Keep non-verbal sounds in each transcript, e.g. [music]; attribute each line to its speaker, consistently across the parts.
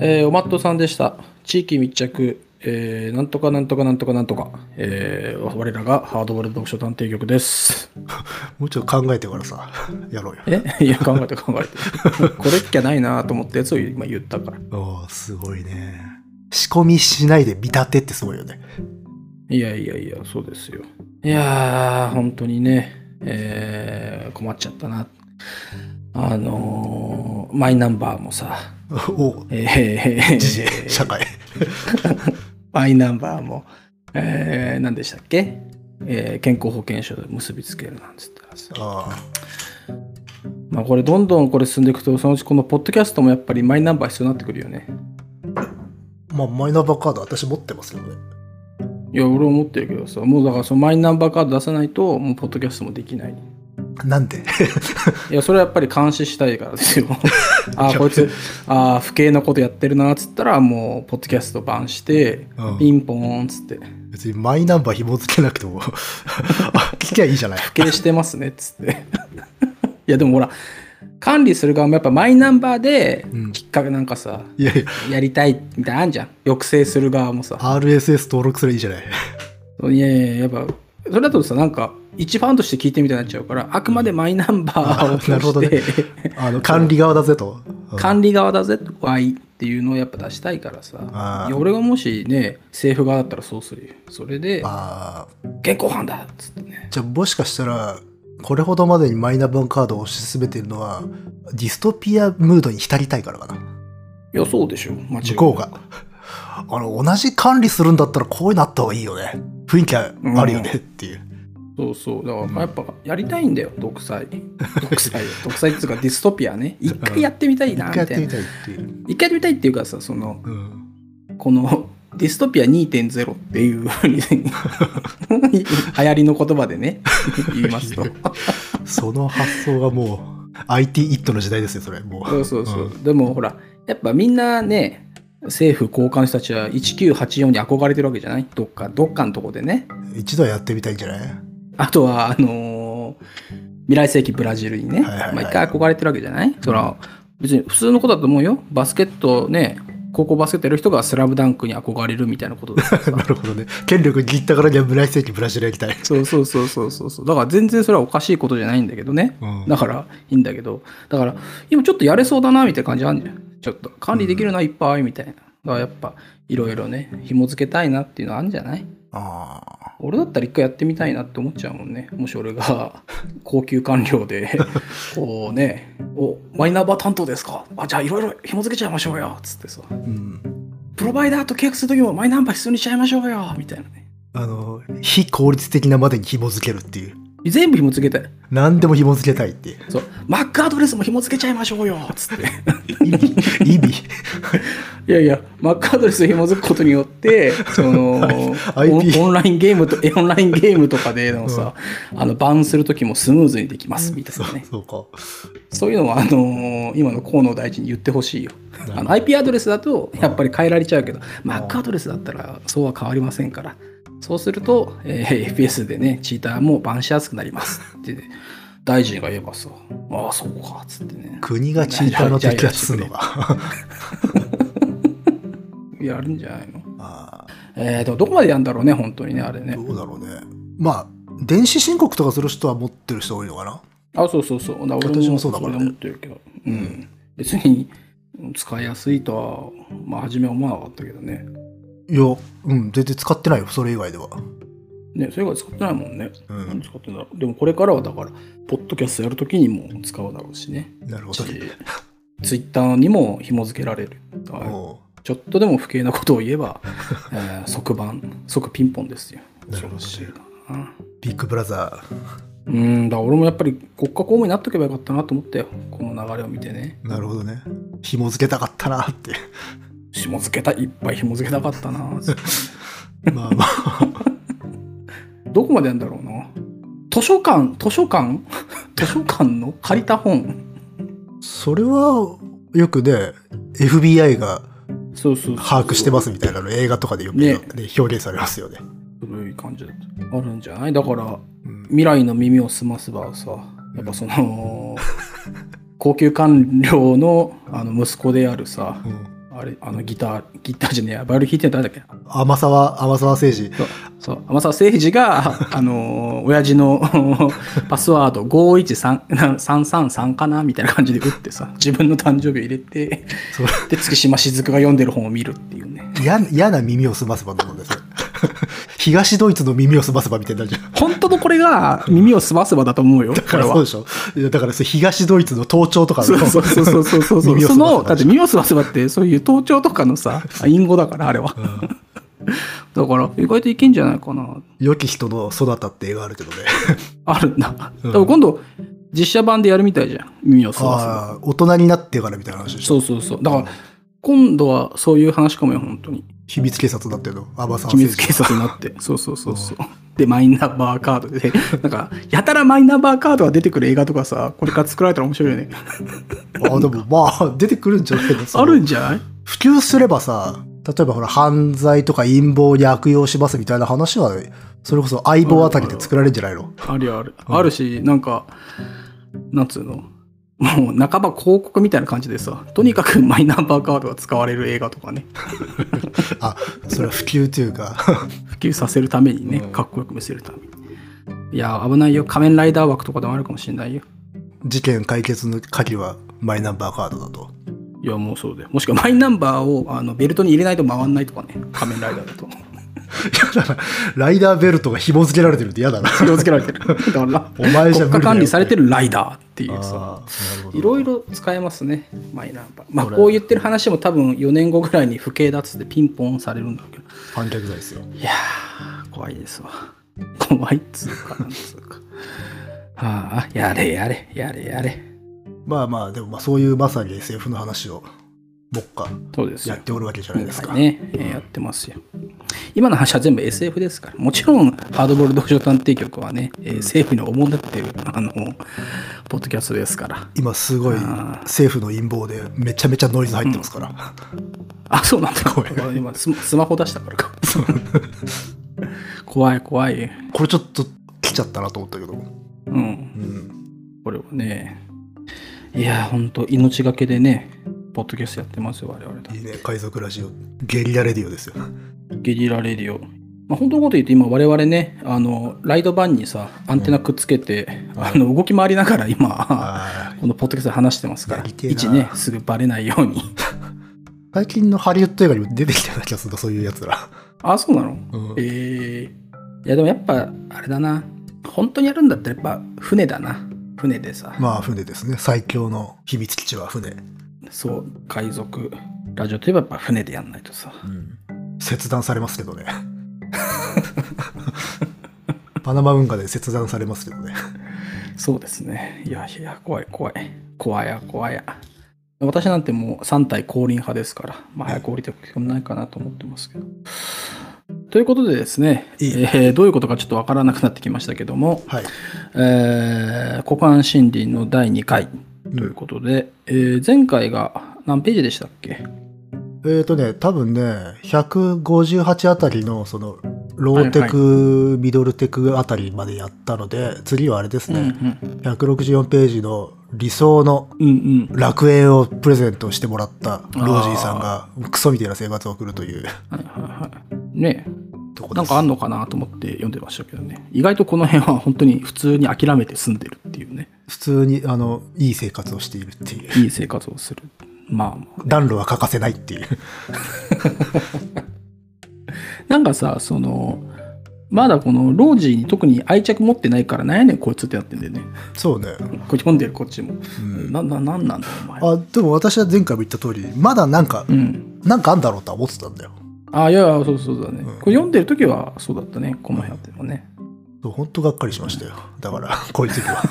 Speaker 1: えー、おまっとさんでした。地域密着、えー、なんとかなんとかなんとかなんとか、えー、我らがハードボールド読書探偵局です。
Speaker 2: もうちょっと考えてからさ、やろうよ。
Speaker 1: え [laughs] いや、考えて考え [laughs] て。これっきゃないなと思ったやつを今言ったから。
Speaker 2: おーすごいね。仕込みしないで見立てってすごいよね。
Speaker 1: いやいやいや、そうですよ。いやー、本当にね、えー、困っちゃったな。あのー、マイナンバーもさ、
Speaker 2: おう
Speaker 1: え
Speaker 2: 時事、
Speaker 1: ー、
Speaker 2: 社会。
Speaker 1: マイナンバーも、えー、何でしたっけ、えー健康保険証で結びつけるなんつってます
Speaker 2: あ
Speaker 1: まあこれどんどんこれ進んでいくとそのうちこのポッドキャストもやっぱりマイナンバー必要になってくるよね
Speaker 2: あまあ、マイナンバーカード私持ってますけどね。
Speaker 1: いや俺思ってるけどさもうだからそのマイナンバーカード出さないともうポッドキャストもできない
Speaker 2: なんで [laughs]
Speaker 1: いやそれはやっぱり監視したいからですよああこいつああ不敬なことやってるなっつったらもうポッドキャストバンして、
Speaker 2: うん
Speaker 1: ピンポーンっつって
Speaker 2: 別にマイナンバー紐付けなくても、 [laughs] あ、聞きゃいいじゃない。
Speaker 1: 不敬してますねっつって [laughs] いやでもほら管理する側もやっぱマイナンバーで
Speaker 2: うん
Speaker 1: きっかけなんかさ、
Speaker 2: いやいや、
Speaker 1: やりたいみたいなのあんじゃん抑制する側もさ
Speaker 2: RSS 登録すればいい
Speaker 1: [laughs]
Speaker 2: じゃない。
Speaker 1: いやいやいややっぱそれだとさなんか一ファンとして聞いてみたいになっちゃうからあくまでマイナンバーを通
Speaker 2: あなるほど
Speaker 1: し [laughs]
Speaker 2: ね
Speaker 1: て、
Speaker 2: あの、管理側だぜと。うん
Speaker 1: 管理側だぜワイっていうのをやっぱ出したいから
Speaker 2: あ
Speaker 1: さ
Speaker 2: ー
Speaker 1: いや俺がもしね政府側だったらそうするよそれで
Speaker 2: ああ、
Speaker 1: 現行犯だっつってね
Speaker 2: じゃあもしかしたら、これほどまでにマイナンバーカードを推し進めてるのは、ディストピアムードに浸りたいからかな。
Speaker 1: いやそうでしょ間違い
Speaker 2: 向こうが。あの、同じ管理するんだったらこういうのあった方がいいよね。雰囲気あるよねっていう。
Speaker 1: そうそうだからやっぱやりたいんだよ独
Speaker 2: [laughs]
Speaker 1: 裁独裁独裁っていうかディストピアね一回やってみたい
Speaker 2: 一
Speaker 1: なみ
Speaker 2: 回
Speaker 1: た
Speaker 2: や
Speaker 1: い
Speaker 2: ってみ
Speaker 1: な
Speaker 2: たいっていう。
Speaker 1: 一回やってみたいっていうかさその
Speaker 2: うん。
Speaker 1: このディストピア2.0っていうふう
Speaker 2: [laughs]
Speaker 1: に流行りの言葉でね言いますと
Speaker 2: その発想がもう、IT イットの時代ですよ、それ。もう。
Speaker 1: そうそうそう、でもほらやっぱみんなね政府高官の人たちは1984に憧れてるわけじゃないどっかどっかのとこでね
Speaker 2: うん一度はやってみたいんじゃない
Speaker 1: あとはあのー未来世紀ブラジルにね、
Speaker 2: はいはいはい
Speaker 1: まあ、一回憧れてるわけじゃない、そら別に普通のことだと思うよバスケットね高校バスケットやる人がスラムダンクに憧れるみたいなことだからさ
Speaker 2: なるほどね。権力握ったからには未来世紀ブラジルやりたい。
Speaker 1: そうそうそうそうそうそうだから全然それはおかしいことじゃないんだけどね
Speaker 2: うん
Speaker 1: だからいいんだけどだから今ちょっとやれそうだなみたいな感じあるんじゃんちょっと管理できるないっぱいみたいなだからやっぱいろいろね紐付けたいなっていうのはあるんじゃない
Speaker 2: ああ。
Speaker 1: 俺だったら一回やってみたいなって思っちゃうもんねもし俺 [laughs] が高級官僚でこうねおマイナンバー担当ですかあじゃあいろいろ紐付けちゃいましょうよっつってさ
Speaker 2: うん。
Speaker 1: プロバイダーと契約する時もマイナンバー必要にしちゃいましょうよみたいなね
Speaker 2: あの、非効率的なまでに紐付けるっていう。
Speaker 1: 全部紐付けたい
Speaker 2: 何でも紐付けたいっていう。
Speaker 1: [laughs] そうマックアドレスも紐付けちゃいましょうよっつって
Speaker 2: 意味、意味。
Speaker 1: いやいや、マックアドレスを紐づくことによ
Speaker 2: [laughs]
Speaker 1: って、その、
Speaker 2: IP
Speaker 1: オンオンラインゲームと、えオンラインゲームとかでのさ、あの、バンするときもスムーズにできます、みたいなね。
Speaker 2: [laughs] そうか。
Speaker 1: そういうのは、あのー今の河野大臣に言ってほしいよ。あの、IP アドレスだと、やっぱり変えられちゃうけど、マックアドレスだったら、そうは変わりませんから。そうすると、えー FPS でね、チーターもバンしやすくなります。って、大臣が言えばさ、ああ、そうか、つってね。
Speaker 2: 国がチーターの摘発するのが。
Speaker 1: やるんじゃないの
Speaker 2: あ
Speaker 1: えーと、どこまでやるんだろうね、本当にね、あれね
Speaker 2: ー。どうだろうね。まあ、電子申告とかする人は持ってる人多いのかな。
Speaker 1: あ、そうそうそう。だから俺
Speaker 2: 私
Speaker 1: も
Speaker 2: も
Speaker 1: そ
Speaker 2: そ
Speaker 1: だ
Speaker 2: ううだ
Speaker 1: か、
Speaker 2: かららね
Speaker 1: 思ってるけど。うん。別に使いやすいとは、まあ、初めは思わなかったけどね。
Speaker 2: いや、うん、全然使ってないよ、それ以外では。
Speaker 1: ね、それ以外使ってないもんね。
Speaker 2: うん
Speaker 1: 何使ってんだろう。でもこれからはだから、ポッドキャストやるときにも使うだろうしね。
Speaker 2: なるほ
Speaker 1: し
Speaker 2: どね。
Speaker 1: ツイッターにも紐付けられる。だから
Speaker 2: おう
Speaker 1: ちょっとでも不敬なことを言えば、えー即番、即ピンポンですよ。
Speaker 2: なるほどね
Speaker 1: 恐ろしいな
Speaker 2: ビッグブラザ
Speaker 1: うんだから俺もやっぱり国家公務員になっとけばよかったなと思ったよこの流れを見てね
Speaker 2: ー。なるほどね。紐付けたかったなって。
Speaker 1: 紐付けたいっぱい紐付けたかったなつって
Speaker 2: [laughs] まあまあ、
Speaker 1: どこまでやるんだろうな。図書館、図書館 [laughs] 図書館の借りた本。
Speaker 2: それは、よくね、FBI が
Speaker 1: そうそうそう
Speaker 2: 把握してますみたいなの、映画とかでよく、ね表現されますよね。
Speaker 1: 古い感じだと。あるんじゃないだから、
Speaker 2: うん
Speaker 1: 未来の耳を澄ませばさ、やっぱそ
Speaker 2: [laughs]
Speaker 1: の、高級官僚のあの息子であるさ、
Speaker 2: うん
Speaker 1: ああれ、あのギター、ギターじゃねえや、バイオリン弾いてるの誰だっけ
Speaker 2: 天沢、天沢誠二。
Speaker 1: そう、天沢誠二 [laughs] が、あのー親父の [laughs] パスワード513333かなみたいな感じで打ってさ、自分の誕生日を入れて、
Speaker 2: そう
Speaker 1: で、月島雫が読んでる本を見るっていうね。
Speaker 2: 嫌な嫌な耳をすませばなのです。 [laughs] 東ドイツの耳をすませばみたいになるじゃん。
Speaker 1: 本当のこれが耳をすませばだと思うよ、これ
Speaker 2: そう
Speaker 1: は
Speaker 2: で。しょいやだからそれ東ドイツの盗聴とかの
Speaker 1: そうそうそうそうそうそう [laughs] そう。
Speaker 2: 耳を
Speaker 1: そ
Speaker 2: すませば
Speaker 1: の、だって耳をすませばって、そういう盗聴とかの [laughs] さ、隠語だから、あれは。だから、意外といけんじゃないかな。
Speaker 2: 良き人のそなたって映画あるけどね。
Speaker 1: あるんだ。
Speaker 2: うん
Speaker 1: だから今度、実写版でやるみたいじゃん。耳をすませば。
Speaker 2: ああ、大人になってからみたいな話でし
Speaker 1: そ
Speaker 2: ょ
Speaker 1: うそうそう。だから、今度はそういう話かもよ、本当に。
Speaker 2: 秘密警察だっての。天沢誠
Speaker 1: 秘
Speaker 2: 二
Speaker 1: 密警察になって。そうそうそうそう。で、マイナンバーカードで、 [laughs] なんか、やたらマイナンバーカードが出てくる映画とかさ、これから作られたら面白いよね。
Speaker 2: ああ、でもまあ、出てくるんじゃないのそ
Speaker 1: あ
Speaker 2: の
Speaker 1: るんじゃない
Speaker 2: 普及すればさ、例えばほら、犯罪とか陰謀に悪用しますみたいな話は、それこそ相棒あたりで作られるんじゃないの
Speaker 1: あるよある。あるし、なんか、なんつうの。もう半ば広告みたいな感じでさ、とにかくマイナンバーカードが使われる映画とかね、
Speaker 2: あ、それは普及というか、 [laughs]
Speaker 1: 普及させるためにね、かっこよく見せるために。いや、危ないよ。仮面ライダー枠とかでもあるかもしれないよ。
Speaker 2: 事件解決の鍵はマイナンバーカードだ
Speaker 1: [laughs]
Speaker 2: と。
Speaker 1: いやもうそうでもしくはマイナンバーをあのベルトに入れないと回んないとかね仮面ライダーだと
Speaker 2: やだな。ライダーベルトが紐付けられてるって嫌だな。
Speaker 1: 気をつけられてるだから
Speaker 2: お前じゃ無理だよ
Speaker 1: 国家管理されてるライダーっていうさ
Speaker 2: あーなるほど
Speaker 1: いろいろ使えますねマイナンバーまあ
Speaker 2: これ
Speaker 1: こう言ってる話も多分4年後ぐらいに不敬だっつってピンポンされるんだけど
Speaker 2: 反逆罪ですよ。
Speaker 1: いやー怖いですわ怖いっつうかなんつうかはあやれやれやれやれ
Speaker 2: まあまあ、でもまあそういうまさに SF の話を、目下
Speaker 1: そうです
Speaker 2: や
Speaker 1: よ
Speaker 2: っておるわけじゃないですか。
Speaker 1: はいね、えーやってますよ。今の話は全部 SF ですから、もちろん、ハードボール道場探偵局はね、えー政府に主だってる、あの、ポッドキャストですから。
Speaker 2: 今すごい
Speaker 1: あー
Speaker 2: 政府の陰謀でめちゃめちゃノイズ入ってますから。
Speaker 1: あ、そうなんだ。
Speaker 2: ごめん
Speaker 1: 俺今スマ、スマホ出したからか。怖い、怖い。
Speaker 2: これちょっと来ちゃったなと思ったけど。
Speaker 1: うん。
Speaker 2: うん。
Speaker 1: これはね、いや、ほんと、命がけでね、ポッドキャストやってますよ、我々だ
Speaker 2: いいね。海賊ラジオ。ゲリラレディオですよ。
Speaker 1: ゲリラレディオ。まあ、本当のこと言うと今我々ねあのライドバンにさアンテナくっつけて、あの動き回りながら今
Speaker 2: あー
Speaker 1: このポッドキャストで話してますから
Speaker 2: やりてえな
Speaker 1: 一ねすぐバレないよう
Speaker 2: [laughs]
Speaker 1: に
Speaker 2: 最近のハリウッド映画にも出てきたような気がするな、そういうやつら。
Speaker 1: あそうなの
Speaker 2: うん
Speaker 1: えー、いやでもやっぱあれだな本当にやるんだったらやっぱ船だな船でさ、
Speaker 2: まあ船ですね。最強の秘密基地は船。
Speaker 1: そう海賊ラジオといえばやっぱ船でやんないとさ
Speaker 2: 切断されますけどね。 [laughs] パナマ運河で切断されますけどね。
Speaker 1: そうですねいやいや怖い怖い怖いや怖いや私なんてもう3体降臨派ですから、まあ、早く降りてくれないかなと思ってますけど。ということでですね、
Speaker 2: いい
Speaker 1: えーどういうことかちょっとわからなくなってきましたけども、
Speaker 2: はい。
Speaker 1: えー、股間森林の第2回ということで、えー前回が何ページでしたっけ
Speaker 2: えっ、とね、多分ね、158あたりの、その、ローテク、ミドルテクあたりまでやったので、次はあれです
Speaker 1: うんう
Speaker 2: ね、
Speaker 1: ん
Speaker 2: 164ページの理想の
Speaker 1: うんうん。
Speaker 2: 楽園をプレゼントしてもらったロージーさんが、クソみたいな生活を送るという [laughs]
Speaker 1: はいはいはい。ねえ
Speaker 2: とこです。
Speaker 1: なんかあんのかなと思って読んでましたけどね。意外とこの辺は本当に普通に諦めて住んでるっていうね。
Speaker 2: 普通に、あの、いい生活をしているっていう。
Speaker 1: いい生活をする。まあまあ。
Speaker 2: 暖炉は欠かせないっていう。
Speaker 1: なんかさ、その、まだこのロージーに特に愛着持ってないから、なんやねんこいつってなってんだよね。
Speaker 2: そうね。
Speaker 1: こっち読んでるこっちも。
Speaker 2: うん
Speaker 1: な、な、なんなんだよお前。
Speaker 2: あ、でも私は前回も言った通り、まだなんか
Speaker 1: う、ん。
Speaker 2: なんかあんだろうとは思ってたんだよ。
Speaker 1: あ、いやいや、そうそうだね。
Speaker 2: うん
Speaker 1: これ読んでる時はそうだったね。この辺ってのはね。
Speaker 2: そう本当がっかりしましたよ。だから、 [laughs] こいつには。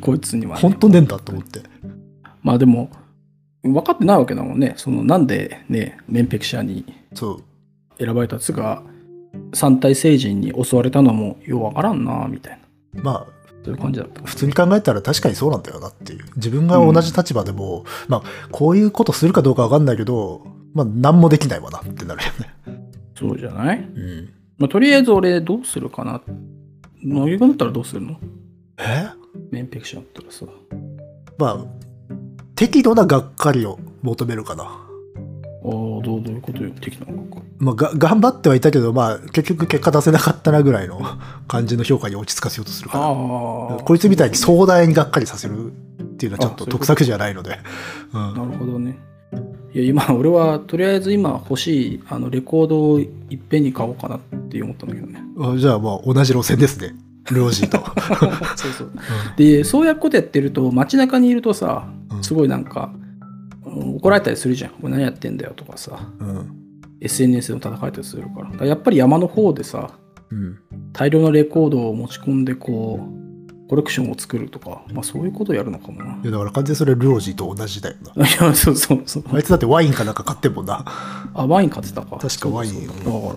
Speaker 1: こいつには、
Speaker 2: 本
Speaker 1: ね。
Speaker 2: 当ねんだと思って。
Speaker 1: まあでも、分かってないわけだもんね。その、なんでね、面壁者に
Speaker 2: そう。
Speaker 1: 選ばれたやつが、三体星人に襲われたのもようわからんな、みたいな。
Speaker 2: まあ、
Speaker 1: そういう感じだった。
Speaker 2: 普通に考えたら確かにそうなんだよなっていう。自分が同じ立場でも、まあ、こういうことするかどうかわかんないけど、まあ、何もできないわなってなるよね。
Speaker 1: そうじゃない
Speaker 2: うん。
Speaker 1: まあ、とりあえず俺どうするかな。野毛君だったらどうするの
Speaker 2: え
Speaker 1: メンペクションだったらさ。
Speaker 2: まあ、適度ながっかりを求めるかな。
Speaker 1: おどうどういうことよできたのか。
Speaker 2: まあ、が頑張ってはいたけど、まあ、結局結果出せなかったなぐらいの感じの評価に落ち着かせようとするから
Speaker 1: ああ。
Speaker 2: こいつみたいに壮大にがっかりさせるっていうのはちょ
Speaker 1: あそういう
Speaker 2: っ
Speaker 1: こと
Speaker 2: と得策じゃないので、うん
Speaker 1: なるほどね。いや今俺はとりあえず今欲しいあのレコードをいっぺんに買おうかなって思ったんだけど
Speaker 2: [laughs]
Speaker 1: ね。
Speaker 2: あじゃあまあ同じ路線ですねルオジーと、
Speaker 1: そうそうでそういうことやってると街中にいるとさ
Speaker 2: うん
Speaker 1: すごいなんか、うん怒られたりするじゃん「おい何やってんだよ」とかさ
Speaker 2: うん
Speaker 1: SNS の叩かれたりするからだからやっぱり山の方でさ
Speaker 2: うん、
Speaker 1: 大量のレコードを持ち込んでこうコレクションを作るとか、まあ、そういうことをやるのかもな
Speaker 2: いやだから完全にそれルオジーと同じだよない
Speaker 1: やそうそうそう
Speaker 2: あいつだってワインかなんか買ってんもんな
Speaker 1: あワイン買ってたか
Speaker 2: 確かワイン
Speaker 1: そうそうだから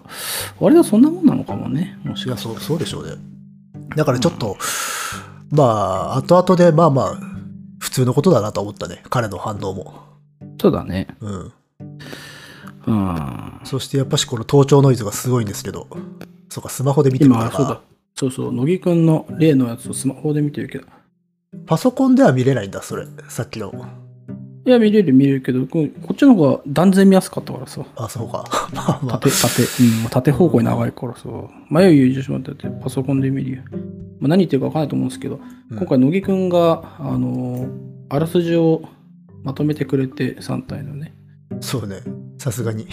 Speaker 1: 割とそんなもんなのかもねもし
Speaker 2: い
Speaker 1: か
Speaker 2: や
Speaker 1: し
Speaker 2: そうそうでしょうねだからちょっと、まあ後々でまあまあ普通のことだなと思ったね彼の反応も
Speaker 1: そうだね
Speaker 2: うん
Speaker 1: うん
Speaker 2: そしてやっぱしこの盗聴ノイズがすごいんですけどそうかスマホで見てるか
Speaker 1: 今
Speaker 2: ら
Speaker 1: そうだそうそう乃木くんの例のやつをスマホで見てるけど
Speaker 2: パソコンでは見れないんだそれさっきの
Speaker 1: いや、見れる見れるけど、ここっちの方が断然見やすかったからさ。
Speaker 2: あそ
Speaker 1: [laughs]
Speaker 2: うかまあまあ
Speaker 1: 縦、縦、うん、縦方向に長いからさ。前を言うしまったって、パソコンで見るよ。まあ、何言ってるか分かんないと思うんですけど、
Speaker 2: うん
Speaker 1: 今回、乃木くんが、あのーあらすじをまとめてくれて、3体のね。
Speaker 2: そうねさすがに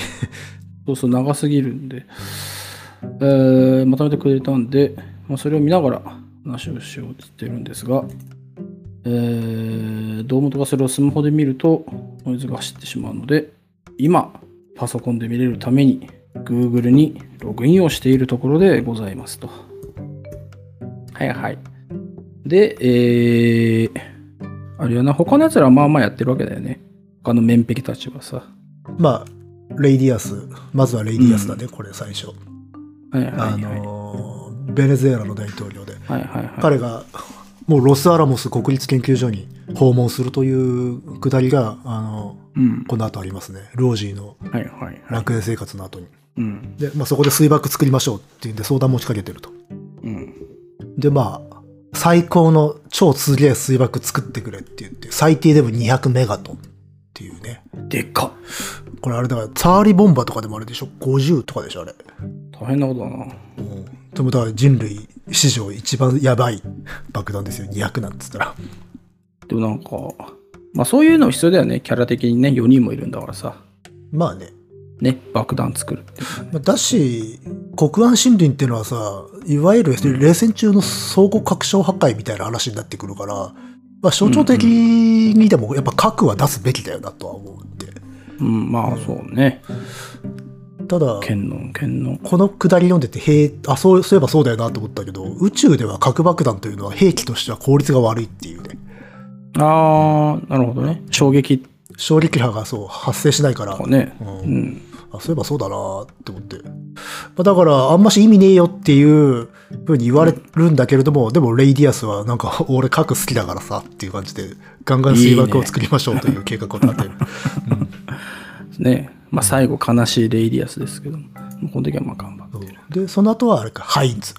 Speaker 1: そうそう、長すぎるんで、えーまとめてくれたんで、まあ、それを見ながら話をしようって言ってるんですが、えー、堂本がそれをスマホで見るとノイズが走ってしまうので、今、パソコンで見れるために Google にログインをしているところでございますと。はいはい。で、えー、あれやな、他のやつらはまあまあやってるわけだよね。他の面壁たちはさ。
Speaker 2: まあレイディアスまずはレイディアスだね、これ最初
Speaker 1: はいはいはい。
Speaker 2: あのーベネズエラの大統領で
Speaker 1: はいはいはい。
Speaker 2: 彼がもうロスアラモス国立研究所に訪問するというくだりがあの
Speaker 1: うん。
Speaker 2: この後ありますねロージーの
Speaker 1: はいはいはい。
Speaker 2: 楽園生活の後に
Speaker 1: うん。
Speaker 2: で、まあ、そこで水爆作りましょうっていうんで相談持ちかけてると
Speaker 1: うん。
Speaker 2: でまあ最高の超すげえ水爆作ってくれって言って最低でも200メガトンっていうね
Speaker 1: でかっ
Speaker 2: これあれだからツァーリボンバとかでもあれでしょ50とかでしょあれ
Speaker 1: 大変なことだな。
Speaker 2: うんでもだから人類史上一番やばい [laughs] 爆弾ですよ200なんつったら
Speaker 1: でもなんか、まあそういうの必要だよね。キャラ的にね、4人もいるんだからさ。
Speaker 2: まあね
Speaker 1: ね、爆弾作るっていうのはね。
Speaker 2: まあだし国安森林っていうのはさいわゆる冷戦中の相互確証破壊みたいな話になってくるから、まあ、象徴的にでもやっぱ核は出すべきだよなとは思うんで
Speaker 1: うん、まあそうね。
Speaker 2: ただ
Speaker 1: 剣の、剣の。
Speaker 2: この下り読んでてへえあそうそういえばそうだよなと思ったけど宇宙では核爆弾というのは兵器としては効率が悪いっていうね
Speaker 1: あー、なるほどね。衝撃
Speaker 2: 衝撃波がそう発生しないから
Speaker 1: とかね。
Speaker 2: うん
Speaker 1: うん。
Speaker 2: あそういえばそうだなーって思って、まあ、だからあんまし意味ねえよっていうふうに言われるんだけれども、でもレイディアスはなんか [laughs] 俺核好きだからさっていう感じでガンガン水爆を作りましょうという計画を立てる
Speaker 1: ね。まあ最後、悲しいレイディアスですけども、この時はまあ頑張って。
Speaker 2: うんでその後はあれかハインズ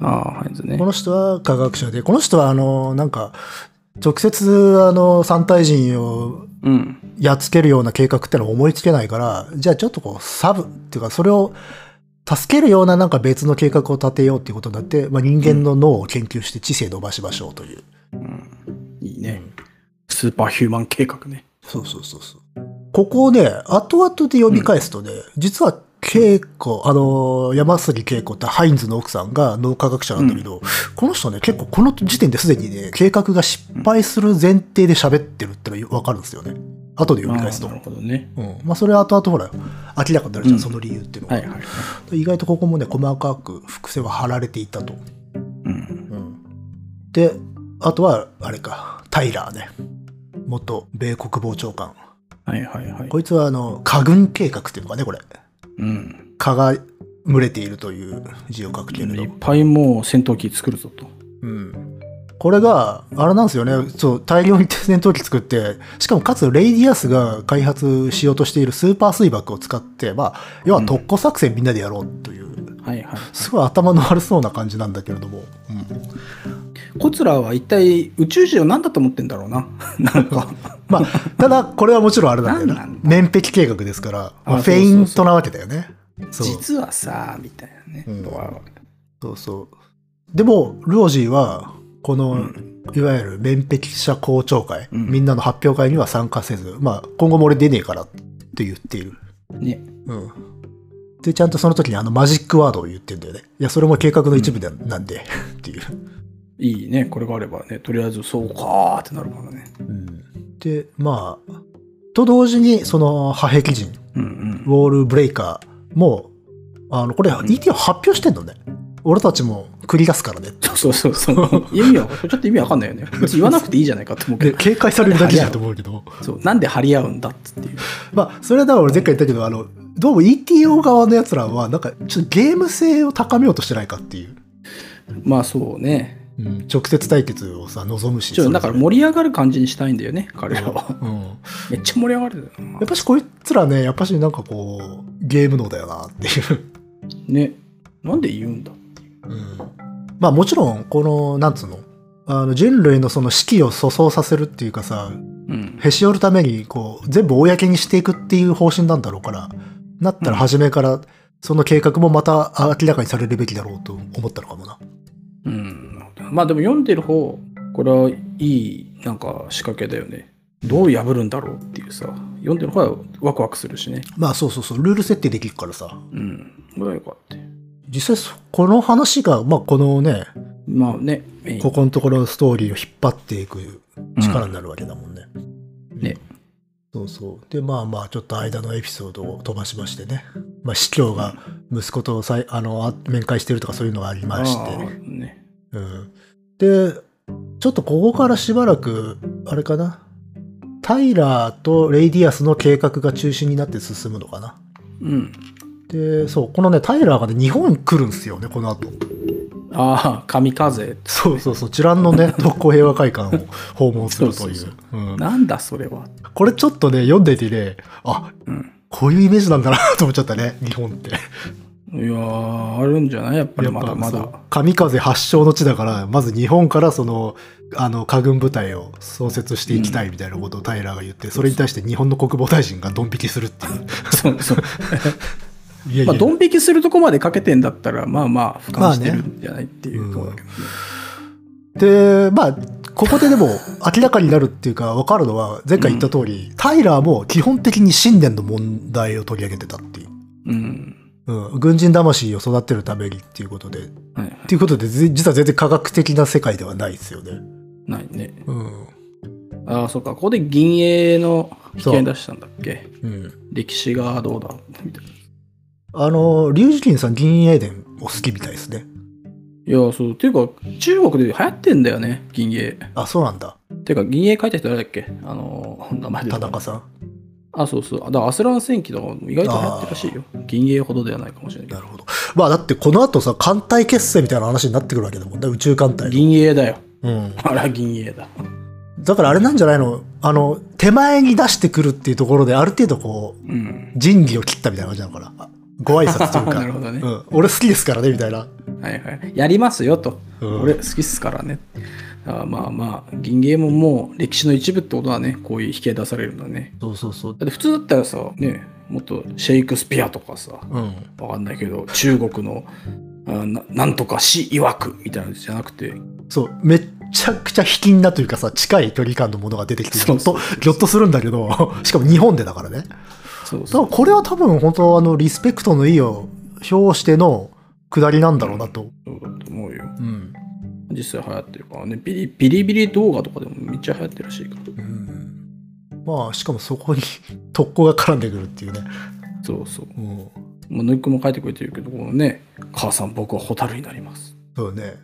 Speaker 1: あー、はいですね
Speaker 2: こ。の人は科学者でこの人はあのなんか直接あの三体人を
Speaker 1: うん。
Speaker 2: やっつけるような計画ってのは思いつけないから、じゃあちょっとこう、サブっていうか、それを助けるようななんか別の計画を立てようっていうことになって、まあ、人間の脳を研究して知性伸ばしましょうという。
Speaker 1: いいね。スーパーヒューマン計画ね。
Speaker 2: そうそうそうそう。ここをね、後々で読み返すとね、実は恵子、あのー、山杉恵子ってハインズの奥さんが脳科学者なんだけど、この人ね、結構この時点ですでにね、計画が失敗する前提で喋ってるってのがわかるんですよね。後で
Speaker 1: あ
Speaker 2: 読み返す
Speaker 1: ー
Speaker 2: と
Speaker 1: な。るほどね。
Speaker 2: うん、まあそれは後々ほら明らかになるじゃん、
Speaker 1: うん
Speaker 2: その理由っていうのは、
Speaker 1: はいはい。
Speaker 2: 意外とここもね細かく伏線は張られていたと、
Speaker 1: うん。
Speaker 2: であとはあれかタイラーね元米国防長官
Speaker 1: はいはいはい。
Speaker 2: こいつはあの過軍計画っていうのかねこれ
Speaker 1: うん。
Speaker 2: 蚊が群れているという字を書くけれ
Speaker 1: い
Speaker 2: ど
Speaker 1: っ、ぱいもう戦闘機作るぞと。
Speaker 2: うん、これがあれなんですよねそう大量に戦闘機作ってしかもかつレイディアスが開発しようとしているスーパー水爆を使ってまあ要は特攻作戦みんなでやろうという
Speaker 1: はいはい。
Speaker 2: すごい頭の悪そうな感じなんだけれども、うん
Speaker 1: コツラは一体宇宙人を何だと思ってんだろうな。 [laughs] なんか。 [laughs]
Speaker 2: まあ、ただこれはもちろんあれなんだよ
Speaker 1: なんな
Speaker 2: なん
Speaker 1: だ
Speaker 2: 面壁計画ですから、まあ
Speaker 1: あそうそ
Speaker 2: フ
Speaker 1: うそう
Speaker 2: ェイントなわけだよねそう
Speaker 1: 実はさ、みたいなね。
Speaker 2: うん
Speaker 1: とは
Speaker 2: そうそうでもルオジーはこの、
Speaker 1: うん
Speaker 2: いわゆる面壁者公聴会、
Speaker 1: うん
Speaker 2: みんなの発表会には参加せず、まあ、今後も俺出ねえからって言っている
Speaker 1: ね。
Speaker 2: うん。で、ちゃんとその時にあのマジックワードを言ってんだよね。いや、それも計画の一部で、なんで、っていう。
Speaker 1: いいね。これがあればね。とりあえずそうかーってなるからね。
Speaker 2: うん。で、まあ、と同時に、その、破壁人、
Speaker 1: うん
Speaker 2: ウォールブレイカーも、あの、これ、ET を発表してんのね。俺たちも繰り出すからね。
Speaker 1: うん。そうそう
Speaker 2: [laughs]
Speaker 1: そう。意味は、ちょっと意味わかんないよね。別に言わなくていいじゃないかと思うけ
Speaker 2: で、
Speaker 1: ど。
Speaker 2: 警戒されるだけじゃんと思うけど。
Speaker 1: そう。なんで張り合うんだっつっていう。
Speaker 2: まあ、それはだから俺前回言ったけど、あの、どうも ETO 側のやつらは、なんか、ちょっとゲーム性を高めようとしてないかっていう。
Speaker 1: まあそうね。
Speaker 2: うん、直接対決をさ、望むし。
Speaker 1: ちょっとだ
Speaker 2: そ
Speaker 1: から
Speaker 2: れぞ
Speaker 1: 盛り上がる感じにしたいんだよね。彼らは。
Speaker 2: れうん。
Speaker 1: めっちゃ盛り上がるよな
Speaker 2: やっぱしこいつらね、やっぱしなんかこう、ゲーム脳だよなって [laughs] いう。
Speaker 1: ね。なんで言うんだ
Speaker 2: うん、まあもちろん、この、なんつうの、あの人類のその士気を粗相させるっていうかさ、
Speaker 1: うん。
Speaker 2: へし折るためにこう、全部公にしていくっていう方針なんだろうから、なったら初めから、その計画もまた明らかにされるべきだろうと思ったのかもな。
Speaker 1: うん。まあでも読んでる方、これはいいなんか仕掛けだよね。どう破るんだろうっていうさ、読んでる方はワクワクするしね。
Speaker 2: まあそうそうそう、ルール設定できるからさ。
Speaker 1: うん。これはよかったよ。
Speaker 2: 実際そ、この話が、まあこのね、
Speaker 1: まあね、メイン
Speaker 2: ここのところのストーリーを引っ張っていく力
Speaker 1: うん
Speaker 2: になるわけだもんね。
Speaker 1: ね
Speaker 2: そうそう。で、まあまあ、ちょっと間のエピソードを飛ばしましてね。まあ、司教が息子とさいあのあ面会してるとかそういうのがありまし
Speaker 1: あ
Speaker 2: て。
Speaker 1: ーね。
Speaker 2: うん、で、ちょっとここからしばらく、あれかな。タイラーとレイディアスの計画が中心になって進むのかな。
Speaker 1: うん。
Speaker 2: で、そう、このね、タイラーがね、日本に来るんですよね、この後。
Speaker 1: ああ、神風。
Speaker 2: そうそうそう、チランのね、特攻平和会館を訪問するとい
Speaker 1: そうう。
Speaker 2: うん
Speaker 1: なんだそれは。
Speaker 2: これちょっとね、読んでいてね、あ、
Speaker 1: うん。
Speaker 2: こういうイメージなんだなと思っちゃったね、日本って。
Speaker 1: いやー、あるんじゃないやっぱりまだま
Speaker 2: やっ
Speaker 1: だ
Speaker 2: ぱ。そう神風発祥の地だから、まず日本からその、あの、海軍部隊を創設していきたいみたいなことをタイラーが言って、それに対して日本の国防大臣がドン引きするっていう。
Speaker 1: そうそう。
Speaker 2: いやいや
Speaker 1: まあ、ドン引きするとこまでかけてんだったら、まあまあ、俯瞰してるんじゃないっていうところだけどね。
Speaker 2: で、まあ、ここででも明らかになるっていうか、わかるのは、前回言った通り、タイラーも基本的に信念の問題を取り上げてたっていう。
Speaker 1: うん。
Speaker 2: うん、軍人魂を育てるためにっていうことで、
Speaker 1: はいはい
Speaker 2: っていうことで、ぜ実は全然科学的な世界ではないですよね。
Speaker 1: ないね。
Speaker 2: うん。
Speaker 1: ああ、そうか。ここで銀営の危険出したんだっけ
Speaker 2: うん。
Speaker 1: 歴史がどうだみたいな。
Speaker 2: あの、リュウジキンさん、銀英伝お好きみたいですね。
Speaker 1: いや、そう。っていうか、中国で流行ってんだよね、銀営。
Speaker 2: あ、そうなんだ。
Speaker 1: ていうか、銀営書いた人誰だっけあのー、名前出てこ
Speaker 2: 田
Speaker 1: ない
Speaker 2: 中さん。
Speaker 1: あ、そうそう。だからアスラン戦記とかも意外と流行ってるらしいよ。銀営ほどではないかもしれないけ
Speaker 2: な
Speaker 1: ど。
Speaker 2: るほど。まあ、だってこの後さ、艦隊結成みたいな話になってくるわけだもんね、宇宙艦隊の。
Speaker 1: 銀営だよ。 [laughs]
Speaker 2: うん。
Speaker 1: あら、銀営だ。
Speaker 2: だからあれなんじゃないのあの、手前に出してくるっていうところで、ある程度こう、
Speaker 1: うん。
Speaker 2: 仁義を切ったみたいな感じなのかな。あご挨拶というか。
Speaker 1: [laughs] なるほどね
Speaker 2: うん。俺好きですからね、みたいな。
Speaker 1: はいはい。やりますよと。
Speaker 2: うん
Speaker 1: 俺好きっすからね。だからまあまあ、銀芸ももう歴史の一部ってことはね、こういう引き出されるんだね。
Speaker 2: そうそうそう。
Speaker 1: だって普通だったらさ、ね、もっとシェイクスピアとかさ、
Speaker 2: うん。
Speaker 1: わかんないけど、中国のあななんとか死曰くみたいなのじゃなくて、
Speaker 2: そう、めっちゃくちゃ卑近なというかさ、近い距離感のものが出てきて、ち
Speaker 1: そう
Speaker 2: ょっと
Speaker 1: そう、
Speaker 2: ぎょっとするんだけど、しかも日本でだからね。
Speaker 1: そう
Speaker 2: だか
Speaker 1: そ
Speaker 2: ら
Speaker 1: う。
Speaker 2: これは多分本当、あの、リスペクトの意を表しての下りなんだろうなと。
Speaker 1: そうだと思うよ。
Speaker 2: うん。
Speaker 1: 実際流行ってるからね、ビリビリビリ動画とかでもめっちゃ流行ってるらしいから。
Speaker 2: まあ、しかもそこに [laughs] 特攻が絡んでくるっていうね。
Speaker 1: そうそう。
Speaker 2: うん。
Speaker 1: まあ、ぬいくんも書いてくれてるけど、このね、母さん僕は蛍になります。
Speaker 2: そうね。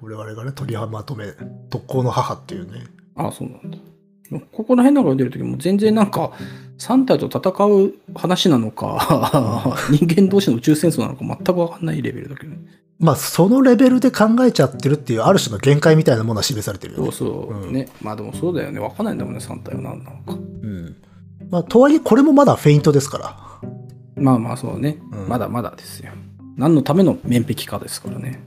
Speaker 2: 我々がね、取りまとめ、特攻の母っていうね。
Speaker 1: ああ、そうなんだ。ここら辺なんか出るときも全然なんか、3体と戦う話なのか、 [laughs] 人間同士の宇宙戦争なのか全く分かんないレベルだけど、ね、
Speaker 2: まあ、そのレベルで考えちゃってるっていう、ある種の限界みたいなものは示されてるよ
Speaker 1: そ
Speaker 2: ね
Speaker 1: う。そう、
Speaker 2: うん
Speaker 1: ね。まあでもそうだよね。分かんないんだもんね、3体は何なのか。
Speaker 2: うん。まあ、とはいえ、これもまだフェイントですから。
Speaker 1: まあまあそうね。
Speaker 2: うん
Speaker 1: まだまだですよ。何のための面壁かですからね。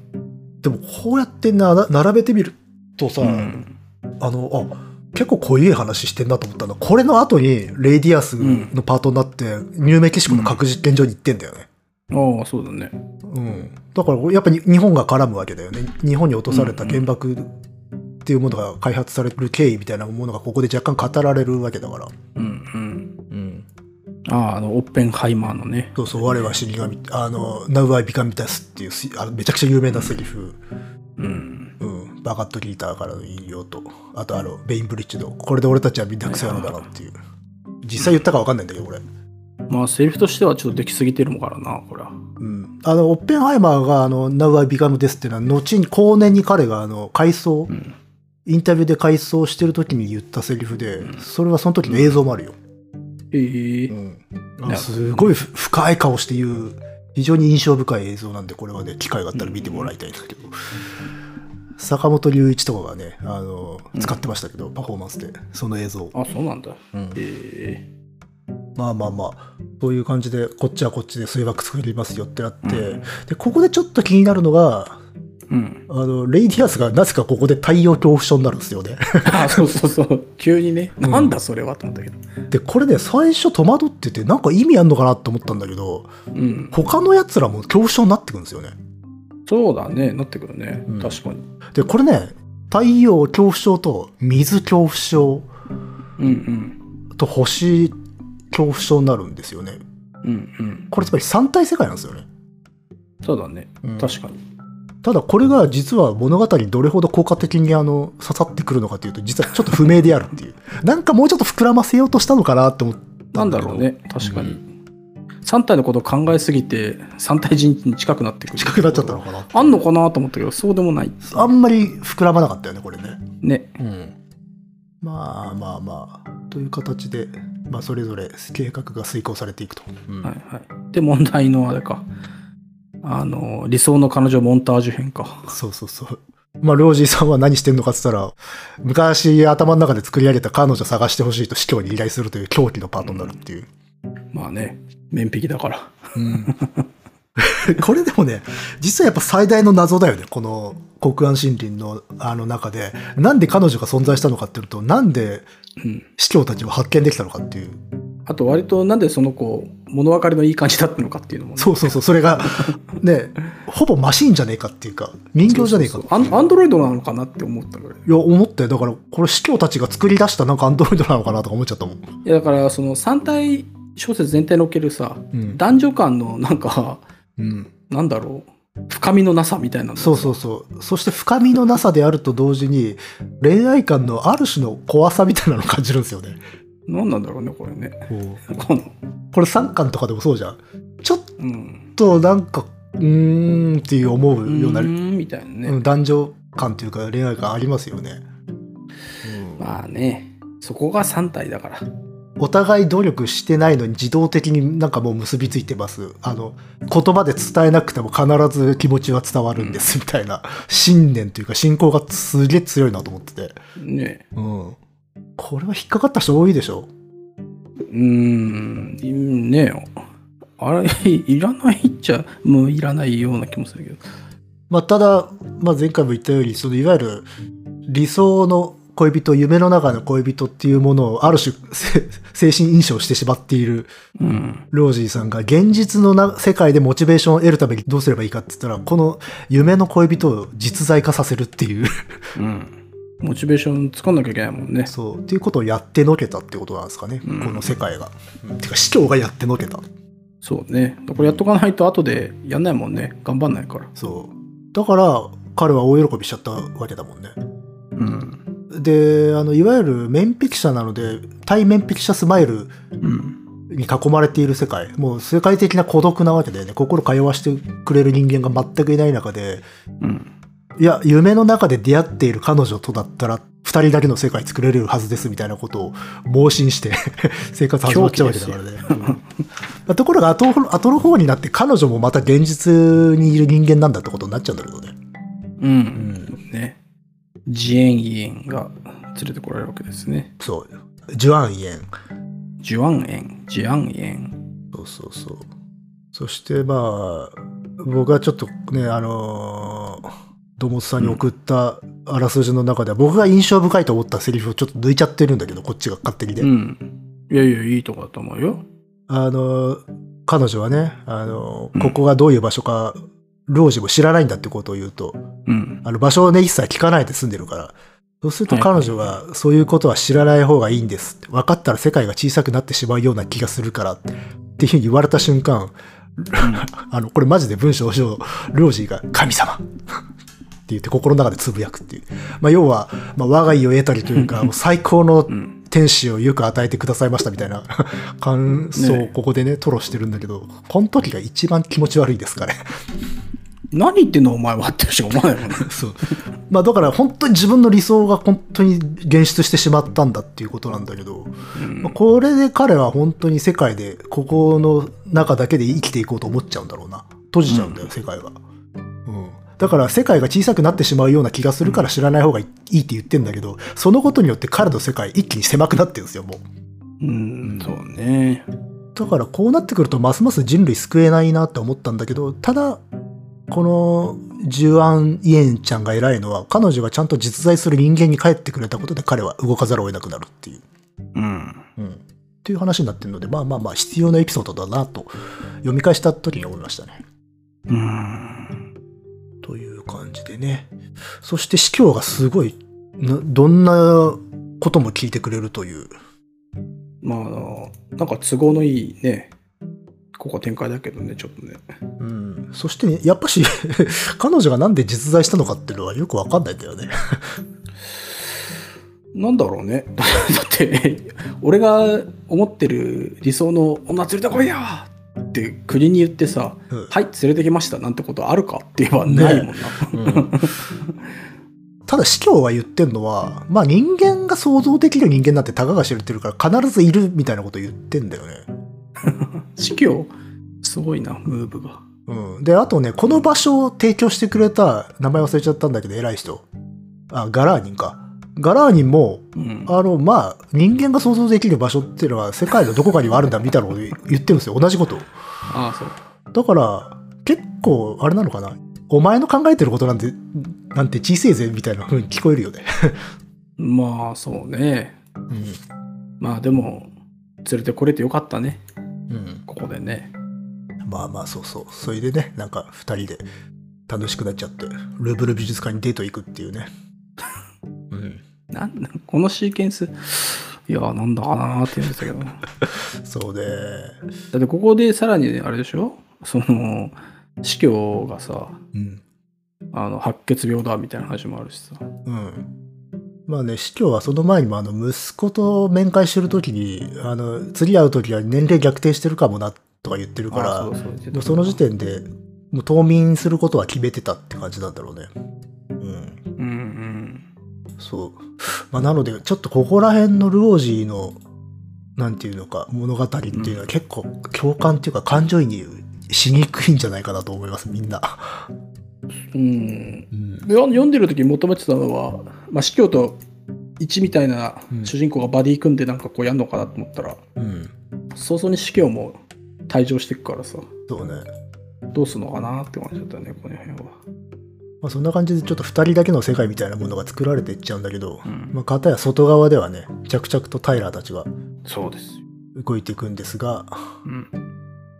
Speaker 2: でもこうやってなら並べてみるとさ、
Speaker 1: うん
Speaker 2: あのあ結構濃い話してんなと思ったのこれの後にレイディアスのパートになって、ニューメキシコの核実験場に行ってんだよね、
Speaker 1: ああ、そうだね。
Speaker 2: うん、だからやっぱり日本が絡むわけだよね日本に落とされた原爆っていうものが開発される経緯みたいなものがここで若干語られるわけだから、
Speaker 1: うんうん。
Speaker 2: うん、
Speaker 1: ああ、あの、オッペンハイマーのね。
Speaker 2: そうそう我は死神あの「Now I become this」っていうすあのめちゃくちゃ有名なセリフ、
Speaker 1: うん。
Speaker 2: うん、バカットギーターからの引用とあとあのベインブリッジの「これで俺たちはみんなクソ野郎だろ」っていう実際言ったか分かんないんだけどこれ、
Speaker 1: まあ、セリフとしてはちょっとできすぎてるもんからな、これは。
Speaker 2: うん、あのオッペンハイマーがあの「Now I become this」っていうのは後に後年に彼があの回想、
Speaker 1: うん。
Speaker 2: インタビューで回想してる時に言ったセリフで、それはその時の映像もあるよ。
Speaker 1: ええ
Speaker 2: あすごいふ深い顔して言う、非常に印象深い映像なんで、これはね、機会があったら見てもらいたいんですけど、坂本龍一とかがね、あの、使ってましたけど、パフォーマンスで、その映像。
Speaker 1: あ、そうなんだ。
Speaker 2: うん
Speaker 1: ええ
Speaker 2: まあまあまあ、そういう感じで、こっちはこっちで水爆作りますよってなって、で、ここでちょっと気になるのが、 [laughs]
Speaker 1: うん。
Speaker 2: あの、レイディアスがなぜかここで太陽恐怖症になるんですよ
Speaker 1: [laughs]
Speaker 2: ね。
Speaker 1: あそうそうそう。急にね、なんだそれはと思ったけど。
Speaker 2: でこれね最初戸惑っててなんか意味あんのかなと思ったんだけど
Speaker 1: うん。
Speaker 2: 他のやつらも恐怖症になってくるんですよね
Speaker 1: そうだね、なってくるね。
Speaker 2: うん
Speaker 1: 確かに。
Speaker 2: でこれね太陽恐怖症と水恐怖症
Speaker 1: うん
Speaker 2: と星恐怖症になるんですよね
Speaker 1: うん。うんうん。
Speaker 2: これつまり三体世界なんですよね
Speaker 1: そうだね
Speaker 2: うん。
Speaker 1: 確かに。
Speaker 2: ただこれが実は物語にどれほど効果的にあの刺さってくるのかというと実はちょっと不明であるっていうなんかもうちょっと膨らませようとしたのかなって思った
Speaker 1: なん
Speaker 2: んだ
Speaker 1: だ
Speaker 2: けど
Speaker 1: ろうね、確かに。3体のことを考えすぎて、3体人に近くなってくる。
Speaker 2: 近くなっちゃったのかな
Speaker 1: あんのかなと思ったけど、そうでもない。
Speaker 2: あんまり膨らまなかったよねこれね
Speaker 1: ね。
Speaker 2: まあまあまあという形で、まあ、それぞれ計画が遂行されていくと、
Speaker 1: はいはい。で、問題のあれか。あの、理想の彼女モンタージュ編か。
Speaker 2: そうそうそうまあ領事さんは何してんのかっつったら昔頭の中で作り上げた彼女探してほしいと司教に依頼するという狂気のパートになるっていう、
Speaker 1: まあね、面壁だから。
Speaker 2: [laughs] これでもね実はやっぱ最大の謎だよねこの国安森林のあの中でなんで彼女が存在したのかっていうとなんで
Speaker 1: うん。
Speaker 2: 司教たちを発見できたのかっていう
Speaker 1: あと、割となんでその子、物分かりのいい感じだったのかっていうのもね。
Speaker 2: [laughs] そうそうそうそれがねほぼマシンじゃねえかっていうか人形じゃねえか
Speaker 1: そうそうそうアンアンドロイドなのかなって思ったぐらい。
Speaker 2: いや、思って、だから、これ、司教たちが作り出したなんかアンドロイドなのかなとか思っちゃったもん。
Speaker 1: いやだからその3体小説全体におけるさ、
Speaker 2: うん
Speaker 1: 男女間のなんか
Speaker 2: うん。
Speaker 1: なんだろう深みのなさみたいなの
Speaker 2: そうそうそう。そして、深みのなさであると同時に、恋愛感のある種の怖さみたいなのを感じるんですよね。
Speaker 1: 何なんだろうねこれね [laughs] この
Speaker 2: これ、三巻とかでもそうじゃん。ちょっ
Speaker 1: うん
Speaker 2: と、なんか、うーんっていう思
Speaker 1: う
Speaker 2: うような、
Speaker 1: ーんみたいなね、
Speaker 2: うん男女感というか、恋愛感ありますよね。
Speaker 1: まあねそこが3体だから
Speaker 2: お互い努力してないのに自動的になんかもう結びついてます。あの、言葉で伝えなくても必ず気持ちは伝わるんですみたいな、信念というか信仰がすげえ強いなと思ってて。
Speaker 1: ね
Speaker 2: うん。これは引っかかった人多いでしょ
Speaker 1: うーんねあれ [laughs] いらないっちゃもういらないような気もするけど
Speaker 2: まあ、ただ、まあ、前回も言ったように、そのいわゆる理想の恋人、夢の中の恋人っていうものをある種せ [laughs] 精神印象してしまっている
Speaker 1: うん
Speaker 2: ロージーさんが現実のな世界でモチベーションを得るためにどうすればいいかって言ったら、この夢の恋人を実在化させるっ
Speaker 1: [laughs]
Speaker 2: ていう、
Speaker 1: うんモチベーション作んなきゃいけないもんね
Speaker 2: そう、っていうことをやってのけたってことなんですかね、
Speaker 1: うん
Speaker 2: この世界が。てか、市長がやってのけた。
Speaker 1: そうねこれやっとかないと後でやんないもんね頑張んないから
Speaker 2: そう。だから、彼は大喜びしちゃったわけだもんね。
Speaker 1: うん
Speaker 2: で、あの、いわゆる面壁者なので、対面壁者スマイル
Speaker 1: うん
Speaker 2: に囲まれている世界、もう世界的な孤独なわけだよね。心通わしてくれる人間が全くいない中で、
Speaker 1: うん
Speaker 2: いや、夢の中で出会っている彼女とだったら、二人だけの世界作れるはずですみたいなことを盲信して [laughs] 生活始まっちゃうわけだからね。うんところが後、後の方になって彼女もまた現実にいる人間なんだってことになっちゃうんだけどね。
Speaker 1: うん。ね。ジエンイエンが連れてこられるわけですね。
Speaker 2: そう。ジュアン・イエン。
Speaker 1: ジュアンエン、ジアンエン。
Speaker 2: そうそうそう。そしてまあ、僕はちょっとね、あのー、ドモスさんに送ったあらすじの中では、僕が印象深いと思ったセリフをちょっと抜いちゃってるんだけど、こっちが勝手にで。
Speaker 1: うん。いやいや、いいとこだと思うよ。
Speaker 2: あのー、彼女はね、あのー、ここがどういう場所か、老人も知らないんだってことを言うと、
Speaker 1: うん。
Speaker 2: あの場所をね、一切聞かないで住んでるから。そうすると
Speaker 1: はい
Speaker 2: 彼女は、そういうことは知らない方がいいんですって。分かったら世界が小さくなってしまうような気がするからって。っていうふうに言われた瞬間、 [laughs] あの、これマジで文章をしよう。ルオジーが神様って言って心の中でつぶやくっていう。まあ、要は、まあ、我が家を得たりとい
Speaker 1: [laughs]
Speaker 2: うか、もう最高の
Speaker 1: うん。
Speaker 2: 天使をよく与えてくださいましたみたいな感想をここでね、吐露してるんだけど、この時が一番気持ち悪いですかね。 [laughs]
Speaker 1: 何言ってんのお前はってしか思わないもんね。
Speaker 2: そう。まあだから本当に自分の理想が本当に現出してしまったんだっていうことなんだけど、まあこれで彼は本当に世界で、ここの中だけで生きていこうと思っちゃうんだろうな。閉じちゃうんだよ、世界は。うん。だから世界が小さくなってしまうような気がするから知らない方がいいって言ってんだけど、そのことによって彼の世界一気に狭くなってるんですよ、もう。
Speaker 1: うん、そうね。
Speaker 2: だからこうなってくるとますます人類救えないなって思ったんだけどただこのジュアン・イエンちゃんが偉いのは彼女がちゃんと実在する人間に帰ってくれたことで彼は動かざるを得なくなるっていう、
Speaker 1: うん。
Speaker 2: うん、っていう話になってるのでまあまあまあ必要なエピソードだなと読み返した時に思いましたね。
Speaker 1: うん。
Speaker 2: という感じでねそして司教がすごいなどんなことも聞いてくれるという
Speaker 1: まああの、なんか都合のいいね、ここは展開だけどね、ちょっとね。
Speaker 2: うん、そして、やっぱし [laughs] 彼女がなんで実在したのかっていうのはよくわかんないんだよね。
Speaker 1: なんだろうね。 [laughs] だって、俺が思ってる理想の女連れてこいよって国に言ってさ、
Speaker 2: うん
Speaker 1: はい、連れてきましたなんてことあるかって言えばないもんな。 [laughs]
Speaker 2: ただ、司教が言ってるのは、まあ人間が想像できる人間なんてたかが知れてるから必ずいるみたいなこと言ってんだよね。
Speaker 1: 司教、すごいな、ムーブが。
Speaker 2: うん。で、あとね、この場所を提供してくれた、名前忘れちゃったんだけど、偉い人。あ、ガラーニンか。ガラーニンも、
Speaker 1: うん。
Speaker 2: あの、まあ、人間が想像できる場所っていうのは世界のどこかにはあるんだみたいな [laughs] こと言ってるんですよ。同じことを。
Speaker 1: ああ、そう。
Speaker 2: だから、結構、あれなのかな。お前の考えてることなんて、なんて小せえぜ、みたいな風に聞こえるよね。
Speaker 1: まあ、そうね。
Speaker 2: うん。
Speaker 1: まあ、でも、連れてこれてよかったね、
Speaker 2: うん。
Speaker 1: ここでね。
Speaker 2: まあまあ、そうそう。それでね、なんか、二人で楽しくなっちゃって、ルーブル美術館にデート行くっていうね。うん。
Speaker 1: なんだこのシーケンス、いや、なんだかなーって言うんですけど。
Speaker 2: そうで、
Speaker 1: だって、ここでさらに、あれでしょその、司教がさ、
Speaker 2: うん。
Speaker 1: あの白血病だみたいな話もあるしさ。
Speaker 2: うん。まあね、司教はその前にも、あの、息子と面会してるときに、あの、釣り合うときは年齢逆転してるかもな、とか言ってるか
Speaker 1: あ
Speaker 2: ら
Speaker 1: そう、そう言って
Speaker 2: も
Speaker 1: た
Speaker 2: うその時点で、もう冬眠することは決めてたって感じなんだろうね。うん。
Speaker 1: うん
Speaker 2: そう。まあ、なので、ちょっとここら辺のルオージーの、なんていうのか、物語っていうのは結構共感っていうか感情移入しにくいんじゃないかなと思います、みんな。
Speaker 1: うん。うん。
Speaker 2: うん。
Speaker 1: でよ読んでる時求めてたのは、まあ、司教と一みたいな
Speaker 2: うん
Speaker 1: 主人公がバディ組んでなんかこうやんのかなと思ったら、
Speaker 2: うん。
Speaker 1: 早々に司教も退場してくからさ、
Speaker 2: そうね。
Speaker 1: どうすんのかなって感じだったね、この辺は。
Speaker 2: まあ、そんな感じでちょっと二人だけの世界みたいなものが作られていっちゃうんだけど、
Speaker 1: うん
Speaker 2: まあ、片や外側ではね、着々とタイラーたちが
Speaker 1: そうですよ。
Speaker 2: [laughs] 動いていくんですが、
Speaker 1: うん、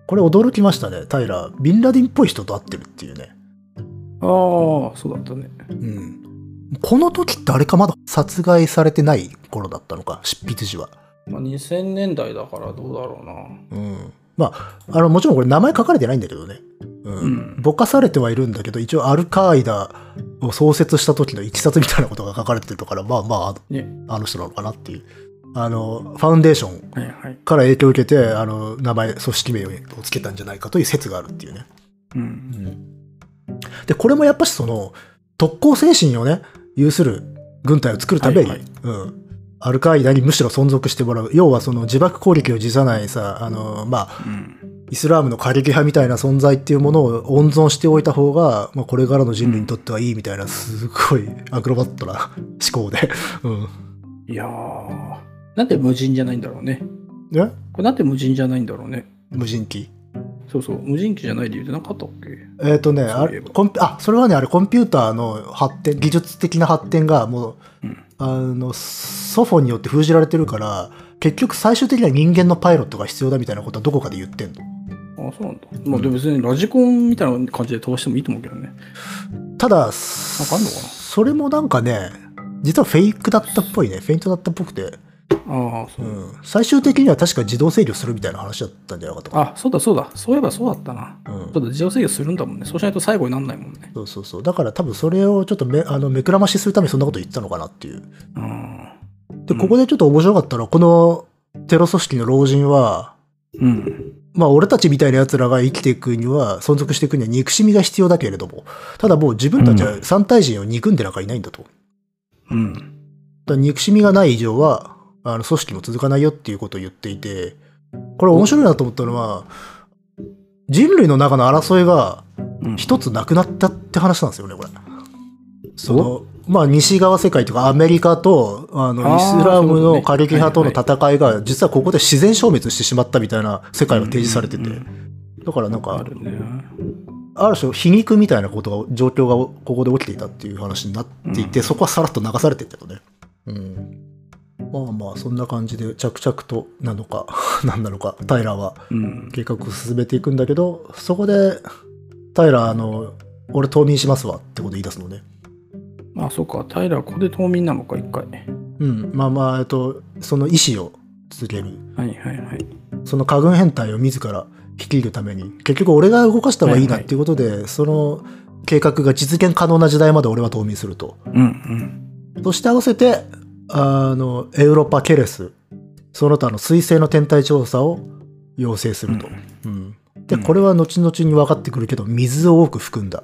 Speaker 2: これ驚きましたね、タイラー。ビンラディンっぽい人と会ってるっていうね。
Speaker 1: ああ、そうだったね。
Speaker 2: うん、この時ってあれかまだ [laughs] 殺害されてない頃だったのか執筆時は、
Speaker 1: まあ、2000年代だからどうだろうな。
Speaker 2: うん、まああのもちろんこれ名前書かれてないんだけどね、うん
Speaker 1: うん
Speaker 2: ぼかされてはいるんだけど一応アルカイダを創設した時のいきさつみたいなことが書かれてるからまあまああの
Speaker 1: ね。
Speaker 2: あの人なのかなっていうあのファウンデーション
Speaker 1: はいはい。
Speaker 2: から影響を受けてあの名前組織名をつけたんじゃないかという説があるっていうね
Speaker 1: うん。
Speaker 2: でこれもやっぱしその特攻精神をね有する軍隊を作るために、
Speaker 1: はいはい
Speaker 2: うん、アルカイダにむしろ存続してもらう要はその自爆攻撃を辞さないさあの、まあ、
Speaker 1: うん。
Speaker 2: イスラームの過激派みたいな存在っていうものを温存しておいた方が、まあ、これからの人類にとってはいいみたいなすごいアクロバットな思考で、うん、
Speaker 1: いやー、なんで無人じゃないんだろうね。
Speaker 2: ね
Speaker 1: これなんで無人じゃないんだろうね。
Speaker 2: 無人機
Speaker 1: そうそう、無人機じゃない理由って何かあったっけ
Speaker 2: えっ、とね、あ
Speaker 1: そうい
Speaker 2: れ
Speaker 1: えば
Speaker 2: コンピ、あ、それはね、あれ、コンピューターの発展、技術的な発展が、も
Speaker 1: う
Speaker 2: う、
Speaker 1: ん
Speaker 2: あの、ソフォンによって封じられてるから、結局最終的には人間のパイロットが必要だみたいなことはどこかで言ってんの。
Speaker 1: あそうなんだ。まあ、でも別にラジコンみたいな感じで飛ばしてもいいと思うけどね。
Speaker 2: ただ、
Speaker 1: かあんのかな
Speaker 2: それもなんかね、実はフェイクだったっぽいね。フェイントだったっぽくて。
Speaker 1: ああ、そうう。
Speaker 2: ん。最終的には確か自動制御するみたいな話だったんじゃなかったか
Speaker 1: あ、そうだそうだ。そういえばそうだったな。
Speaker 2: な。うん
Speaker 1: そう。だ、自動制御するんだもんね。そうしないと最後になんないもんね。
Speaker 2: そうそうそう。だから多分それをちょっとめ、あの、目くらましするためにそんなこと言ってたのかなっていう。
Speaker 1: うん。
Speaker 2: で、
Speaker 1: うん
Speaker 2: ここでちょっと面白かったのは、このテロ組織の老人は、
Speaker 1: うん。
Speaker 2: まあ、俺たちみたいな奴らが生きていくには、存続していくには憎しみが必要だけれども、ただもう自分たちは三体人を憎んでなんかいないんだと。だか
Speaker 1: うん。
Speaker 2: ら憎しみがない以上は、あの、組織も続かないよっていうことを言っていて、これ面白いなと思ったのは、人類の中の争いが
Speaker 1: うん
Speaker 2: 一つなくなったって話なんですよね、これ。その、まあ、西側世界というか、アメリカと、あの、
Speaker 1: あー
Speaker 2: イスラム
Speaker 1: そうい
Speaker 2: の
Speaker 1: うこと
Speaker 2: 過
Speaker 1: ね
Speaker 2: 激派との戦いが、実はここで自然消滅してしまったみたいな世界が提示されてて
Speaker 1: うんうん、
Speaker 2: だからなんか
Speaker 1: あ、るね。
Speaker 2: ある種皮肉みたいなことが、状況がここで起きていたっていう話になっていて、そこはさらっと流されてるけどね。うん。まあまあ、そんな感じで着々となのか、 [laughs] なんなのか、タイラーは
Speaker 1: うん。
Speaker 2: 計画を進めていくんだけど、そこで、タイラー、あの、俺冬眠しますわってこと言い出すのね。
Speaker 1: まあ、そうか。タイラー、ここで冬眠なのか、一回。はい
Speaker 2: うん、まあまあ、えっと、その意思を続ける。
Speaker 1: はいはい。
Speaker 2: その過軍変態を自ら率いるために、結局俺が動かした方がいいなっていうことで、その計画が実現可能な時代まで俺は冬眠すると。
Speaker 1: うんうん。
Speaker 2: そして合わせて、あの、エウロパケレス、その他の彗星の天体調査を要請すると。うんで、
Speaker 1: うん
Speaker 2: これは後々に分かってくるけど、水を多く含んだ、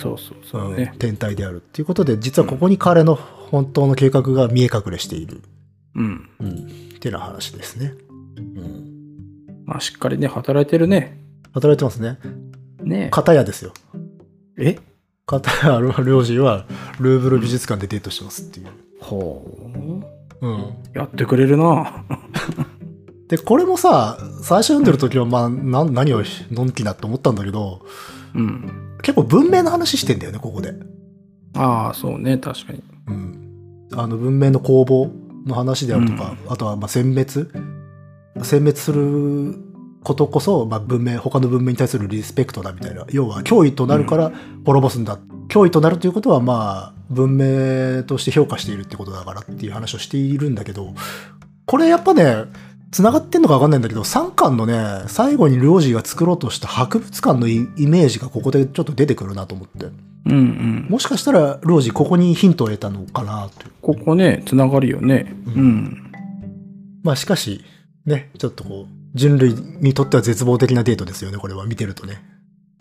Speaker 1: そうそう
Speaker 2: う
Speaker 1: そ
Speaker 2: ん
Speaker 1: うね。
Speaker 2: 天体であるっていうことで、実はここに彼の本当の計画が見え隠れしている。
Speaker 1: うん。
Speaker 2: うん、ってな話ですね。
Speaker 1: まあ、しっかりね、働いてるね。
Speaker 2: 働いてますね。
Speaker 1: ね
Speaker 2: 片屋ですよ。
Speaker 1: え。え
Speaker 2: 片屋の両親はルーブル美術館でデートしてますっていう。
Speaker 1: ほ
Speaker 2: うん、
Speaker 1: う。やってくれるな。
Speaker 2: でこれもさ最初読んでる時は、まあ、な何をのんきなって思ったんだけど
Speaker 1: うん。
Speaker 2: 結構文明の話してんだよねここで。
Speaker 1: [laughs] ああ、そうね。確かに。
Speaker 2: うん、あの文明の攻防の話であるとか、あとはまあ殲滅殲滅することこそ、まあ、文明他の文明に対するリスペクトだみたいな要は脅威となるから滅ぼすんだ、脅威となるということはまあ文明として評価しているってことだからっていう話をしているんだけどこれやっぱね繋がってんのか分かんないんだけど3巻のね最後にルオジーが作ろうとした博物館のイイメージがここでちょっと出てくるなと思って
Speaker 1: うんうん。
Speaker 2: もしかしたらルオジーここにヒントを得たのかなという。
Speaker 1: ここね、つながるよね。
Speaker 2: う
Speaker 1: うん。
Speaker 2: まあしかし、ね、ちょっとこう、人類にとっては絶望的なデートですよね、これは見てるとね。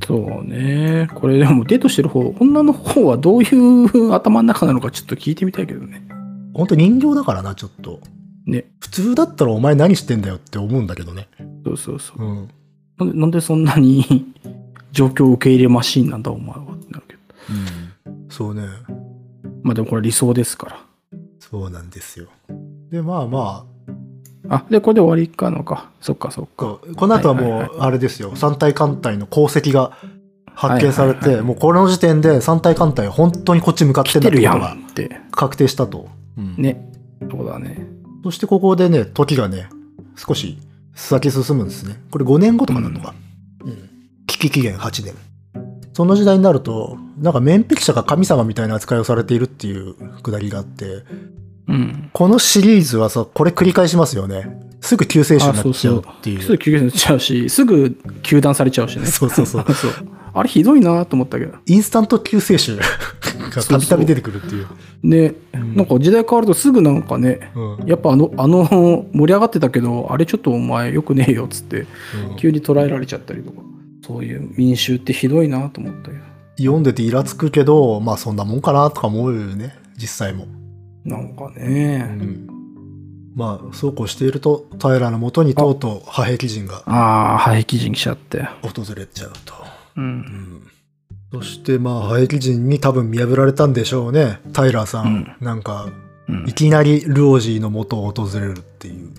Speaker 1: そうね。これでもデートしてる方、女の方はどういう頭の中なのかちょっと聞いてみたいけどね。
Speaker 2: ほんと人形だからな、ちょっと。
Speaker 1: ね。
Speaker 2: 普通だったらお前何してんだよって思うんだけどね。
Speaker 1: そうそうそう。
Speaker 2: うん。
Speaker 1: なんでなんでそんなに [laughs] 状況を受け入れマシーンなんだお前はってなるけど。
Speaker 2: そうね。
Speaker 1: まあでもこれ理想ですから。
Speaker 2: そうなんですよ。で、まあま
Speaker 1: あ、で、これで終わりかのか。そっかそっ
Speaker 2: あ、
Speaker 1: か。
Speaker 2: ここの後はも
Speaker 1: はいは
Speaker 2: う、あれですよ、三体艦隊の功績が発見され
Speaker 1: はいはい
Speaker 2: て、
Speaker 1: はい
Speaker 2: もうこの時点で三体艦隊は本当にこっち向かって
Speaker 1: 来
Speaker 2: んだ
Speaker 1: て
Speaker 2: って
Speaker 1: るや
Speaker 2: ことが
Speaker 1: んって。
Speaker 2: 確定したと。うん
Speaker 1: ね。そうだね。
Speaker 2: そしてここでね、時がね、少し先進むんですね。これ5年後とかなのか。うん。危機期限8年。その時代になると、なんか面壁者が神様みたいな扱いをされているっていうくだりがあって、
Speaker 1: うん。
Speaker 2: このシリーズはさ、これ繰り返しますよね。すぐ救世主になっちゃうっていう。
Speaker 1: すぐ休憩になっちゃうし、すぐ休断されちゃうしね。
Speaker 2: そうそうそう
Speaker 1: そう。あれひどいなと思ったけど。
Speaker 2: インスタント救世主がたびたび出てくるっていう。
Speaker 1: ね。
Speaker 2: ん
Speaker 1: なんか時代変わるとすぐなんかね、
Speaker 2: うん
Speaker 1: やっぱあの、あの、盛り上がってたけど、あれちょっとお前よくねえよっつって、
Speaker 2: うん
Speaker 1: 急に捉えられちゃったりとか、そういう民衆ってひどいなと思ったけど、
Speaker 2: 読んでてイラつくけど、まあそんなもんかなとか思うよね、実際も。
Speaker 1: なんかね、
Speaker 2: まあそうこうしていると平のもとにとうとう破壁人が
Speaker 1: ああ、廃棄人来ちゃって。
Speaker 2: 訪れちゃうと、
Speaker 1: うん。
Speaker 2: そしてまあ破壁人に多分見破られたんでしょうね平さん、なんか
Speaker 1: うん
Speaker 2: いきなりルオジーのもとを訪れるっていう、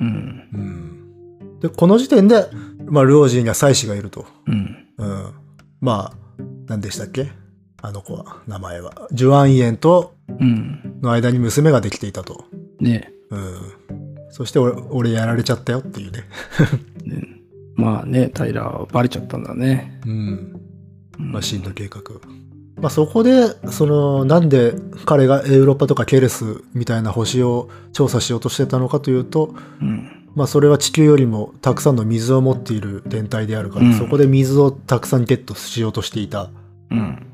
Speaker 1: うん。
Speaker 2: うんで、この時点で、まあ、老人には妻子がいると。
Speaker 1: うん。
Speaker 2: うん。まあ、何でしたっけあの子は、名前は。ジュアンイエンと
Speaker 1: うん。
Speaker 2: の間に娘ができていたと。
Speaker 1: ね
Speaker 2: うん。そして俺、俺やられちゃったよっていうね。
Speaker 1: ねまあね、タイラーはバレちゃったんだね。
Speaker 2: うん。
Speaker 1: うん
Speaker 2: まあ、進路計画。まあ、そこで、その、なんで彼がヨーロッパとかケレスみたいな星を調査しようとしてたのかというと、
Speaker 1: うん。
Speaker 2: まあ、それは地球よりもたくさんの水を持っている天体であるから、
Speaker 1: うん
Speaker 2: そこで水をたくさんゲットしようとしていた。
Speaker 1: うん。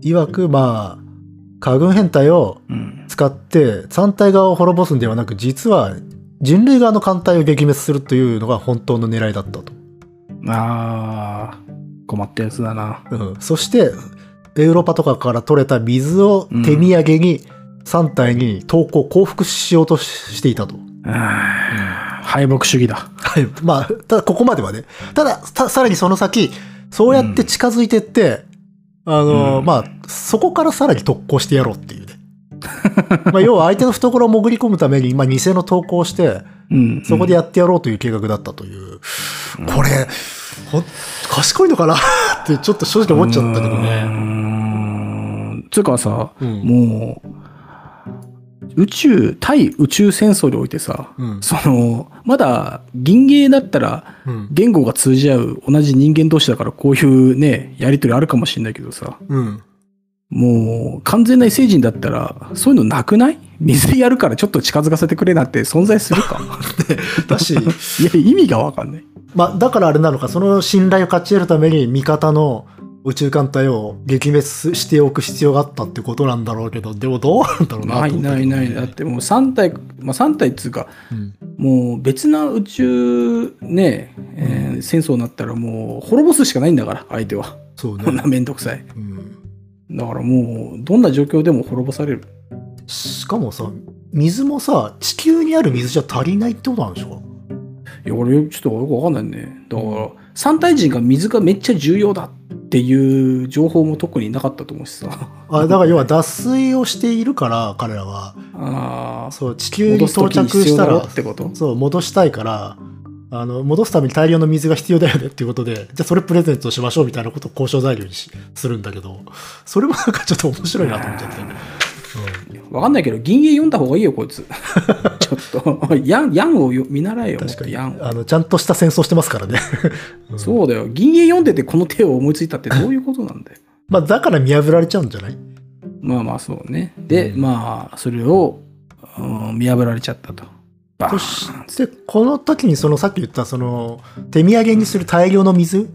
Speaker 2: いわく、まあ、海軍編隊を
Speaker 1: うん。
Speaker 2: 使って、山体側を滅ぼすんではなく、実は人類側の艦隊を撃滅するというのが本当の狙いだったと。
Speaker 1: ああ、困ったやつだな。
Speaker 2: うん、そしてヨーロッパとかから取れた水を手土産に3体に投降降伏しようとししていたと。
Speaker 1: あー敗北主義だ。
Speaker 2: はい、まあただここまではねただたさらにその先そうやって近づいてって、あの
Speaker 1: うん
Speaker 2: まあそこからさらに特攻してやろうっていうね。 [laughs] まあ要は相手の懐を潜り込むために、まあ、偽の投降をして
Speaker 1: うん。
Speaker 2: そこでやってやろうという計画だったという、これほん賢いのかな [laughs] ってちょっと正直思っちゃったけど
Speaker 1: うー
Speaker 2: ね。
Speaker 1: んつうかさ、
Speaker 2: うん
Speaker 1: もう、宇宙、対宇宙戦争においてさ、
Speaker 2: うん
Speaker 1: その、まだ銀芸だったら
Speaker 2: うん
Speaker 1: 言語が通じ合う同じ人間同士だからこういうね、やりとりあるかもしれないけどさ、
Speaker 2: うん
Speaker 1: もう完全な異星人だったらそういうのなくない水やるからちょっと近づかせてくれなんて存在するか [laughs]
Speaker 2: だ
Speaker 1: い
Speaker 2: し、
Speaker 1: や、意味がわかんない。
Speaker 2: まあ、だからあれなのか、その信頼を勝ち得るために味方の宇宙艦隊を撃滅しておく必要があったってことなんだろうけど、でもどうなんだろうなと思
Speaker 1: な
Speaker 2: ったけ
Speaker 1: い
Speaker 2: どね
Speaker 1: ないない。だってもう3体、まあ3体っつうか、
Speaker 2: うん
Speaker 1: もう別な宇宙ね、えー戦争になったらもう滅ぼすしかないんだから相手は
Speaker 2: そ
Speaker 1: [laughs]
Speaker 2: う
Speaker 1: こんな
Speaker 2: ね。
Speaker 1: 面倒くさい
Speaker 2: うん
Speaker 1: だからもうどんな状況でも滅ぼされる
Speaker 2: しかもさ、水もさ、地球にある水じゃ足りないってことなんでしょ
Speaker 1: いや俺ちょっとよくわかんないねだから三体人が水がめっちゃ重要だっていう情報も特になかったと思うしさ
Speaker 2: [laughs] あだから要は脱水をしているから、彼らは。
Speaker 1: ああ
Speaker 2: そう、地球に到着したら、
Speaker 1: ってこと
Speaker 2: そう、戻したいから、あの、戻すために大量の水が必要だよねっていうことで、じゃあそれプレゼントしましょうみたいなことを交渉材料にしするんだけど、それもなんかちょっと面白いなと思っちゃって。
Speaker 1: わかんないけど銀影読んだ方がいいよこ
Speaker 2: [laughs]
Speaker 1: いつちょっとヤンヤンをよ見習えよ
Speaker 2: うん、確かに
Speaker 1: ヤンを
Speaker 2: あの、ちゃんとした戦争してますからね。 [laughs] うん
Speaker 1: そうだよ銀影読んでてこの手を思いついたってどういうことなんだよ
Speaker 2: まあ、だから見破られちゃうんじゃない
Speaker 1: まあまあそうね。で、
Speaker 2: うん
Speaker 1: まあ、それを、うん見破られちゃったと。バー
Speaker 2: そ
Speaker 1: ン
Speaker 2: して、この時にそのさっき言った、その、手土産にする大量の水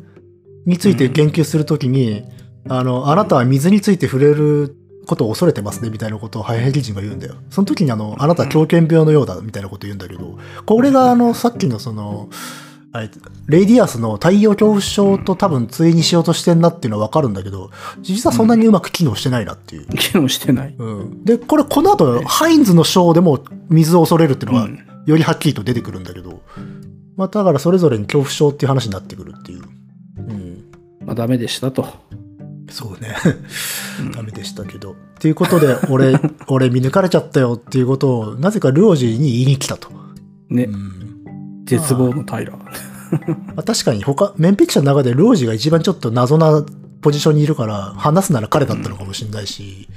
Speaker 2: について言及するときに、あの、あなたは水について触れることを恐れてますね、みたいなことをハイヘキ人が言うんだよ。その時に、あの、あなたは狂犬病のようだ、みたいなことを言うんだけど、これが、あの、さっきのその、あれレイディアスの太陽恐怖症と多分対にしようとしてんなっていうのはわかるんだけど、実はそんなにうまく機能してないなっていう。
Speaker 1: [laughs] 機能してない。
Speaker 2: うん、で、これ、この後、ハインズのショーでも水を恐れるっていうのが
Speaker 1: うん、
Speaker 2: よりはっきりと出てくるんだけど、まあ、だからそれぞれに恐怖症っていう話になってくるっていう。うん。
Speaker 1: まあ、ダメでしたと。
Speaker 2: そうね。ダメでしたけど。っていうことで、
Speaker 1: [laughs]
Speaker 2: 俺、俺見抜かれちゃったよっていうことを、なぜかルオジーに言いに来たと。
Speaker 1: ね、
Speaker 2: うん。
Speaker 1: 絶望のタイラー。
Speaker 2: まあ、確かに他、面壁者の中でルオジーが一番ちょっと謎なポジションにいるから、話すなら彼だったのかもしれないし、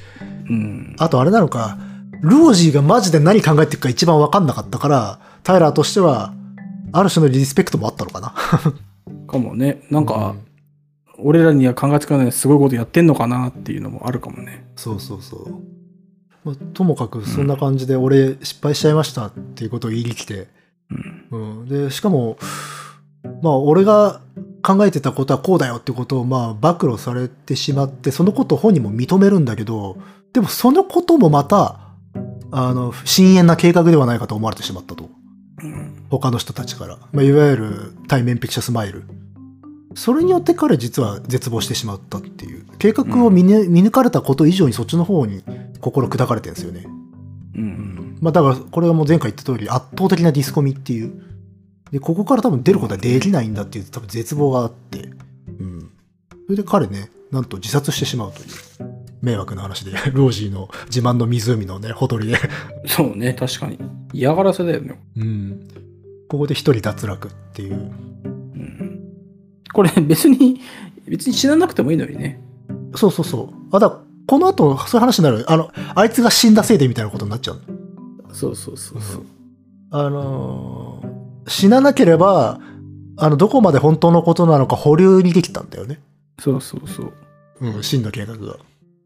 Speaker 1: うん。
Speaker 2: あとあれなのか、ルオジーがマジで何考えてるか一番分かんなかったから、タイラーとしては、ある種のリスペクトもあったのかな。
Speaker 1: かもね。なんか、
Speaker 2: うん
Speaker 1: 俺らには考えつかないすごいことやってんのかなっていうのもあるかもね。
Speaker 2: そうそうそう。まあともかく、そんな感じで、俺、失敗しちゃいましたっていうことを言いに来て、
Speaker 1: うん。
Speaker 2: うん、で、しかも、まあ、俺が考えてたことはこうだよってことを、まあ、暴露されてしまって、そのことを本人も認めるんだけど、でも、そのこともまた、あの、深淵な計画ではないかと思われてしまったと。
Speaker 1: うん
Speaker 2: 他の人たちから、まあ、いわゆる対面ピクチャースマイルそれによって彼実は絶望してしまったっていう計画を見,、見抜かれたこと以上にそっちの方に心砕かれてるんですよね、
Speaker 1: うん。
Speaker 2: まあ、だからこれはもう前回言った通り圧倒的なディスコミっていうでここから多分出ることはできないんだっていう多分絶望があって、うん、それで彼ねなんと自殺してしまうという迷惑な話で [laughs] ロージーの自慢の湖のねほとりで
Speaker 1: そうね、確かに。嫌がらせだよね。
Speaker 2: うん、ここで一人脱落っていう。
Speaker 1: うんこれ別に、別に死ななくてもいいのにね。
Speaker 2: そうそうそう。あ、だからこの後、そういう話になる。あの、あいつが死んだせいでみたいなことになっちゃう。
Speaker 1: そうそうそうそう。
Speaker 2: あのー死ななければ、あの、どこまで本当のことなのか保留にできたんだよね。
Speaker 1: そうそうそう。
Speaker 2: うん、真の計画が。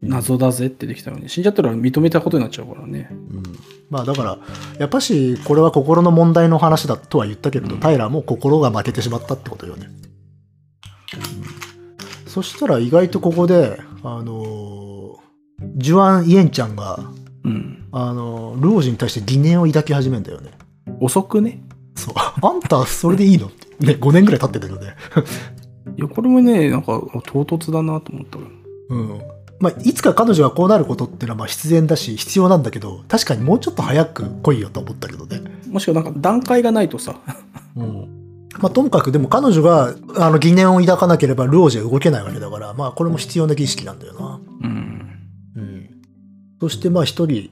Speaker 1: 謎だぜってできたのに、死んじゃったら認めたことになっちゃうからね。
Speaker 2: うん、まあだから、やっぱし、これは心の問題の話だとは言ったけれど、
Speaker 1: うん
Speaker 2: 平も心が負けてしまったってことよね。うんそしたら意外とここで、あのージュアン・イエンちゃんが、
Speaker 1: うん。
Speaker 2: あのールオージに対して疑念を抱き始めんだよね。
Speaker 1: 遅くね。
Speaker 2: そう。あんた、それでいいのって。ね、5年ぐらい経ってたけどね。
Speaker 1: いや、これもね、なんか唐突だなと思ったわ
Speaker 2: うん。まあ、いつか彼女がこうなることってのはまあ必然だし、必要なんだけど、確かにもうちょっと早く来いよと思ったけどね。
Speaker 1: もしくはなんか段階がないとさ、
Speaker 2: うんまあ、ともかくでも彼女があの疑念を抱かなければルオージェは動けないわけだから、まあ、これも必要な儀式なんだよな、
Speaker 1: うん。
Speaker 2: うん、そしてまあ一人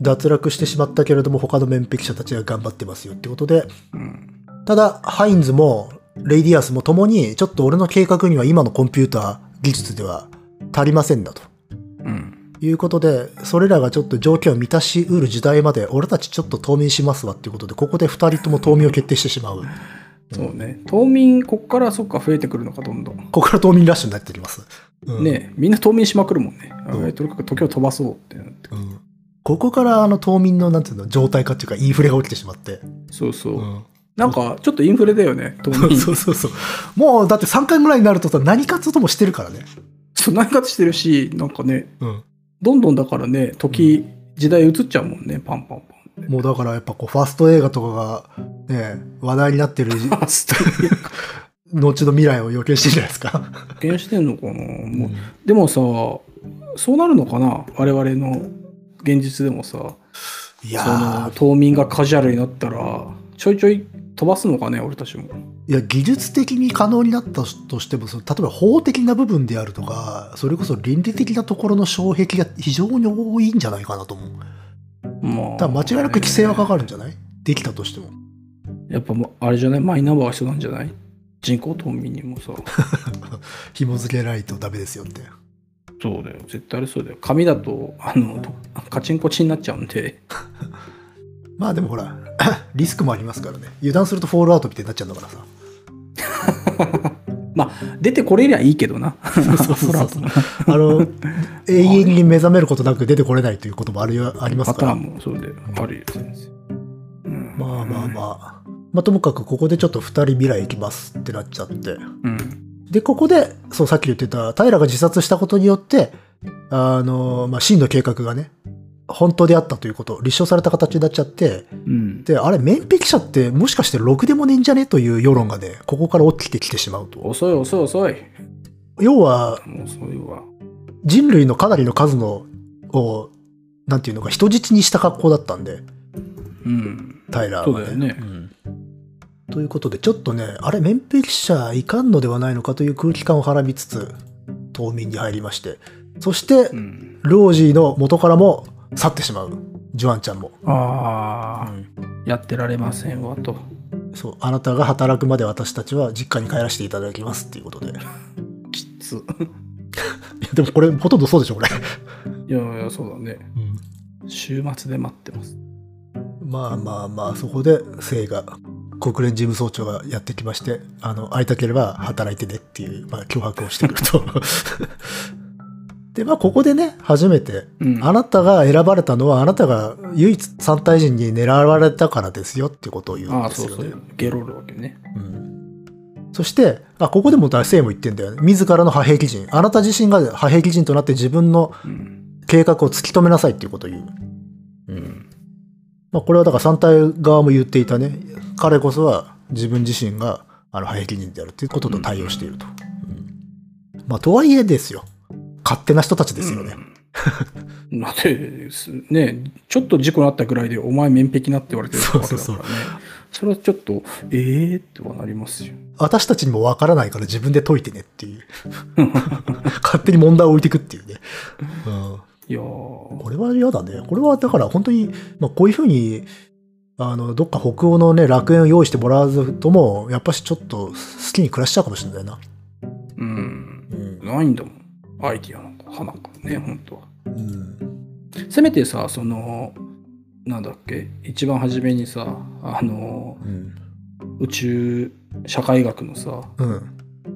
Speaker 2: 脱落してしまったけれども他の面壁者たちが頑張ってますよってことで
Speaker 1: うん。
Speaker 2: ただハインズもレイディアスもともにちょっと俺の計画には今のコンピューター技術では足りませんだと
Speaker 1: うん。
Speaker 2: いうことでそれらがちょっと条件を満たしうる時代まで俺たちちょっと冬眠しますわっていうことでここで二人とも冬眠を決定してしまう
Speaker 1: そうね。冬眠、こっからそっか増えてくるのか、どんどん。
Speaker 2: ここから冬眠ラッシュになってきます、うん
Speaker 1: ねえみんな冬眠しまくるもんね。
Speaker 2: うん
Speaker 1: あれとにかく時を飛ばそうってなって。
Speaker 2: うんここからあの冬眠のなんていうの状態化っていうかインフレが起きてしまって、
Speaker 1: そうそう。
Speaker 2: うん
Speaker 1: なんか、ちょっとインフレだよね、冬眠。
Speaker 2: そうそうそうもうだって3回ぐらいになるとさ何活動もしてるからね、
Speaker 1: そう、内活してるし、なんかね、
Speaker 2: うん
Speaker 1: どんどんだからね、時、時代移っちゃうもんね、パンパンパンって。
Speaker 2: もうだからやっぱこうファースト映画とかがね話題になってる [laughs]
Speaker 1: あ、ストーリー
Speaker 2: 後の未来を予見してるじゃないですか、
Speaker 1: 発見してんのかなもう
Speaker 2: うん
Speaker 1: でもさ、そうなるのかな我々の現実でもさ、
Speaker 2: い
Speaker 1: そ
Speaker 2: や
Speaker 1: の
Speaker 2: ー
Speaker 1: 冬眠がカジュアルになったら、ちょいちょい飛ばすのかね、俺たちも。
Speaker 2: いや技術的に可能になったとしてもその例えば法的な部分であるとかそれこそ倫理的なところの障壁が非常に多いんじゃないかなと思う
Speaker 1: まあ、
Speaker 2: だから間違いなく規制はかか
Speaker 1: る。
Speaker 2: るんじゃないできたとしても
Speaker 1: やっぱもう、あれじゃないマイナンバーが必要なんじゃない人工冬眠にもさ、
Speaker 2: 紐付けないとダメですよって。
Speaker 1: そうだよ、絶対あれそうだよ。紙だと、あの、とカチンコチンになっちゃうんで、 [laughs]
Speaker 2: まあでもほら、 [coughs] リスクもありますからね。油断するとフォールアウトみたいになっちゃうんだからさ。
Speaker 1: 出てこれりゃいいけどな。
Speaker 2: そ
Speaker 1: [laughs]
Speaker 2: うそうそう
Speaker 1: フ
Speaker 2: そ
Speaker 1: ォ
Speaker 2: う
Speaker 1: ローアウ
Speaker 2: あ [laughs] の、永遠に目覚めることなく出てこれないということもあるよあり
Speaker 1: ト
Speaker 2: ま
Speaker 1: パ
Speaker 2: す
Speaker 1: タ
Speaker 2: か
Speaker 1: ー
Speaker 2: ら。
Speaker 1: ンもそうだよ。あるよ、全然。うん
Speaker 2: まあまあまあ。まあともかくここでちょっと2人未来行きますってなっちゃって。
Speaker 1: うん。
Speaker 2: で、ここで、そうさっき言ってた、平が自殺したことによって、あの、まあ真の計画がね、本当であったということ、立証された形になっちゃって、
Speaker 1: うん。
Speaker 2: で、あれ、面壁者ってもしかしてろくでもねえんじゃねという世論がね、ここから起きてきてしまうと。
Speaker 1: 遅い遅い遅い。
Speaker 2: 要は、
Speaker 1: もうそういうわ。
Speaker 2: 人類のかなりの数の、を、なんていうのか、人質にした格好だったんで、
Speaker 1: うん。
Speaker 2: タイラー
Speaker 1: そう
Speaker 2: は
Speaker 1: だよね。
Speaker 2: うんということで、ちょっとね、あれ、面壁者いかんのではないのかという空気感をはらみつつ、冬眠に入りまして、そして、
Speaker 1: うん。
Speaker 2: ロージーの元からも去ってしまう、ジュアンちゃんも。
Speaker 1: ああ、やってられませんわと。
Speaker 2: そう、あなたが働くまで私たちは実家に帰らせていただきますっていうことで。
Speaker 1: きつ。
Speaker 2: いやでもこれほとんどそうでしょこれ、
Speaker 1: いやいや、そうだね。週末で待ってます。
Speaker 2: まあまあまあそこで聖が国連事務総長がやってきましてあの会いたければ働いてねっていう、まあ、脅迫をしてくるとでまあここでね初めて
Speaker 1: うん。
Speaker 2: あなたが選ばれたのはあなたが唯一三大人に狙われたからですよってことを言うん
Speaker 1: あ
Speaker 2: で
Speaker 1: ー
Speaker 2: す
Speaker 1: そ
Speaker 2: よ
Speaker 1: う
Speaker 2: ね
Speaker 1: そう。ゲロるわけね。
Speaker 2: うんそしてあここでもだ聖も言ってんだよね自らの派兵基人あなた自身が派兵基人となって自分の
Speaker 1: うん。
Speaker 2: 計画を突き止めなさいっていうことを言う
Speaker 1: うん。
Speaker 2: まあ、これはだから反対側も言っていたね彼こそは自分自身があの廃棄人であるということと対応していると、うんまあとはいえですよ勝手な人たちですよね、
Speaker 1: うん。 [laughs] だって、すね、ちょっと事故になったぐらいで、お前、面壁なって言われてるわけだからね。
Speaker 2: そうそう
Speaker 1: それはちょっと、ええー、ってはなりますよ。
Speaker 2: 私たちにもわからないから自分で解いてねっていう [laughs] 勝手に問題を置いていくっていうね、うん
Speaker 1: いやー
Speaker 2: これは嫌だねこれはだから本当に、まあ、こういうふうにあの、どっか北欧のね、楽園を用意してもらわずとも、やっぱしちょっと好きに暮らしちゃうかもしれないな。
Speaker 1: うん。
Speaker 2: うん。
Speaker 1: ないんだもん。アイディアなんか、歯なんかね、本当は。
Speaker 2: うん。
Speaker 1: せめてさ、その、なんだっけ、一番初めにさ、あの、
Speaker 2: うん。
Speaker 1: 宇宙社会学のさ、
Speaker 2: うん。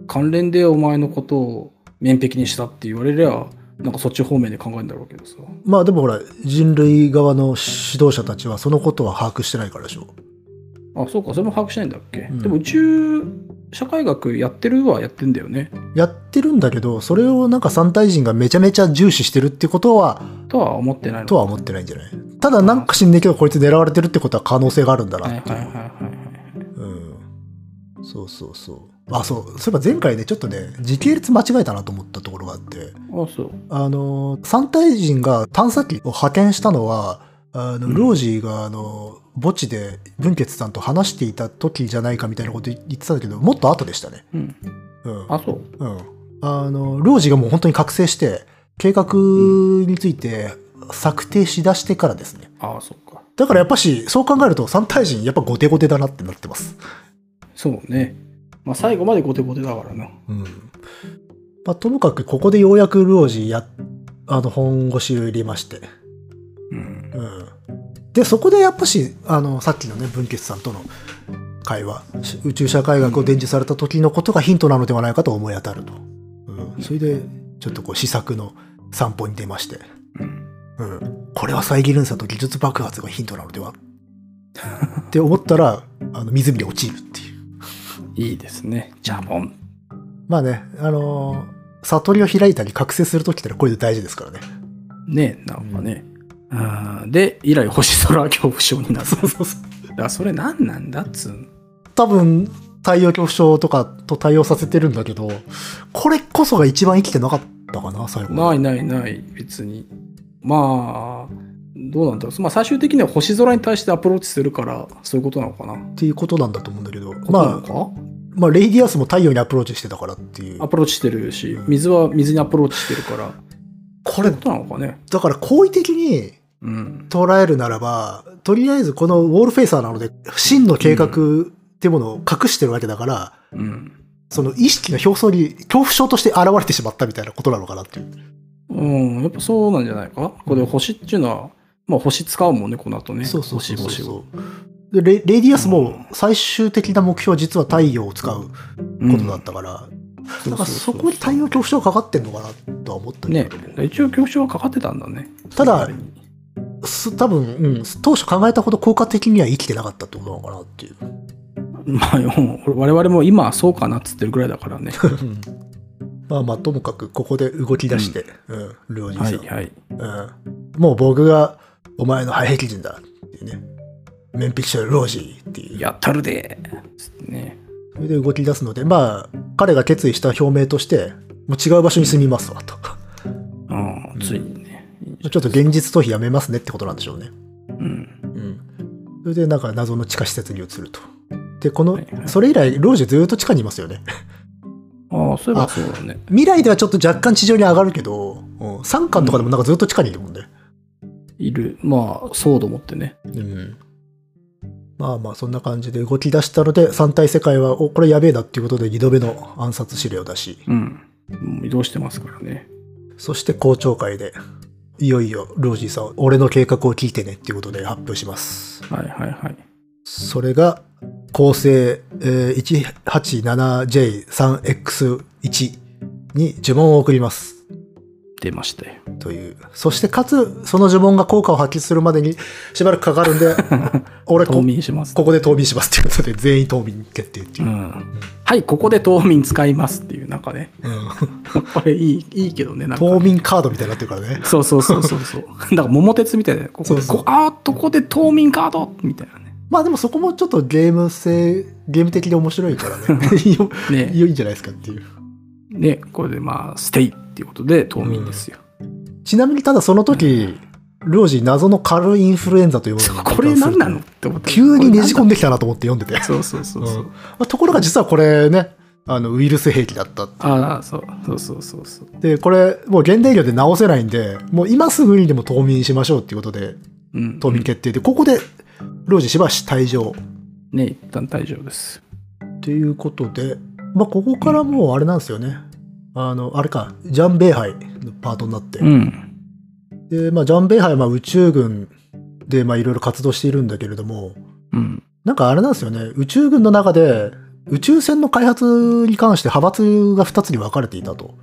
Speaker 1: 関連でお前のことを面壁にしたって言われりゃ、なんかそっち方面で考えるんだろうけどさ。
Speaker 2: まあでもほら、人類側の指導者たちはそのことは把握してないからでしょ。
Speaker 1: あ、そうか、それも把握しないんだっけ。
Speaker 2: うん
Speaker 1: でも宇宙社会学やってるはやってんだよね。
Speaker 2: やってるんだけど、それをなんか三大人がめちゃめちゃ重視してるってことは、
Speaker 1: とは思ってないの
Speaker 2: とは思ってないんじゃないただなんか知んねえけど、こいつ狙われてるってことは可能性があるんだな
Speaker 1: はい
Speaker 2: って。
Speaker 1: はいいはいうはい
Speaker 2: うん。そうそうそう。あ、そう。そういえば前回ね、ちょっとね、時系列間違えたなと思ったところがあって、
Speaker 1: はい。あ、そう。
Speaker 2: あの、三大人が探査機を派遣したのは、あの、
Speaker 1: うん
Speaker 2: ルオジーが、あの、墓地で文傑さんと話していた時じゃないかみたいなこと言ってたんだけど、もっと後でしたね。
Speaker 1: うん。
Speaker 2: うん。
Speaker 1: あ、そう。
Speaker 2: うん。あの、ルオジーがもう本当に覚醒して、計画について策定しだしてからですね。
Speaker 1: ああ、そっか。
Speaker 2: だからやっぱし、そう考えると三大人やっぱ後手後手だなってなってます。
Speaker 1: そうね。まあ、最後まで後手後手だからな。
Speaker 2: うん。まあ、ともかくここでようやくルオジーや、あの、本腰を入れまして。
Speaker 1: うん。
Speaker 2: うん。で、そこでやっぱし、あの、さっきのね、文傑さんとの会話、し宇宙社会学を伝授された時のことがヒントなのではないかと思い当たると。うん。それで、ちょっとこう、試作の散歩に出まして。
Speaker 1: うん。
Speaker 2: うん。これは遮るんさと技術爆発がヒントなのではって思ったら、あの、湖に落ちるっていう。
Speaker 1: いいですね。ジャボン。
Speaker 2: まあね、あのー悟りを開いたり覚醒するときってのはこれで大事ですからね。
Speaker 1: ねなんかね。あーで、以来星空恐怖症になった。だ
Speaker 2: そうそう。
Speaker 1: からそれ何なんだっつうの
Speaker 2: 多分、太陽恐怖症とかと対応させてるんだけど、これこそが一番生きてなかったかな、最後。
Speaker 1: ないないない、別に。まあ、どうなんだろう。まあ、最終的には星空に対してアプローチするから、そういうことなのかな。
Speaker 2: っていうことなんだと思うんだけど、
Speaker 1: ことなの
Speaker 2: まあ、
Speaker 1: か
Speaker 2: まあ、レイディアスも太陽にアプローチしてたからっていう
Speaker 1: ア。プローチしてるし、水は水にアプローチしてるから、
Speaker 2: これ
Speaker 1: こ、となのかね。
Speaker 2: だから好意的に
Speaker 1: うん。
Speaker 2: 捉えるならば、とりあえずこのウォールフェイサーなので、真の計画ってものを隠してるわけだから、
Speaker 1: うん。
Speaker 2: その意識の表層に恐怖症として現れてしまったみたいなことなのかなっていう。
Speaker 1: うん、やっぱそうなんじゃないか。これ、星っていうのは、まあ、星使うもんね、この後ね。
Speaker 2: そうそうそう
Speaker 1: 星々を。
Speaker 2: そうでレレディアスも最終的な目標は実は太陽を使うこ
Speaker 1: うん
Speaker 2: とだったから、
Speaker 1: う
Speaker 2: だからそこに太陽恐怖症がかかってんのかなとは思ったけれ
Speaker 1: ね
Speaker 2: ども、、
Speaker 1: 一応局長はかかってたんだね。
Speaker 2: ただ
Speaker 1: それなりに
Speaker 2: す多分、うん、当初考えたほど効果的には生きてなかったってことなのかなっていう。
Speaker 1: [laughs] まあ、もう我々も今はそうかなっつってるぐらいだからね。
Speaker 2: [laughs] まあまあともかくここで動き出して、うんルオジー
Speaker 1: は
Speaker 2: さ
Speaker 1: い
Speaker 2: ん、
Speaker 1: はい。
Speaker 2: うん、もう僕がお前の廃壁人だっていうね面壁者ルオジーっていう
Speaker 1: やったるでつってね。
Speaker 2: それで動き出すのでまあ彼が決意した表明としてもう違う場所に住みま
Speaker 1: [laughs]
Speaker 2: すわと。
Speaker 1: うん、ついにね。
Speaker 2: ちょっと現実逃避やめますねってことなんでしょうね。
Speaker 1: うん。
Speaker 2: それでなんか謎の地下施設に移ると。で、この
Speaker 1: はいは、い
Speaker 2: それ以来、ロージュずっと地下にいますよね。
Speaker 1: ああ、そういえばそうだね。
Speaker 2: 未来ではちょっと若干地上に上がるけど、うん、3巻とかでもなんかずっと地下にいるもんね。
Speaker 1: いる。まあ、ソード持ってね。
Speaker 2: うん。まあまあ、そんな感じで動き出したので、三体世界は、お、これやべえなっていうことで2度目の暗殺指令を出し、
Speaker 1: うん。もう移動してますからね。
Speaker 2: そして公聴会で、いよいよ、ロージーさん、俺の計画を聞いてねっていうことで発表します。
Speaker 1: はいはいはい。
Speaker 2: それが、構成えー 187J3X1 に呪文を送ります。
Speaker 1: 出ましたよ。
Speaker 2: という。そして、かつ、その呪文が効果を発揮するまでにしばらくかかる
Speaker 1: [laughs]
Speaker 2: んで、俺こ
Speaker 1: 冬、眠します。
Speaker 2: ここで冬眠しますっていうことで、全員冬眠決定っていうう。
Speaker 1: ん。はい、ここで冬眠使いますっていう、なんかね。
Speaker 2: うん
Speaker 1: これいい、いいけどね、なんか。
Speaker 2: 冬眠カードみたいになってるからね。
Speaker 1: そうそうそうそうそう。だから桃鉄みたいだよ。ここで、
Speaker 2: そうそ
Speaker 1: こ
Speaker 2: う
Speaker 1: あーっとここで冬眠カードみたいなね。
Speaker 2: まあでもそこもちょっとゲーム性、ゲーム的で面白いから
Speaker 1: [laughs]
Speaker 2: ね。よ
Speaker 1: ね
Speaker 2: 良いんじゃないですかっていう。
Speaker 1: ね、これでまあ、ステイっていうことで冬眠ですよ。
Speaker 2: ちなみに、ただその時、ルオジー謎の軽いインフルエンザというものに
Speaker 1: これ何なのって思った。
Speaker 2: 急にねじ込ん
Speaker 1: で。
Speaker 2: できたなと思って読んでて。
Speaker 1: そうそうそうそう。
Speaker 2: うんまあところが実はこれね、あのウイルス兵器だった。
Speaker 1: ああ、そうそうそうそうそう。
Speaker 2: で、これ、もう現代医療で治せないんで、もう今すぐにでも冬眠しましょうっていうことで、
Speaker 1: うん。
Speaker 2: 冬眠決定で、ここでロージ氏は退場。
Speaker 1: ね、一旦退場です。
Speaker 2: ということで、まあ、ここからもうあれなんですよね。あの、あれか、ジャン・ベイハイのパートになって。
Speaker 1: うん。
Speaker 2: で、まあ、ジャン・ベイハイはまあ宇宙軍で、まあ、いろいろ活動しているんだけれども、
Speaker 1: うん。
Speaker 2: なんかあれなんですよね。宇宙軍の中で、宇宙船の開発に関して派閥が2つに分かれていたと。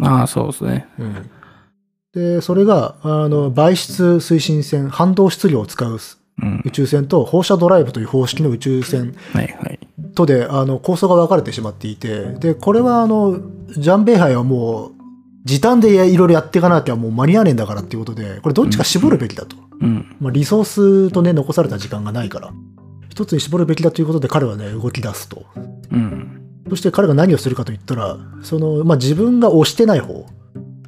Speaker 1: ああ、そうですね。
Speaker 2: で、それが、あの、媒質推進船、反動質量を使う
Speaker 1: うん
Speaker 2: 宇。宙船と放射ドライブという方式の宇宙船
Speaker 1: はいはい。
Speaker 2: とであの構想が分かれてしまっていてでこれはあのジャン・ベイハイはもう時短でいろいろやっていかなきゃもう間に合わねえんだからっていうことでこれどっちか絞るべきだと、
Speaker 1: うん。
Speaker 2: まあ、リソースとね残された時間がないから一つに絞るべきだということで彼はね動き出すと
Speaker 1: うん。
Speaker 2: そして彼が何をするかといったらその、まあ、自分が推してない方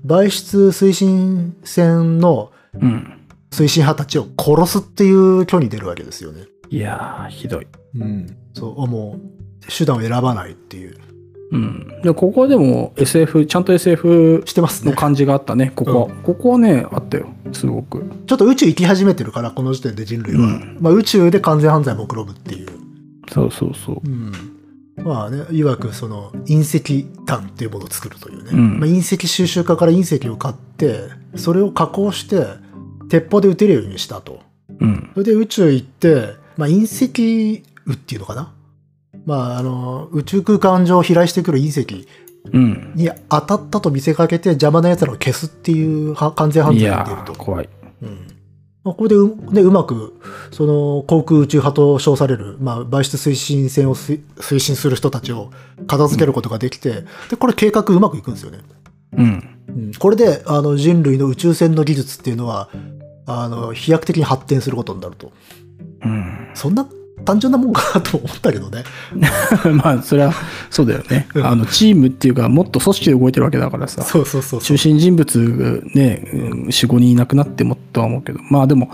Speaker 2: 媒質推進船の
Speaker 1: うん。
Speaker 2: 推進派たちを殺すっていう挙に出るわけですよね。
Speaker 1: いやー、ひどい。
Speaker 2: うん、そうもう手段を選ばないっていう
Speaker 1: うん。で、ここはでも SF、ちゃんと SF
Speaker 2: してます
Speaker 1: の
Speaker 2: ね
Speaker 1: 感じがあったね、ここは。ここはね、あったよ。すごく。
Speaker 2: ちょっと宇宙行き始めてるからこの時点で人類は、
Speaker 1: うん
Speaker 2: まあ、宇宙で完全犯罪もろぶっていう、
Speaker 1: そうそうそう。
Speaker 2: うん、まあねいわくその隕石炭っていうものを作るというね、
Speaker 1: うん
Speaker 2: まあ、隕石収集家から隕石を買ってそれを加工して鉄砲で撃てるようにしたと
Speaker 1: うん。
Speaker 2: それで宇宙行って、まあ、隕石雨っていうのかなまあ、あの宇宙空間上飛来してくる隕石
Speaker 1: うん。
Speaker 2: に当たったと見せかけて邪魔な奴らを消すっていうは完全犯
Speaker 1: い
Speaker 2: 罪に
Speaker 1: や
Speaker 2: なっていると
Speaker 1: ー、。怖い。
Speaker 2: うんまあ、これでうねうまくその航空宇宙派と称される、まあ、媒質推進船を推推進する人たちを片付けることができて、でこれ計画うまくいくんですよね。
Speaker 1: うん。
Speaker 2: うん、これであの人類の宇宙船の技術っていうのはあの飛躍的に発展することになると
Speaker 1: うん。 [laughs]
Speaker 2: そんな単純なもんかなと思ったけどね。
Speaker 1: まあ、それは、そうだよね。
Speaker 2: うん
Speaker 1: あの、チームっていうか、もっと組織で動いてるわけだからさ。
Speaker 2: そうそうそうそ
Speaker 1: 中
Speaker 2: う、
Speaker 1: 心人物ね、うん、4、5人いなくなってもとは思うけど、まあでも、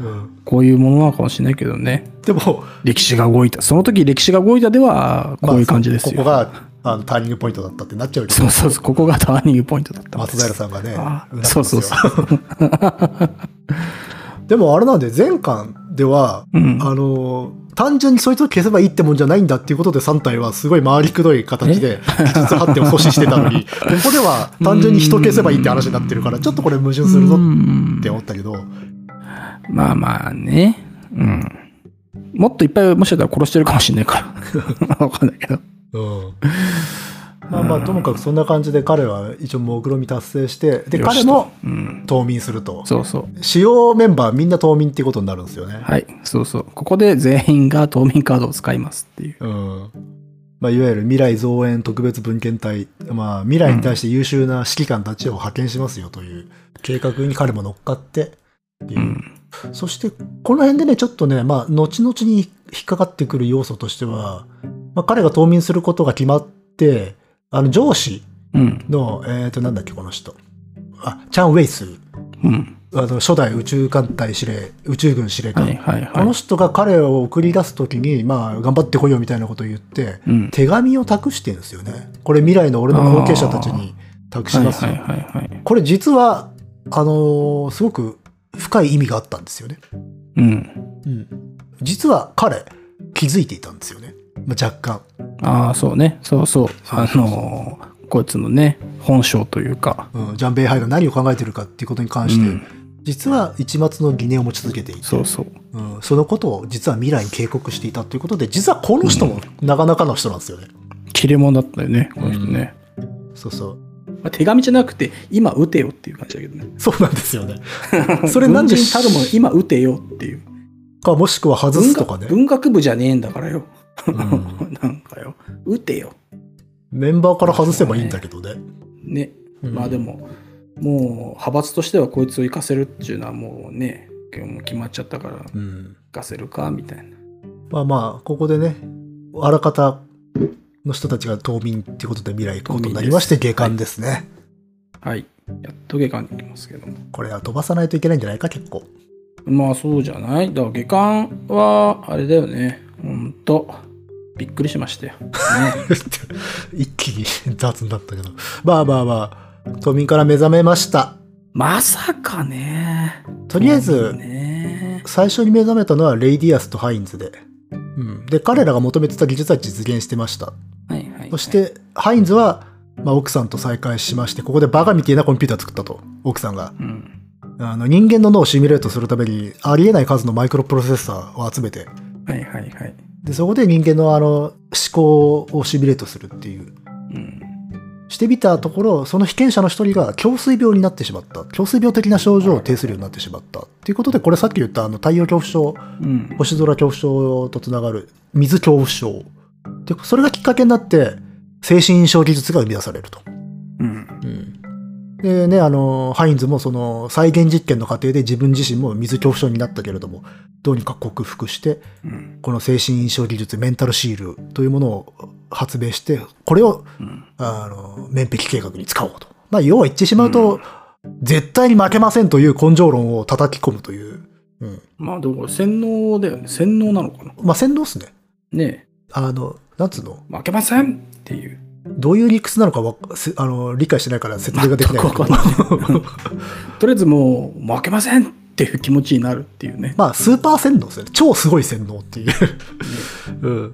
Speaker 2: うん、
Speaker 1: こういうものなのかもしれないけどね。
Speaker 2: でも
Speaker 1: 歴史が動いた。その時歴史が動いたでは、こういう感じですよ。
Speaker 2: まあここがあのターニングポイントだったってなっちゃうけど
Speaker 1: そうそうそう、ここがターニングポイントだったんで
Speaker 2: 松
Speaker 1: す。
Speaker 2: 平さんがね
Speaker 1: あー
Speaker 2: なってます
Speaker 1: そ
Speaker 2: よ
Speaker 1: うそうそう。
Speaker 2: でもあれなんで前巻では、
Speaker 1: うん
Speaker 2: あの単純にそいつを消せばいいってもんじゃないんだっていうことで3体はすごい回りくどい
Speaker 1: [laughs]
Speaker 2: 形で技術発展を阻止してたのにここでは単純に人消せばいいって話になってるからちょっとこれ矛盾するぞ
Speaker 1: うん
Speaker 2: って思ったけど、
Speaker 1: まあまあね。うん。もっといっぱい、もしかしたら殺してるかもしれないから。わ [laughs] かんないけど。
Speaker 2: うんまあまあともかくそんな感じで彼は一応目論見達成してで
Speaker 1: よし
Speaker 2: 彼も、
Speaker 1: うん。
Speaker 2: 冬眠すると
Speaker 1: そうそう。
Speaker 2: 主要メンバーみんな冬眠っていうことになるんですよね、
Speaker 1: はい。そうそう。ここで全員が冬眠カードを使いますっていう。
Speaker 2: うんまあ、いわゆる未来増援特別文献隊、まあ、未来に対して優秀な指揮官たちを派遣しますよという計画に彼も乗っかってっていうう、
Speaker 1: ん。
Speaker 2: そしてこの辺でねちょっとね、まあ、後々に引っかかってくる要素としては、まあ、彼が冬眠することが決まってあの上司
Speaker 1: うん。
Speaker 2: の、えー、となんだっけこの人あチャン・ウェイス
Speaker 1: うん。
Speaker 2: あの初代宇宙艦隊司令宇宙軍司令官、
Speaker 1: はいはいはい。
Speaker 2: この人が彼を送り出すときに、まあ、頑張ってこいよみたいなことを言って、
Speaker 1: うん。
Speaker 2: 手紙を託してるんですよね。これ未来の俺の後継者たちに託しますよ。
Speaker 1: はいはいはいはい。
Speaker 2: これ実は、あのーすごく深い意味があったんですよね。
Speaker 1: うん。
Speaker 2: うん。実は彼、気づいていたんですよね。まあ、若干。
Speaker 1: ああ、そうね。そうそう。
Speaker 2: そうそう
Speaker 1: あ
Speaker 2: そう
Speaker 1: のーこいつのね、本性というか。
Speaker 2: うん、ジャンベイハイが何を考えてるかっていうことに関
Speaker 1: う
Speaker 2: して、
Speaker 1: ん。
Speaker 2: 実は一末の疑念を持ち続けていて、
Speaker 1: そうそう。
Speaker 2: うん、そのことを実は未来に警告していたということで、実はこの人もなかなかの人なんですよね。
Speaker 1: 切れ者だったよね、この人ね。
Speaker 2: そうそう。
Speaker 1: まあ、手紙じゃなくて、今撃てよっていう感じだけどね。
Speaker 2: そうなんです [laughs] よね。それなんで
Speaker 1: 軍人たるもの、今撃てよっていう。
Speaker 2: か、もしくは外
Speaker 1: 文
Speaker 2: すとか
Speaker 1: 学
Speaker 2: ね。
Speaker 1: 文学部じゃねえんだからよ。
Speaker 2: うん
Speaker 1: [laughs] なんかよ。撃てよ。
Speaker 2: メンバーから外せばいいんだけどね。
Speaker 1: ね。
Speaker 2: うん
Speaker 1: まあでも、もう派閥としてはこいつを生かせるっていうのはもうね、今日も決まっちゃったから、生
Speaker 2: うん。
Speaker 1: かせるか、みたいな。
Speaker 2: まあまあ、ここでね、あらかたの人たちが島民ってことで未来行くことになりまして、
Speaker 1: 冬
Speaker 2: 下
Speaker 1: 眠
Speaker 2: 巻ですね。
Speaker 1: はい。やっと下巻に行きますけども。
Speaker 2: これは飛ばさないといけないんじゃないか、結構。 [laughs]
Speaker 1: まあそうじゃないだから下巻はあれだよねほんとびっくりしましたよ、ね、
Speaker 2: 一気に雑になったけど。まあまあまあ、島民から目覚めました。
Speaker 1: まさかね
Speaker 2: とりあえず、
Speaker 1: ね
Speaker 2: 最初に目覚めたのはレイディアスとハインズで。うん、で、彼らが求めてた技術は実現してました。
Speaker 1: はいはいはい。
Speaker 2: そして、ハインズは、まあ、奥さんと再会しまして、ここでバカみたいなコンピューター作ったと。奥さんが。
Speaker 1: うん、
Speaker 2: あの人間の脳をシミュレートするために、ありえない数のマイクロプロセッサーを集めて、
Speaker 1: はいはいはい。
Speaker 2: で、そこで人間のあの、思考をシミュレートするっていう。
Speaker 1: うん。
Speaker 2: してみたところ、その被験者の一人が胸水病になってしまった。胸水病的な症状を呈するようになってしまった。っていうことで、これさっき言ったあの、太陽恐怖症、
Speaker 1: うん。
Speaker 2: 星空恐怖症とつながる水恐怖症。で、それがきっかけになって、精神印象技術が生み出されると。
Speaker 1: うん。
Speaker 2: でね、あの、ハインズもその再現実験の過程で自分自身も水恐怖症になったけれども、どうにか克服して、
Speaker 1: うん。
Speaker 2: この精神印象技術、メンタルシールというものを発明して、これを、
Speaker 1: うん。
Speaker 2: あの、面壁計画に使おうと。まあ、要は言ってしまうと、絶対に負けませんという根性論を叩き込むという。うん。
Speaker 1: まあでも、洗脳だよね。洗脳なのかな。
Speaker 2: まあ、先導っすね。
Speaker 1: ね
Speaker 2: あの、なんつうの
Speaker 1: え、負けませんっていう。
Speaker 2: どういう理屈なのかわせあの理解してないから説明ができない
Speaker 1: 全く [laughs] わかんない。とりあえずもう、負けませんっていう気持ちになるっていうね。
Speaker 2: [laughs] まあ、スーパー洗脳ですよね。超すごい洗脳っていう。うん。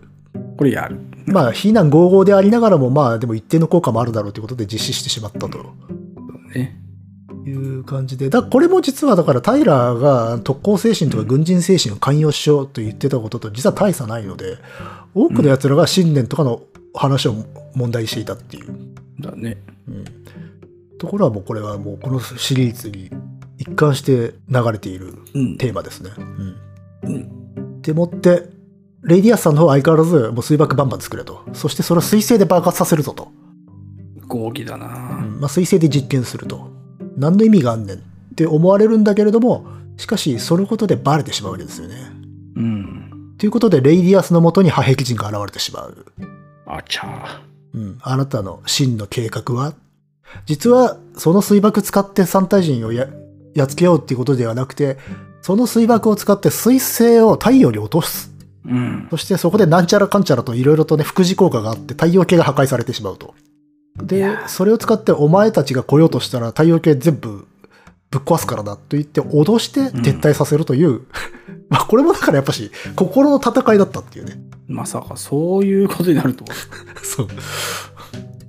Speaker 1: これやる。
Speaker 2: まあ、非難合々でありながらも、まあ、でも一定の効果もあるだろうということで実施してしまったと
Speaker 1: ね。
Speaker 2: いう感じで。だこれも実は、だから、タイラーが特攻精神とか軍人精神を寛容しようと言ってたことと、実は大差ないので、多くの奴らが信念とかの話を問題にしていたっていう。
Speaker 1: だね。
Speaker 2: うん。ところはもう、これはもう、このシリーズに一貫して流れている
Speaker 1: うん。
Speaker 2: テーマですね。うん。
Speaker 1: うん
Speaker 2: でもって、レイディアスさんの方は相変わらず、もう水爆バンバン作れと。そしてそれを水星で爆発させるぞと。
Speaker 1: 合議だな。
Speaker 2: まあ、水星で実験すると。何の意味があんねんって思われるんだけれども、しかし、そのことでバレてしまうわけですよね。
Speaker 1: うん。
Speaker 2: ということで、レイディアスのもとに破壁人が現れてしまう。
Speaker 1: あちゃ
Speaker 2: うん。あなたの真の計画は実は、その水爆使って三体人をややっつけようっていうことではなくて、その水爆を使って水星を太陽に落とす。
Speaker 1: ー。うん。
Speaker 2: そしてそこでなんちゃらかんちゃらといろいろとね、副次効果があって太陽系が破壊されてしまうと。
Speaker 1: い
Speaker 2: で
Speaker 1: や、ー
Speaker 2: それを使ってお前たちが来ようとしたら太陽系全部ぶっ壊すからだと言って脅して撤退させるという、 [laughs] まあこれもだからやっぱし心の戦いだったっていうね。 [laughs]
Speaker 1: まさかそういうことになるとは。
Speaker 2: そう。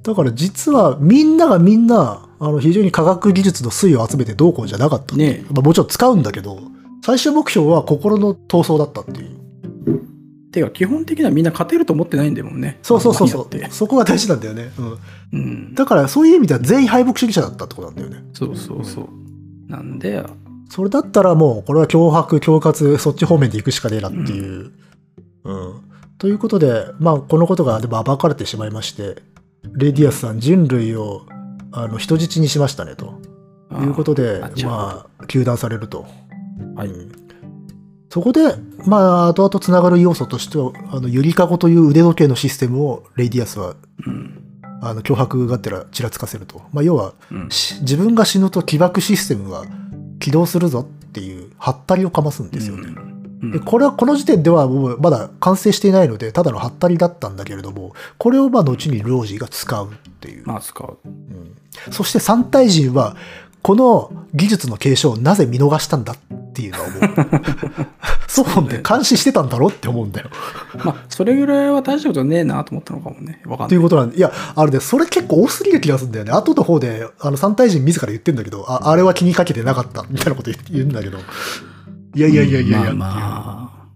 Speaker 2: だから実はみんながみんな、あの非常に科学技術の推を集めてどうこうじゃなかった。
Speaker 1: ね
Speaker 2: まあもちろん使うんだけど、最終目標は心の闘争だったっていう。
Speaker 1: え。てか、基本的にはみんな勝てると思ってないんだもんね。
Speaker 2: そうそうそうそ
Speaker 1: [laughs] 何やっ
Speaker 2: う。
Speaker 1: て
Speaker 2: そこが大事なんだよね。うん。
Speaker 1: うん。
Speaker 2: だからそういう意味では全員敗北主義者だったってことなんだよね。
Speaker 1: そうそうそう。なんでよ。
Speaker 2: それだったらもうこれは脅迫、恐喝、そっち方面で行くしかねえなっていう。うん。ということで、まあこのことがでも暴かれてしまいまして、レディアスさん人類をあの人質にしましたねと
Speaker 1: あー
Speaker 2: いうことで、
Speaker 1: あちゃ
Speaker 2: まあ、糾弾されると。
Speaker 1: はい
Speaker 2: うんそこで、まあ、後々つながる要素としては、あの、ゆりかごという腕時計のシステムを、レイディアスは、
Speaker 1: うん。
Speaker 2: あの、脅迫がてら、ちらつかせると。まあ、要は、
Speaker 1: うん。
Speaker 2: し自分が死ぬと起爆システムが起動するぞっていう、ハったりをかますんですよね。
Speaker 1: うん。
Speaker 2: でこれはこの時点ではもうまだ完成していないので、ただのハったりだったんだけれども、これをまあ後にロージーが使うっていう。
Speaker 1: まあ使う。
Speaker 2: うんそして三体人は、この技術の継承をなぜ見逃したんだっていうのは思う。そう本で監視してたんだろうって思うんだよ。
Speaker 1: まあ、それぐらいは大したことねえなと思ったのかもね。わかん
Speaker 2: って
Speaker 1: ないい。
Speaker 2: うことなんで、いや、あれね、それ結構多すぎる気がするんだよね。後の方で、あの、三体人自ら言ってんだけど、ああれは気にかけてなかった、みたいなこと言言うんだけど。いやいやいやいやい
Speaker 1: ま
Speaker 2: や、
Speaker 1: あまあ。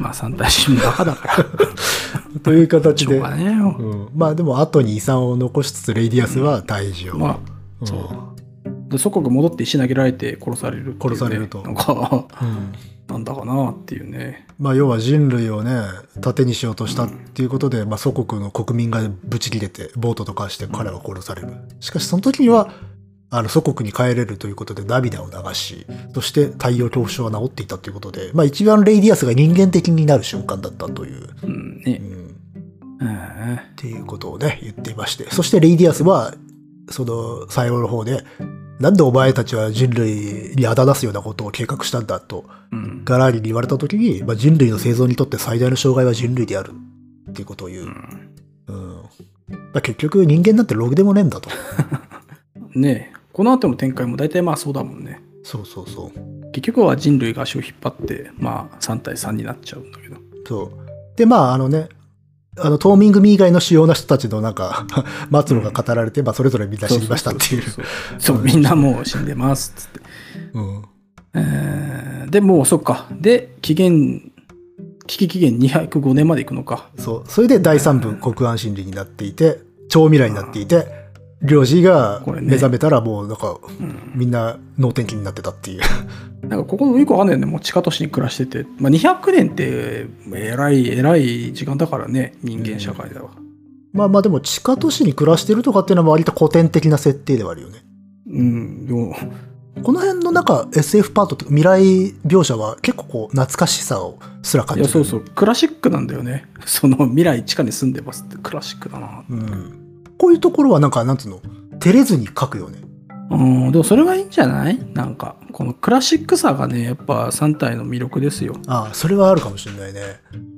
Speaker 1: まあ、三大神バカだから。
Speaker 2: という形
Speaker 1: しょう
Speaker 2: で。
Speaker 1: がねえよ。
Speaker 2: うん、まあでも、後に遺産を残しつつ、レイディアスは退場。
Speaker 1: ま
Speaker 2: うん
Speaker 1: そあ、で祖国戻って石投げられて殺されるっていうね
Speaker 2: 殺されると
Speaker 1: なんか、
Speaker 2: うん
Speaker 1: なんだかなっていうね。
Speaker 2: まあ、要は人類をね、盾にしようとしたっていうことで、まあ、祖国の国民がブチ切れて、暴徒とかして彼は殺される。しかし、その時には、あの、祖国に帰れるということで涙を流し、そして太陽恐怖症は治っていたということで、まあ、一番レイディアスが人間的になる瞬間だったという、
Speaker 1: うん
Speaker 2: う
Speaker 1: ね。
Speaker 2: ん、
Speaker 1: うん
Speaker 2: っていうことをね、言っていまして。そして、レイディアスは、その、最後の方で、なんでお前たちは人類にあだ出すようなことを計画したんだと、
Speaker 1: うん。
Speaker 2: ガラーリに言われた時に、まあ、人類の生存にとって最大の障害は人類であるっていうことを言う。うんまあ、結局人間なんてログでもねえんだと。
Speaker 1: ねえこの後の展開も大体まあそうだもんね。
Speaker 2: そうそうそう。
Speaker 1: 結局は人類が足を引っ張って、まあ、3対3になっちゃうんだけど。
Speaker 2: そう。で、まあ、あのね、あの、島民組以外の主要な人たちのなんか、 [laughs] 末路が語られて、まあ、それぞれみんな死にましたっていう。
Speaker 1: そうそうそうそうみんなもう死んでますっつって。
Speaker 2: うん。
Speaker 1: えーで、もうそっか。で、期限、危機期限205年までいくのか。
Speaker 2: そう。それで第3部、国安心理になっていて、超未来になっていて、領事が
Speaker 1: これね
Speaker 2: 目覚めたらもうなんか、
Speaker 1: うん
Speaker 2: みんな能天気になってたっていう。
Speaker 1: なんかここよくわかんないよね。もう地下都市に暮らしてて。まあ、200年って、えらい、えらい時間だからね。人間社会だわ。
Speaker 2: まあまあでも地下都市に暮らしてるとかっていうのは割と古典的な設定ではあるよね。
Speaker 1: うん、でも
Speaker 2: この辺のなんか SF パートっていうか未来描写は結構こう懐かしさをすら感
Speaker 1: い
Speaker 2: じ
Speaker 1: や
Speaker 2: る。
Speaker 1: そうそうクラシックなんだよねその未来地下に住んでますってクラシックだな
Speaker 2: うん。こういうところはなんかなんつうの、照れずに書くよね。
Speaker 1: うんでもそれはいいんじゃないなんかこのクラシックさがねやっぱ3体の魅力ですよ、
Speaker 2: ああ、それはあるかもしれないね。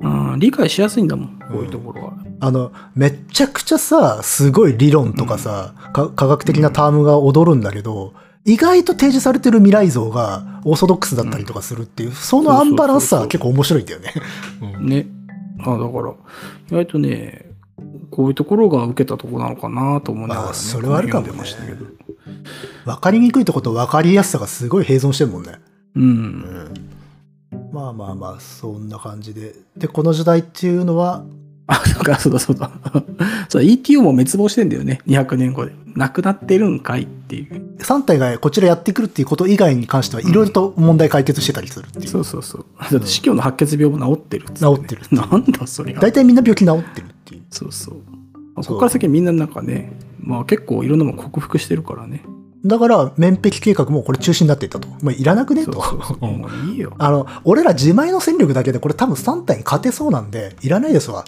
Speaker 1: うん、理解しやすいんだもんこういうところは、
Speaker 2: あの、めっちゃくちゃさ、すごい理論とかさ、か科学的なタームが踊るんだけど、意外と提示されてる未来像がオーソドックスだったりとかするっていう、そのアンバランスさは結構面白いんだよね。うん
Speaker 1: ねあだから意外とねこういうところが受けたところなのかなと思いながら、ね、
Speaker 2: あそれはあるかもね
Speaker 1: この読んでましたけど
Speaker 2: わかりにくいとことわかりやすさがすごい併存してるもんね。
Speaker 1: うん
Speaker 2: まあまあまあ、そんな感じで。で、この時代っていうのは、
Speaker 1: あ、なんか、そうだそうだ。 [laughs] そう、ETO も滅亡してんだよね。200年後で。なくなってるんかいっていう。
Speaker 2: 3体がこちらやってくるっていうこと以外に関しては、いろいろと問題解決してたりするっていう。
Speaker 1: そうそうそう。だって、死去の白血病も治ってるっつ
Speaker 2: 治ってる。
Speaker 1: なんだそれが
Speaker 2: 大。体みんな病気治ってるっていう。
Speaker 1: そうそう。まあ
Speaker 2: そう
Speaker 1: ここから先みんななんかね、まあ結構いろんなもん克服してるからね。
Speaker 2: だから、面壁計画もこれ中止になっていったと。まあ、いらなくね
Speaker 1: そう
Speaker 2: と。
Speaker 1: そうそう。
Speaker 2: うん
Speaker 1: もういいよ。
Speaker 2: [laughs] あの、俺ら自前の戦力だけで、これ多分3体に勝てそうなんで、いらないですわ。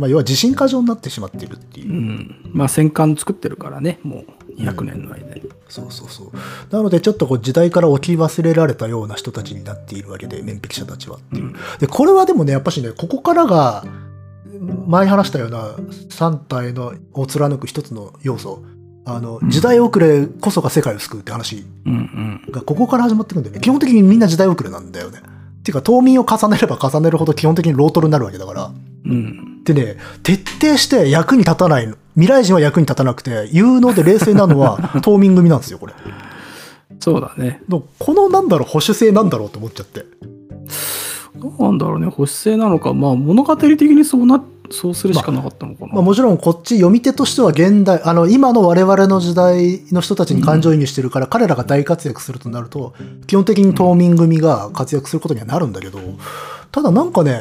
Speaker 2: まあ、要は自信過剰になってしまっているっていうう。
Speaker 1: ん。まあ戦艦作ってるからね、もう200年の間に。
Speaker 2: そうそうそう。なので、ちょっとこう時代から置き忘れられたような人たちになっているわけで、面壁者たちは。
Speaker 1: うん
Speaker 2: で、これはでもね、やっぱしね、ここからが、前話したような3体のを貫く一つの要素。あの、時代遅れこそが世界を救うって話
Speaker 1: うんうん。
Speaker 2: がここから始まってくんだよね。基本的にみんな時代遅れなんだよね。っていうか、冬眠を重ねれば重ねるほど基本的にロートルになるわけだから。
Speaker 1: うん。
Speaker 2: でね、徹底して役に立たないの。未来人は役に立たなくて、有能で冷静なのは [laughs] 冬眠組なんですよ、これ。
Speaker 1: そうだね。
Speaker 2: のこのなんだろう、保守性なんだろうと思っちゃって。
Speaker 1: どうなんだろうね。保守性なのか、まあ物語的にそうな、そうするしかなかったのかな。
Speaker 2: まあもちろんこっち読み手としては現代、あの、今の我々の時代の人たちに感情移入してるから、彼らが大活躍するとなると、基本的に島民組が活躍することにはなるんだけど、ただなんかね、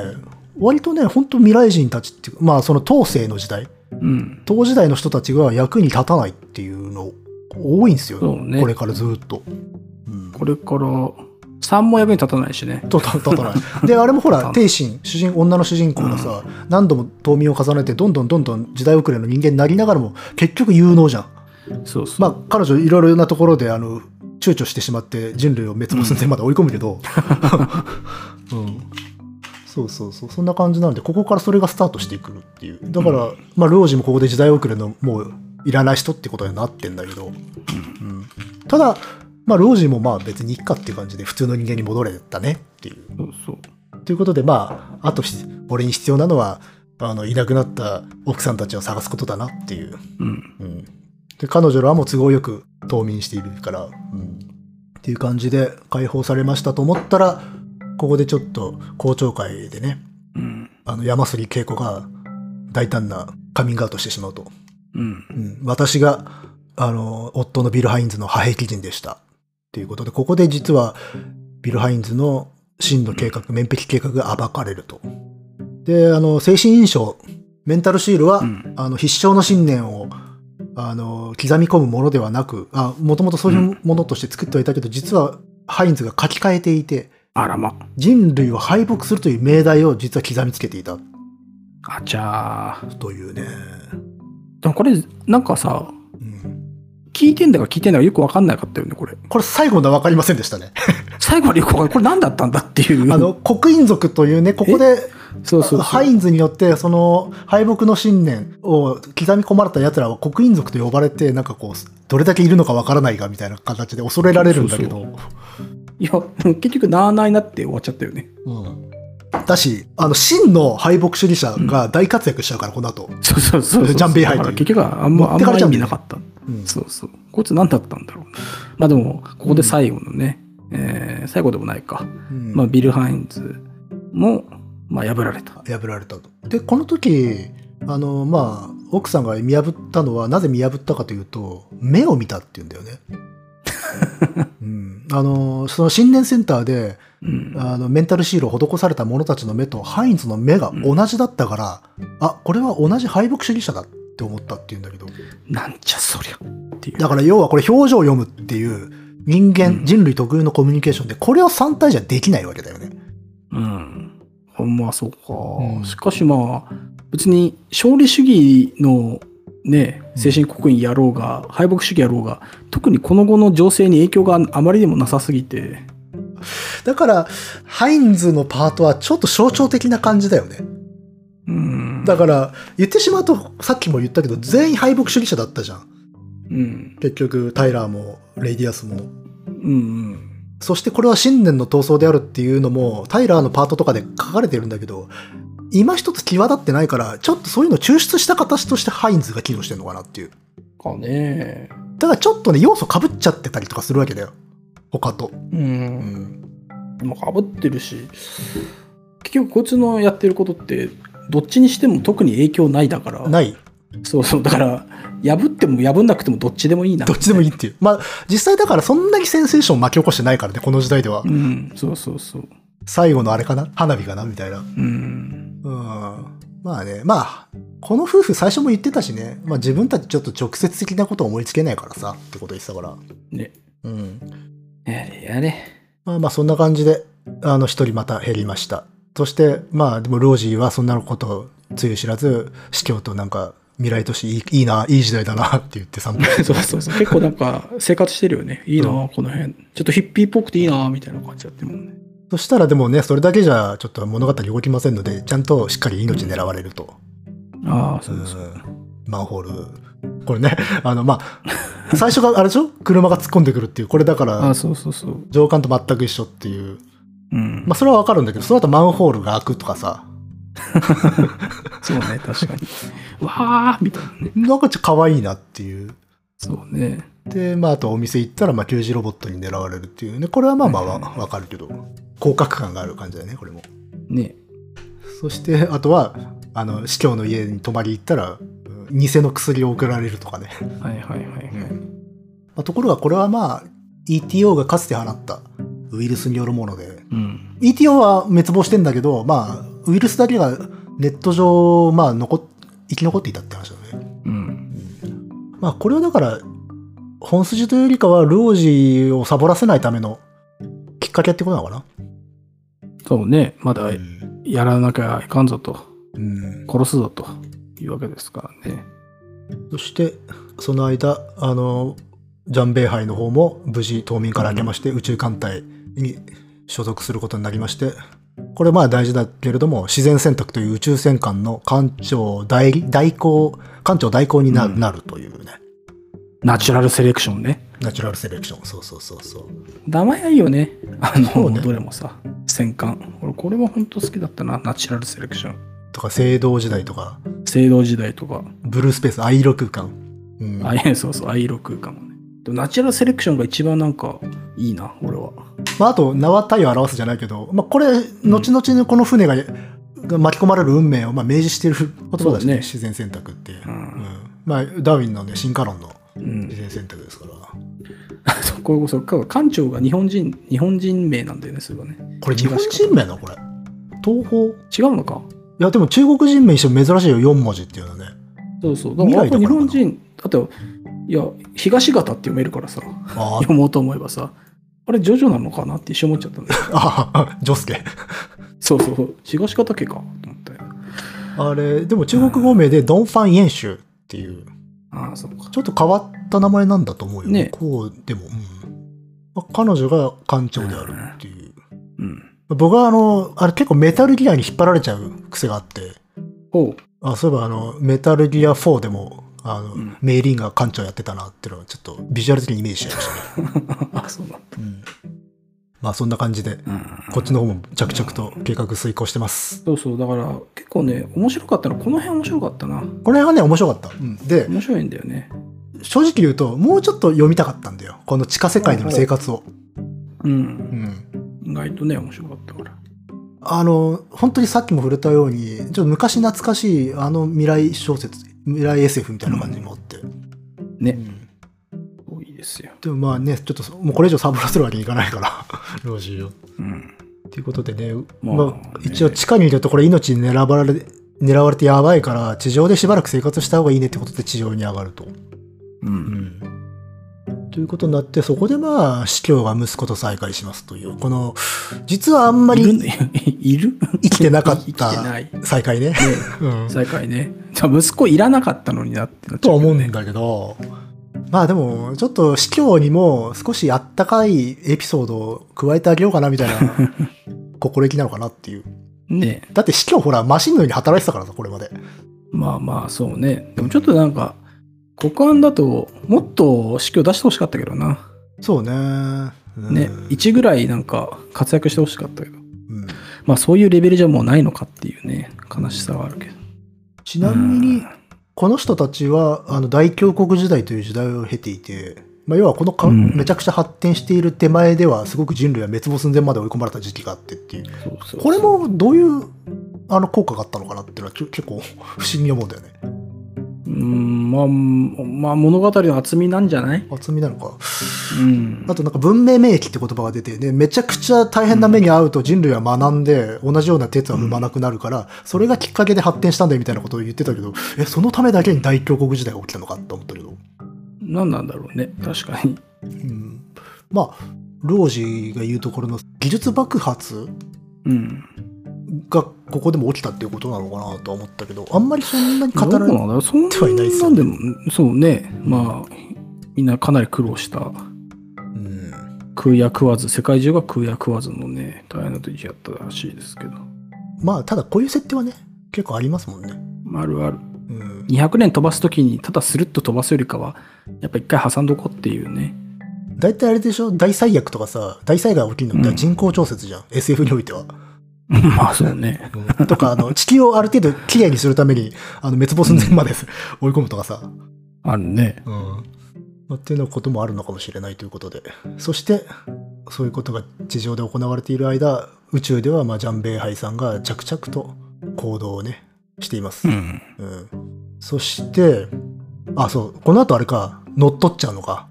Speaker 2: 割とね、本当未来人たちっていうか、まあその当世の時代、
Speaker 1: うん。
Speaker 2: 当時代の人たちが役に立たないっていうの多いんですよ、
Speaker 1: そうね
Speaker 2: これからずっと。うん
Speaker 1: これから、3も役に立たないしね。
Speaker 2: と立たない。で、あれもほ
Speaker 1: 立
Speaker 2: ら、
Speaker 1: たな
Speaker 2: 帝神、主人、女の主人公がさ、何度も冬眠を重ねて、どんどんどんどん時代遅れの人間になりながらも、結局有能じゃん。
Speaker 1: そうそう。
Speaker 2: まあ、彼女いろいろなところで、あの、躊躇してしまって、人類を滅亡寸前まで追い込むけど、うん。そうそうそう、そんな感じなので、ここからそれがスタートしてくるっていう。だから、まあ、領事もここで時代遅れの、もう、いらない人ってことになってんだけど、うん。ただ、まあ、領事もまあ別にいっかっていう感じで、普通の人間に戻れたねっていう。
Speaker 1: そうそう。
Speaker 2: ということで、まあ、あとし、俺に必要なのは、あの、いなくなった奥さんたちを探すことだなっていう。
Speaker 1: うん。
Speaker 2: うん。で、彼女らも都合よく冬眠しているから、うん。っていう感じで解放されましたと思ったら、ここでちょっと公聴会でね、
Speaker 1: うん。
Speaker 2: あの、山杉恵子が大胆なカミングアウトしてしまうと。
Speaker 1: うん。
Speaker 2: うん。私が、あの、夫のビル・ハインズの派兵基人でした。っていうことで、ここで実は、ビル・ハインズの真の計画、面壁計画が暴かれると。で、あの、精神印象、メンタルシールは、
Speaker 1: うん
Speaker 2: あの必勝の信念をあの刻み込むものではなくもともとそういうものとして作ってはいたけど、実はハインズが書き換えていて
Speaker 1: あらま。
Speaker 2: 人類を敗北するという命題を実は刻みつけていた
Speaker 1: あちゃー。
Speaker 2: というね、
Speaker 1: でもこれ、なんかさ、
Speaker 2: うん、
Speaker 1: 聞いてんだか聞いてんだかよくわかんなかったよね、これ。
Speaker 2: これ最後までわかりませんでしたね。
Speaker 1: 最後までよくわかんない。これ何だったんだっていう。
Speaker 2: あの、刻印族というね、ここで、
Speaker 1: そうそうそう
Speaker 2: ハインズによって、その、敗北の信念を刻み込まれた奴らは刻印族と呼ばれて、なんかこう、どれだけいるのかわからないが、みたいな形で恐れられるんだけど。
Speaker 1: いや、結局、なあなあになって終わっちゃったよね。
Speaker 2: うん。だし、あの、真の敗北主義者が大活躍しちゃうから、この後。
Speaker 1: そうそうそうそう。
Speaker 2: ジャンベイハイ
Speaker 1: だから
Speaker 2: という
Speaker 1: 結局はあんま、
Speaker 2: 持
Speaker 1: あ
Speaker 2: っ
Speaker 1: ん
Speaker 2: てか
Speaker 1: ま
Speaker 2: れ
Speaker 1: り
Speaker 2: ちゃ
Speaker 1: 意
Speaker 2: う
Speaker 1: 味
Speaker 2: んだよ
Speaker 1: な
Speaker 2: ね
Speaker 1: かった。
Speaker 2: うん
Speaker 1: そうそう。こいつ何だったんだろうな。まあでも、ここで最後のね、えー最後でもないか。
Speaker 2: うん
Speaker 1: まあ、ビル・ハインズも、まあ、破られた。
Speaker 2: 破られたと。で、この時、あの、まあ、奥さんが見破ったのは、なぜ見破ったかというと、目を見たっていうんだ
Speaker 1: [laughs]
Speaker 2: よね。うん、あのその新年センターで
Speaker 1: うん。
Speaker 2: あのメンタルシールを施された者たちの目とハインズの目が同じだったから、あこれは同じ敗北主義者だって思ったっていうんだけど
Speaker 1: なんじゃそりゃっていう。
Speaker 2: だから要はこれ表情を読むっていう人間、
Speaker 1: うん
Speaker 2: 人類特有のコミュニケーションでこれを3体じゃできないわけだよね。
Speaker 1: うん。ほんまあそうか、
Speaker 2: ん
Speaker 1: しかしまあ、別に勝利主義のね、精神刻印やろうが、敗北主義やろうが、特にこの後の情勢に影響があまりにもなさすぎて、
Speaker 2: だからハインズのパートはちょっと象徴的な感じだよね。
Speaker 1: うん。
Speaker 2: だから言ってしまうとさっきも言ったけど全員敗北主義者だったじゃん
Speaker 1: うん。
Speaker 2: 結局タイラーもレイディアスも
Speaker 1: うん
Speaker 2: そしてこれは信念の闘争であるっていうのもタイラーのパートとかで書かれてるんだけど今一つ際立ってないからちょっとそういうのを抽出した形としてハインズが機能してるのかなっていう
Speaker 1: うん。かね。
Speaker 2: だからちょっとね要素かぶっちゃってたりとかするわけだよ他と、
Speaker 1: う。
Speaker 2: うんん、
Speaker 1: まあ、かぶってるし、結局こいつのやってることって、どっちにしても特に影響ないだから。
Speaker 2: ない
Speaker 1: そうそう。だから、破っても破んなくてもどっちでもいいな。
Speaker 2: どっちでもいいっていうまあ実際だからそんなにセンセーションを巻き起こしてないからねこの時代では
Speaker 1: うん。そうそうそう。
Speaker 2: 最後のあれかな花火かなみたいな
Speaker 1: うん。
Speaker 2: うんまあね、まあ、この夫婦最初も言ってたしね、まあ自分たちちょっと直接的なことを思いつけないからさ、ってこと言ってたから。
Speaker 1: ね。
Speaker 2: うん。
Speaker 1: やれやれ。
Speaker 2: まあまあそんな感じで、あの一人また減りました。そして、まあでもロージーはそんなことをつゆ知らず、司教となんか未来都市いいいいな、いい時代だなって言って散歩。
Speaker 1: [laughs] [laughs] そうそうそう。結構なんか生活してるよ [laughs] ね。いいな、この辺。ちょっとヒッピーっぽくていいな、みたいな感じだってもんね。
Speaker 2: そしたらでもね、それだけじゃちょっと物語動きませんので、ちゃんとしっかり命狙われると。
Speaker 1: ああ、そううそう。
Speaker 2: んマンホール。これね、あの、まあ、最初があれでしょ車が突っ込んでくるっていう、これだ
Speaker 1: あ
Speaker 2: から
Speaker 1: あ、、そうそうそう。
Speaker 2: 上官と全く一緒っていう。
Speaker 1: うん。
Speaker 2: まあ、それはわかるんだけど、その後マンホールが開くとかさ、
Speaker 1: そうね、確かに。 [laughs] わあ、みたいなね。
Speaker 2: なんかちょっと可愛いなっていう。
Speaker 1: そうね。
Speaker 2: で、まあ、あとお店行ったら、まあ、給仕ロボットに狙われるっていうね。これはまあまあわわかるけど、広角感がある感じだよね、これも。
Speaker 1: ね。
Speaker 2: そして、あとは、あの、司教の家に泊まり行ったら、うん偽の薬を送られるとかね。
Speaker 1: はいはいはいはい。
Speaker 2: まあところがこれはまあ ETO がかつて放ったウイルスによるもので
Speaker 1: うん。
Speaker 2: ETO は滅亡してんだけどまあウイルスだけがネット上まあ残っ生き残っていたって話だね
Speaker 1: うん。
Speaker 2: まあこれはだから本筋というよりかはルオージーをサボらせないためのきっかけってことなのかな、
Speaker 1: そうね。まだ
Speaker 2: うん
Speaker 1: やらなきゃいかんぞと。
Speaker 2: うん
Speaker 1: 殺すぞというわけですからね。
Speaker 2: そしてその間あのジャンベイハイの方も無事島民から明けまして宇宙艦隊に所属することになりましてこれまあ大事だけれども自然選択という宇宙戦艦の艦長代理代行艦長代行にな,、
Speaker 1: うん
Speaker 2: なるというね
Speaker 1: ナチュラルセレクションね。
Speaker 2: ナチュラルセレクションそうそうそうそう
Speaker 1: 名前がいいよね。あ
Speaker 2: そう
Speaker 1: の、
Speaker 2: ね
Speaker 1: どれもさ。戦艦。俺、これは本当好きだったな。ナチュラルセレクション。
Speaker 2: とか青銅時代とか
Speaker 1: 青銅時代とか。
Speaker 2: ブルースペース愛色空間、うん
Speaker 1: あ、いやそうそう、愛色空間もね。でもナチュラルセレクションが一番なんかいいな、俺は。
Speaker 2: まあ、あと名は体を表すじゃないけど、まあ、これ後々のこの船がが巻き込まれる運命をまあ明示している言葉だ
Speaker 1: そう
Speaker 2: し
Speaker 1: だ
Speaker 2: ね
Speaker 1: ね
Speaker 2: 自然選択って、
Speaker 1: うん
Speaker 2: うんまあ、ダーウィンの、ね、進化論の
Speaker 1: うん [laughs]
Speaker 2: 自。然選択ですから
Speaker 1: そこそっか、館長が日本人、日本人名なんだよね、それはね。
Speaker 2: これ日本人名なのこれ東宝い
Speaker 1: 違うのか
Speaker 2: やでも中国人名にしても珍しいよ4文字っていうのはね
Speaker 1: そうそう。だから、あ
Speaker 2: 未来だからか
Speaker 1: これ日本
Speaker 2: な
Speaker 1: 人、だって、いや、東方って読めるからさ、
Speaker 2: あー
Speaker 1: 読もうと思えばさ、あれ、ジョジョなのかなって一瞬思っちゃったんだよ。 [laughs]
Speaker 2: あジョスケ
Speaker 1: そうそうそう、東方家かと思って。
Speaker 2: あれでも中国語名でドン・ファン・イェンシュっていう
Speaker 1: あああ、そっか。
Speaker 2: ちょっと変わった名前なんだと思うよ。
Speaker 1: ね
Speaker 2: こうでも、うんまあ彼女が艦長であるっていう。
Speaker 1: うん。
Speaker 2: まあ僕はあの、あれ結構メタルギアに引っ張られちゃう癖があって、
Speaker 1: ほう。 [laughs]
Speaker 2: あそういえばあの、メタルギア4でも、あの、
Speaker 1: うん
Speaker 2: メイリンが艦長やってたなっていうのはちょっとビジュアル的にイメージしちゃいましたね。
Speaker 1: あそうなんだ。
Speaker 2: うんまあそんな感じで、
Speaker 1: うん
Speaker 2: こっちの方も着々と計画遂行してます。
Speaker 1: そうそう、だから結構ね、面白かったの、この辺面白かったな。
Speaker 2: これはね、面白かった。うんで、
Speaker 1: 面白いんだよね。
Speaker 2: 正直言うと、もうちょっと読みたかったんだよ。この地下世界での生活を。
Speaker 1: う。
Speaker 2: うんん。
Speaker 1: 意外とね、面白かったから。
Speaker 2: あの、本当にさっきも触れたように、ちょっと昔懐かしい、あの未来小説、未来 SF みたいな感じもあって。
Speaker 1: ね
Speaker 2: うん
Speaker 1: 多いですよ。
Speaker 2: でもまあね、ちょっと、もうこれ以上サボらせるわけにいかないから、どうしよ
Speaker 1: う
Speaker 2: う。
Speaker 1: ん。
Speaker 2: ということでね、
Speaker 1: まあ
Speaker 2: まあ
Speaker 1: ね
Speaker 2: 一応地下にいるとこれ命に狙われ狙われてやばいから地上でしばらく生活した方がいいねってことで地上に上がると。
Speaker 1: う。
Speaker 2: うんん、ということになってそこでまあ司教が息子と再会しますというこの実はあんま
Speaker 1: いる
Speaker 2: り
Speaker 1: ね [laughs] いる
Speaker 2: 生きてなかっ
Speaker 1: 生きて
Speaker 2: た
Speaker 1: ない。ね
Speaker 2: 再会ね。うん
Speaker 1: 最下位ね。じゃあ息子いらなかったのになってなっち
Speaker 2: と
Speaker 1: ゃ
Speaker 2: は
Speaker 1: う。
Speaker 2: 思うんだけど。まあでも、ちょっと司教にも少しあったかいエピソードを加えてあげようかなみたい [laughs] な心意気なのかなっていう。
Speaker 1: ね
Speaker 2: だって司教ほらマシンのように働いてたからさ、これまで。
Speaker 1: まあまあ、そうね。でもちょっとなんか、国安だと、もっと指揮を出してほしかったけどな。
Speaker 2: そうね。うん
Speaker 1: ね。1ぐらいなんか活躍してほしかったけど。
Speaker 2: うん
Speaker 1: まあそういうレベルじゃもうないのかっていうね、悲しさはあるけど。
Speaker 2: ちなみに、この人たちは、あの、大峡谷時代という時代を経ていて、まあ、要はこのか、
Speaker 1: うん
Speaker 2: めちゃくちゃ発展している手前では、すごく人類は滅亡寸前まで追い込まれた時期があってっていう。
Speaker 1: そうそうそう
Speaker 2: これもどういう、あの、効果があったのかなっていうのは、ちょ結構不思議に思うんだよね。
Speaker 1: うーんまあ、まあ、物語の厚みなんじゃない、
Speaker 2: 厚みなのか。
Speaker 1: うん
Speaker 2: あとなんか文明免疫って言葉が出てね、めちゃくちゃ大変な目に遭うと人類は学んで、同じような鉄は生まなくなるから、それがきっかけで発展したんだよみたいなことを言ってたけど、え、そのためだけに大峡谷時代が起きたのかって思ったけど。
Speaker 1: 何なんだろうね確かに
Speaker 2: うん、まあ、ロージが言うところの技術爆発
Speaker 1: うん
Speaker 2: がここでも起きたっていうことなのかなとは思ったけど、あんまりそんなに語
Speaker 1: どこ
Speaker 2: ら
Speaker 1: なん
Speaker 2: れ
Speaker 1: だろうそん
Speaker 2: てはいないっすよ
Speaker 1: なんでもそうねまあみんなかなり苦労した
Speaker 2: うん
Speaker 1: 食うや食わず世界中が食うや食わずのね大変な時やったらしいですけど
Speaker 2: まあ、ただこういう設定はね、結構ありますもんね。
Speaker 1: あるある
Speaker 2: うん、
Speaker 1: 200年飛ばす時にただスルッと飛ばすよりかはやっぱ一回挟んどこうっていうね [laughs]
Speaker 2: 大体あれでしょ大災厄とかさ、大災害起きるのって人口調節じゃん。SF においては。
Speaker 1: まあそうね
Speaker 2: とか、あの、地球をある程度きれいにするために、あの、滅亡寸前まで追い込むとかさ。
Speaker 1: あるね
Speaker 2: うん。まあっていうようなこともあるのかもしれないということで。そして、そういうことが地上で行われている間、宇宙では、まあ、ジャンベイハイさんが着々と行動をね、しています
Speaker 1: う。ん
Speaker 2: うん。そして、あ、そう、この後あれか、乗っ取っちゃうのか。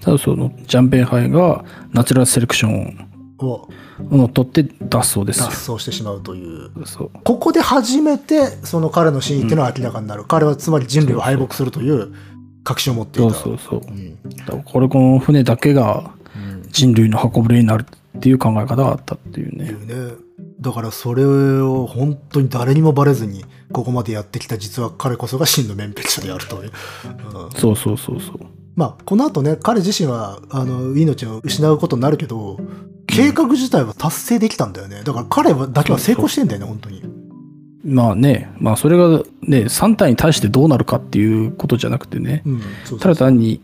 Speaker 1: ただそのジャンベンハイがナチュラルセレクション
Speaker 2: を
Speaker 1: を乗っ取って脱走です
Speaker 2: 脱
Speaker 1: よ
Speaker 2: 走してしまうという。
Speaker 1: そう
Speaker 2: ここで初めて、その彼の真意っていうのは明らかになる。彼はつまり人類を敗北するという確信を持って
Speaker 1: そ
Speaker 2: い
Speaker 1: う
Speaker 2: た。
Speaker 1: そうそう。
Speaker 2: うん
Speaker 1: だからこれこの船だけが人類の運ぶれになるっていう考え方があったっていうね。
Speaker 2: ね、だからそれを本当に誰にもバレずにここまでやってきた実は彼こそが真の面壁者であるという、うん
Speaker 1: そうそうそうそう。
Speaker 2: まあこの後ね彼自身はあの命を失うことになるけど計画自体は達成できたんだよねだから彼はだけは成功してんだよね本当に
Speaker 1: まあね、まあそれがね、3体に対してどうなるかっていうことじゃなくてね、
Speaker 2: うんそう
Speaker 1: た
Speaker 2: そう
Speaker 1: だ単に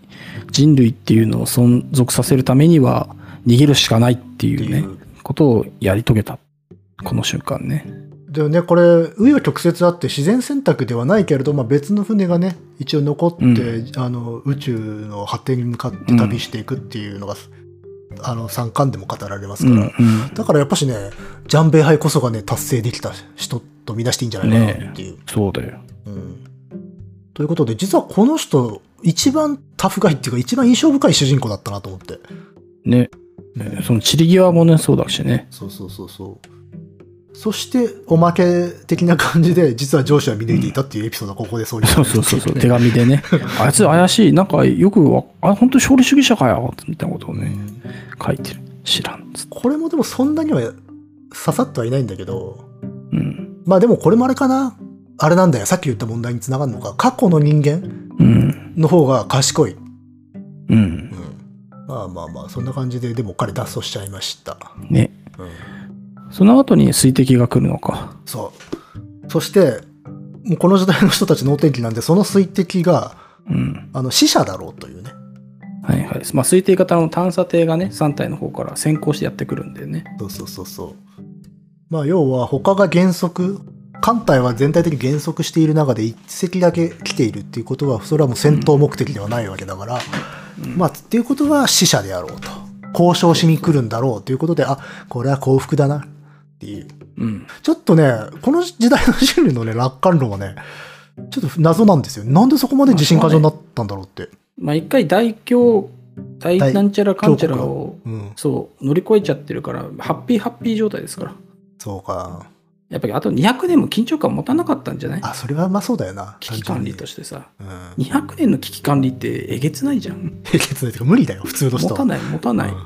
Speaker 1: 人類っていうのを存続させるためには逃げるしかないっていうね、
Speaker 2: って
Speaker 1: ことをやり遂げた。この瞬間ね。
Speaker 2: でもねこれ紆余曲折あって自然選択ではないけれど、まあ、別の船がね一応残って、
Speaker 1: う
Speaker 2: あの宇宙の果てに向かって旅していくっていうのが、あの3巻でも語られます
Speaker 1: う
Speaker 2: から、
Speaker 1: んうん。
Speaker 2: だからやっぱしね、ジャンベイハイこそがね、達成できた人と見なしていいんじゃないかなっていう。
Speaker 1: そうだよ。
Speaker 2: うんということで、実はこの人、一番タフガイっていうか、一番印象深い主人公だったなと思って。
Speaker 1: ね。ねその散り際もね、そうだしね。
Speaker 2: そうそうそうそう。そして、おまけ的な感じで、実は上司は見抜いていたっていうエピソードがここで総理
Speaker 1: そうそうそう
Speaker 2: [laughs]
Speaker 1: そう、手紙でね、あいつ怪しい、なんかよくわ、あ、本当に勝利主義者かよ、みたいなことをね、書いてる。知らんっつって。
Speaker 2: これもでもそんなには刺さってはいないんだけど、
Speaker 1: うん。
Speaker 2: まあでもこれもあれかな。あれなんだよ。さっき言った問題につながるのか。過去の人間
Speaker 1: うん。
Speaker 2: の方が賢い。
Speaker 1: うん。
Speaker 2: うん。まあまあまあ、そんな感じで、でも彼脱走しちゃいました。
Speaker 1: ね。
Speaker 2: うん。
Speaker 1: その後に水滴が来るのか。
Speaker 2: そう。そして、もうこの時代の人たちのお天気なんで、その水滴が、
Speaker 1: うん。
Speaker 2: あの、死者だろうというね。
Speaker 1: はいはい。まあ、水滴型の探査艇がね、3体の方から先行してやってくるんでね。
Speaker 2: そうそうそうそう。まあ、要は、他が減速、艦隊は全体的に減速している中で一隻だけ来ているっていうことは、それはもう戦闘目的ではないわけだから、
Speaker 1: うん
Speaker 2: まあ、っていうことは死者であろうと。交渉しに来るんだろうということで、あ、これは幸福だなっていう。
Speaker 1: うん。
Speaker 2: ちょっとね、この時代の人類のね、楽観論はね、ちょっと謎なんですよ。なんでそこまで自信過剰になったんだろうって。
Speaker 1: まあ、一回大凶、大
Speaker 2: 大
Speaker 1: なんちゃらかんちゃらを、
Speaker 2: うん。
Speaker 1: そう、乗り越えちゃってるから、ハッピーハッピー状態ですから。
Speaker 2: そうか。
Speaker 1: やっぱりあと200年も緊張感持たなかったんじゃない
Speaker 2: あ、それはまあそうだよな。
Speaker 1: 危機管理と
Speaker 2: し
Speaker 1: してさ。
Speaker 2: て。うん。 [laughs]
Speaker 1: 200年の危機管理ってえげつないじゃん。
Speaker 2: 平決ないというか無理だよ、普通の人
Speaker 1: 持
Speaker 2: は。
Speaker 1: たない、持たない
Speaker 2: うん。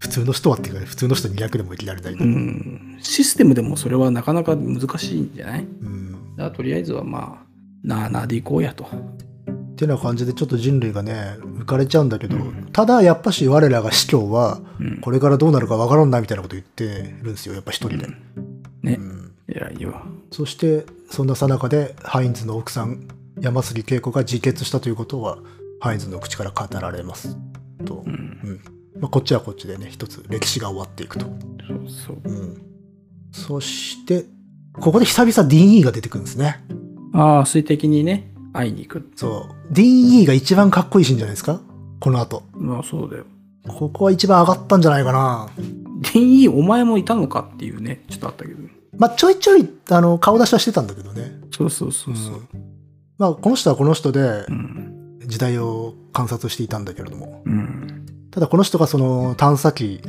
Speaker 2: 普通の人はっていうか、普通の人200でもいきられない。
Speaker 1: う
Speaker 2: うん。
Speaker 1: ん。システムでもそれはなかなか難しいんじゃないだからとりあえずはまあ、なあなあでいこうやと。
Speaker 2: っていうような感じで、ちょっと人類がね、浮かれちゃうんだけど、
Speaker 1: うん
Speaker 2: ただやっぱし我らが司教は、
Speaker 1: うん。
Speaker 2: これからどうなるかわからんなみたいなこと言ってるんですよ、やっぱ一人で。
Speaker 1: ね
Speaker 2: うん
Speaker 1: いや、いいわ。
Speaker 2: そして、そんなさなかで、ハインズの奥さん、山杉恵子が自決したということは、ハインズの口から語られます。と
Speaker 1: う。ん。
Speaker 2: まあ、こっちはこっちでね、一つ歴史が終わっていくと。
Speaker 1: そうそう。
Speaker 2: うん。そして、ここで久々 DE が出てくるんですね。
Speaker 1: ああ、水滴にね、会いに行く。
Speaker 2: そう。DE が一番かっこいいシーンじゃないですかこの後。
Speaker 1: まあそうだよ。
Speaker 2: ここは一番上がったんじゃないかな。
Speaker 1: DE お前もいたのかっていうね、ちょっとあったけど。
Speaker 2: まあ、ちょいちょい、あの、顔出しはしてたんだけどね。
Speaker 1: そうそうそうそう。
Speaker 2: まあ、この人はこの人で
Speaker 1: うん。
Speaker 2: 時代を観察していたんだけれども。
Speaker 1: うん。
Speaker 2: ただ、この人がその探査機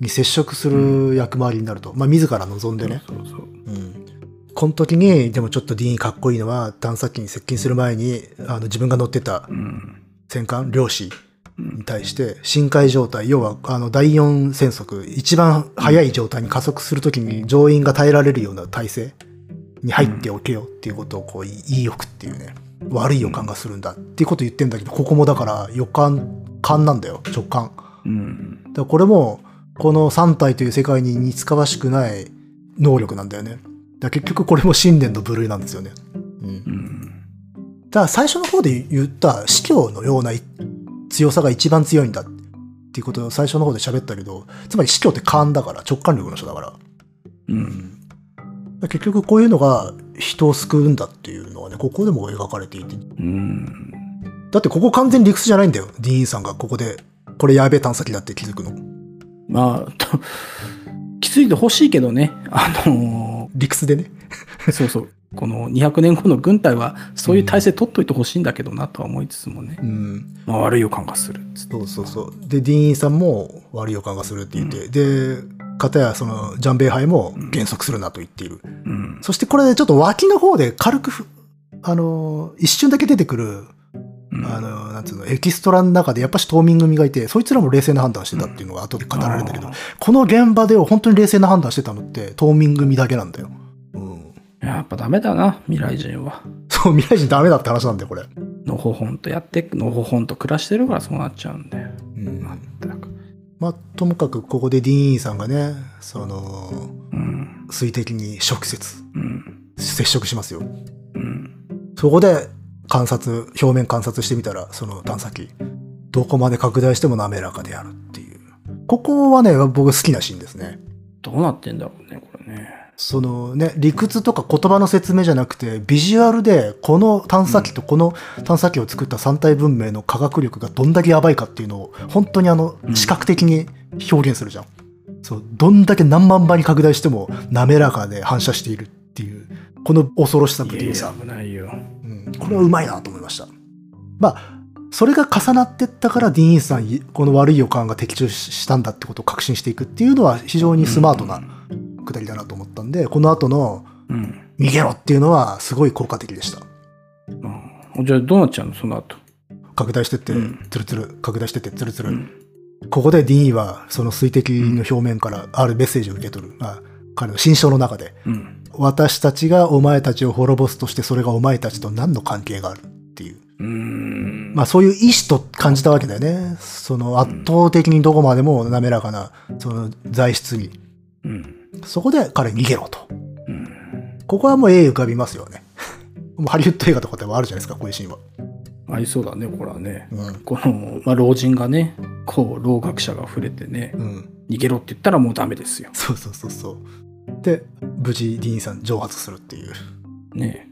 Speaker 2: に接触する役回りになると。まあ、自ら望んでね。
Speaker 1: そうそうそう。
Speaker 2: うん。この時に、でもちょっとディーンかっこいいのは、探査機に接近する前に、あの、自分が乗ってた
Speaker 1: うん。
Speaker 2: 戦艦、漁師
Speaker 1: うん
Speaker 2: に対して深海状態要はあの第4戦速一番速い状態に加速するときに乗員が耐えられるような体制に入っておけよっていうことをこういいい欲っていうね悪い予感がするんだっていうことを言ってんだけどここもだから予感感なんだよ直感だか
Speaker 1: うん。
Speaker 2: らこれもこの3体という世界に似つかわしくない能力なんだよねだから結局これも信念の部類なんですよね、うん
Speaker 1: うん。
Speaker 2: だから最初の方で言った司教のような強さが一番強いんだっていうことを最初の方で喋ったけどつまり司教って勘だから直感力の人だからだか
Speaker 1: うん。
Speaker 2: ら結局こういうのが人を救うんだっていうのはねここでも描かれていて
Speaker 1: うん。
Speaker 2: だってここ完全に理屈じゃないんだよディーンさんがここでこれやべえ探査機だって気づくの
Speaker 1: まあ、と気づいてほしいけどね、あの
Speaker 2: 理屈でね
Speaker 1: [laughs] ーそうそう、この200年後の軍隊は、そういう体制取っといてほしいんだけどなとは思いつつもね、
Speaker 2: うん
Speaker 1: まあ、悪い予感がするっつって
Speaker 2: そうそうそう。で、ディーンさんも悪い予感がするって言って、で、片やそのジャンベイ杯も減速するなと言っている。
Speaker 1: うん。
Speaker 2: そしてこれでちょっと脇の方で軽くふ、あのー、一瞬だけ出てくる、
Speaker 1: うん
Speaker 2: あのー、なんつうの、エキストラの中でやっぱし島民組がいて、そいつらも冷静な判断してたっていうのが後で語られるんだけど、
Speaker 1: あ
Speaker 2: この現場では本当に冷静な判断してたのって島民組だけなんだよ。うん。 [laughs]
Speaker 1: ーやっぱダメだな、未来人は。
Speaker 2: そう、未来人ダメだって話なんだよ、これ。
Speaker 1: のほほんとやって、のほほんと暮らしてるからそうなっちゃうんだよ。
Speaker 2: うん
Speaker 1: まったく。
Speaker 2: まあ、ともかくここでディーンさんがね、その、
Speaker 1: うん。
Speaker 2: 水滴に直接
Speaker 1: うん。
Speaker 2: 接触しますよ。
Speaker 1: うん。
Speaker 2: そこで観察、表面観察してみたら、その探査機、どこまで拡大しても滑らかであるっていう。ここはね、僕好きなシーンですね。
Speaker 1: どうなってんだろうね、これね。
Speaker 2: そのね、理屈とか言葉の説明じゃなくて、ビジュアルで、この探査機とこの探査機を作った三体文明の科学力がどんだけやばいかっていうのを、本当にあの
Speaker 1: う、ん
Speaker 2: 視覚的に表現するじゃん。そう、どんだけ何万倍に拡大しても滑らかで反射しているっていう、この恐ろしさぶ
Speaker 1: い
Speaker 2: り
Speaker 1: や
Speaker 2: を
Speaker 1: い
Speaker 2: さ
Speaker 1: や、、危ないよ。
Speaker 2: うんこれはうまいなと思いました。まあ、それが重なってったから、ディーンさん、いこの悪い予感が的中ししたんだってことを確信していくっていうのは、非常にスマートなくだりだなと思ったんで、この後の
Speaker 1: うん。
Speaker 2: 逃げろっていうのは、すごい効果的でした。
Speaker 1: うん、じゃあ、どうなっちゃうの、その後。
Speaker 2: 拡大してって
Speaker 1: うん、
Speaker 2: ツルツル、拡大してって、ツルツ
Speaker 1: う
Speaker 2: ル。
Speaker 1: ん。
Speaker 2: ここでディーンは、その水滴の表面からあるメッセージを受け取る。あ彼の心象の中で。
Speaker 1: うん。
Speaker 2: 私たちがお前たちを滅ぼすとして、それがお前たちと何の関係があるっていう。
Speaker 1: うーん。うん
Speaker 2: まあそういう意志と感じたわけだよね。その圧倒的にどこまでも滑らかな、その材質に。
Speaker 1: うん
Speaker 2: そこで彼逃げろと。
Speaker 1: うん
Speaker 2: ここはもう絵浮かびますよね。 [laughs] もうハリウッド映画とかでもあるじゃないですか、こういうシーンは。
Speaker 1: ありそうだねこれはね
Speaker 2: うん。
Speaker 1: この、まあ、老人がねこう老学者が触れてね
Speaker 2: うん。
Speaker 1: 逃げろって言ったらもうダメですよ
Speaker 2: そうそうそうそう。で、無事ディーンさん蒸発するっていう。
Speaker 1: ね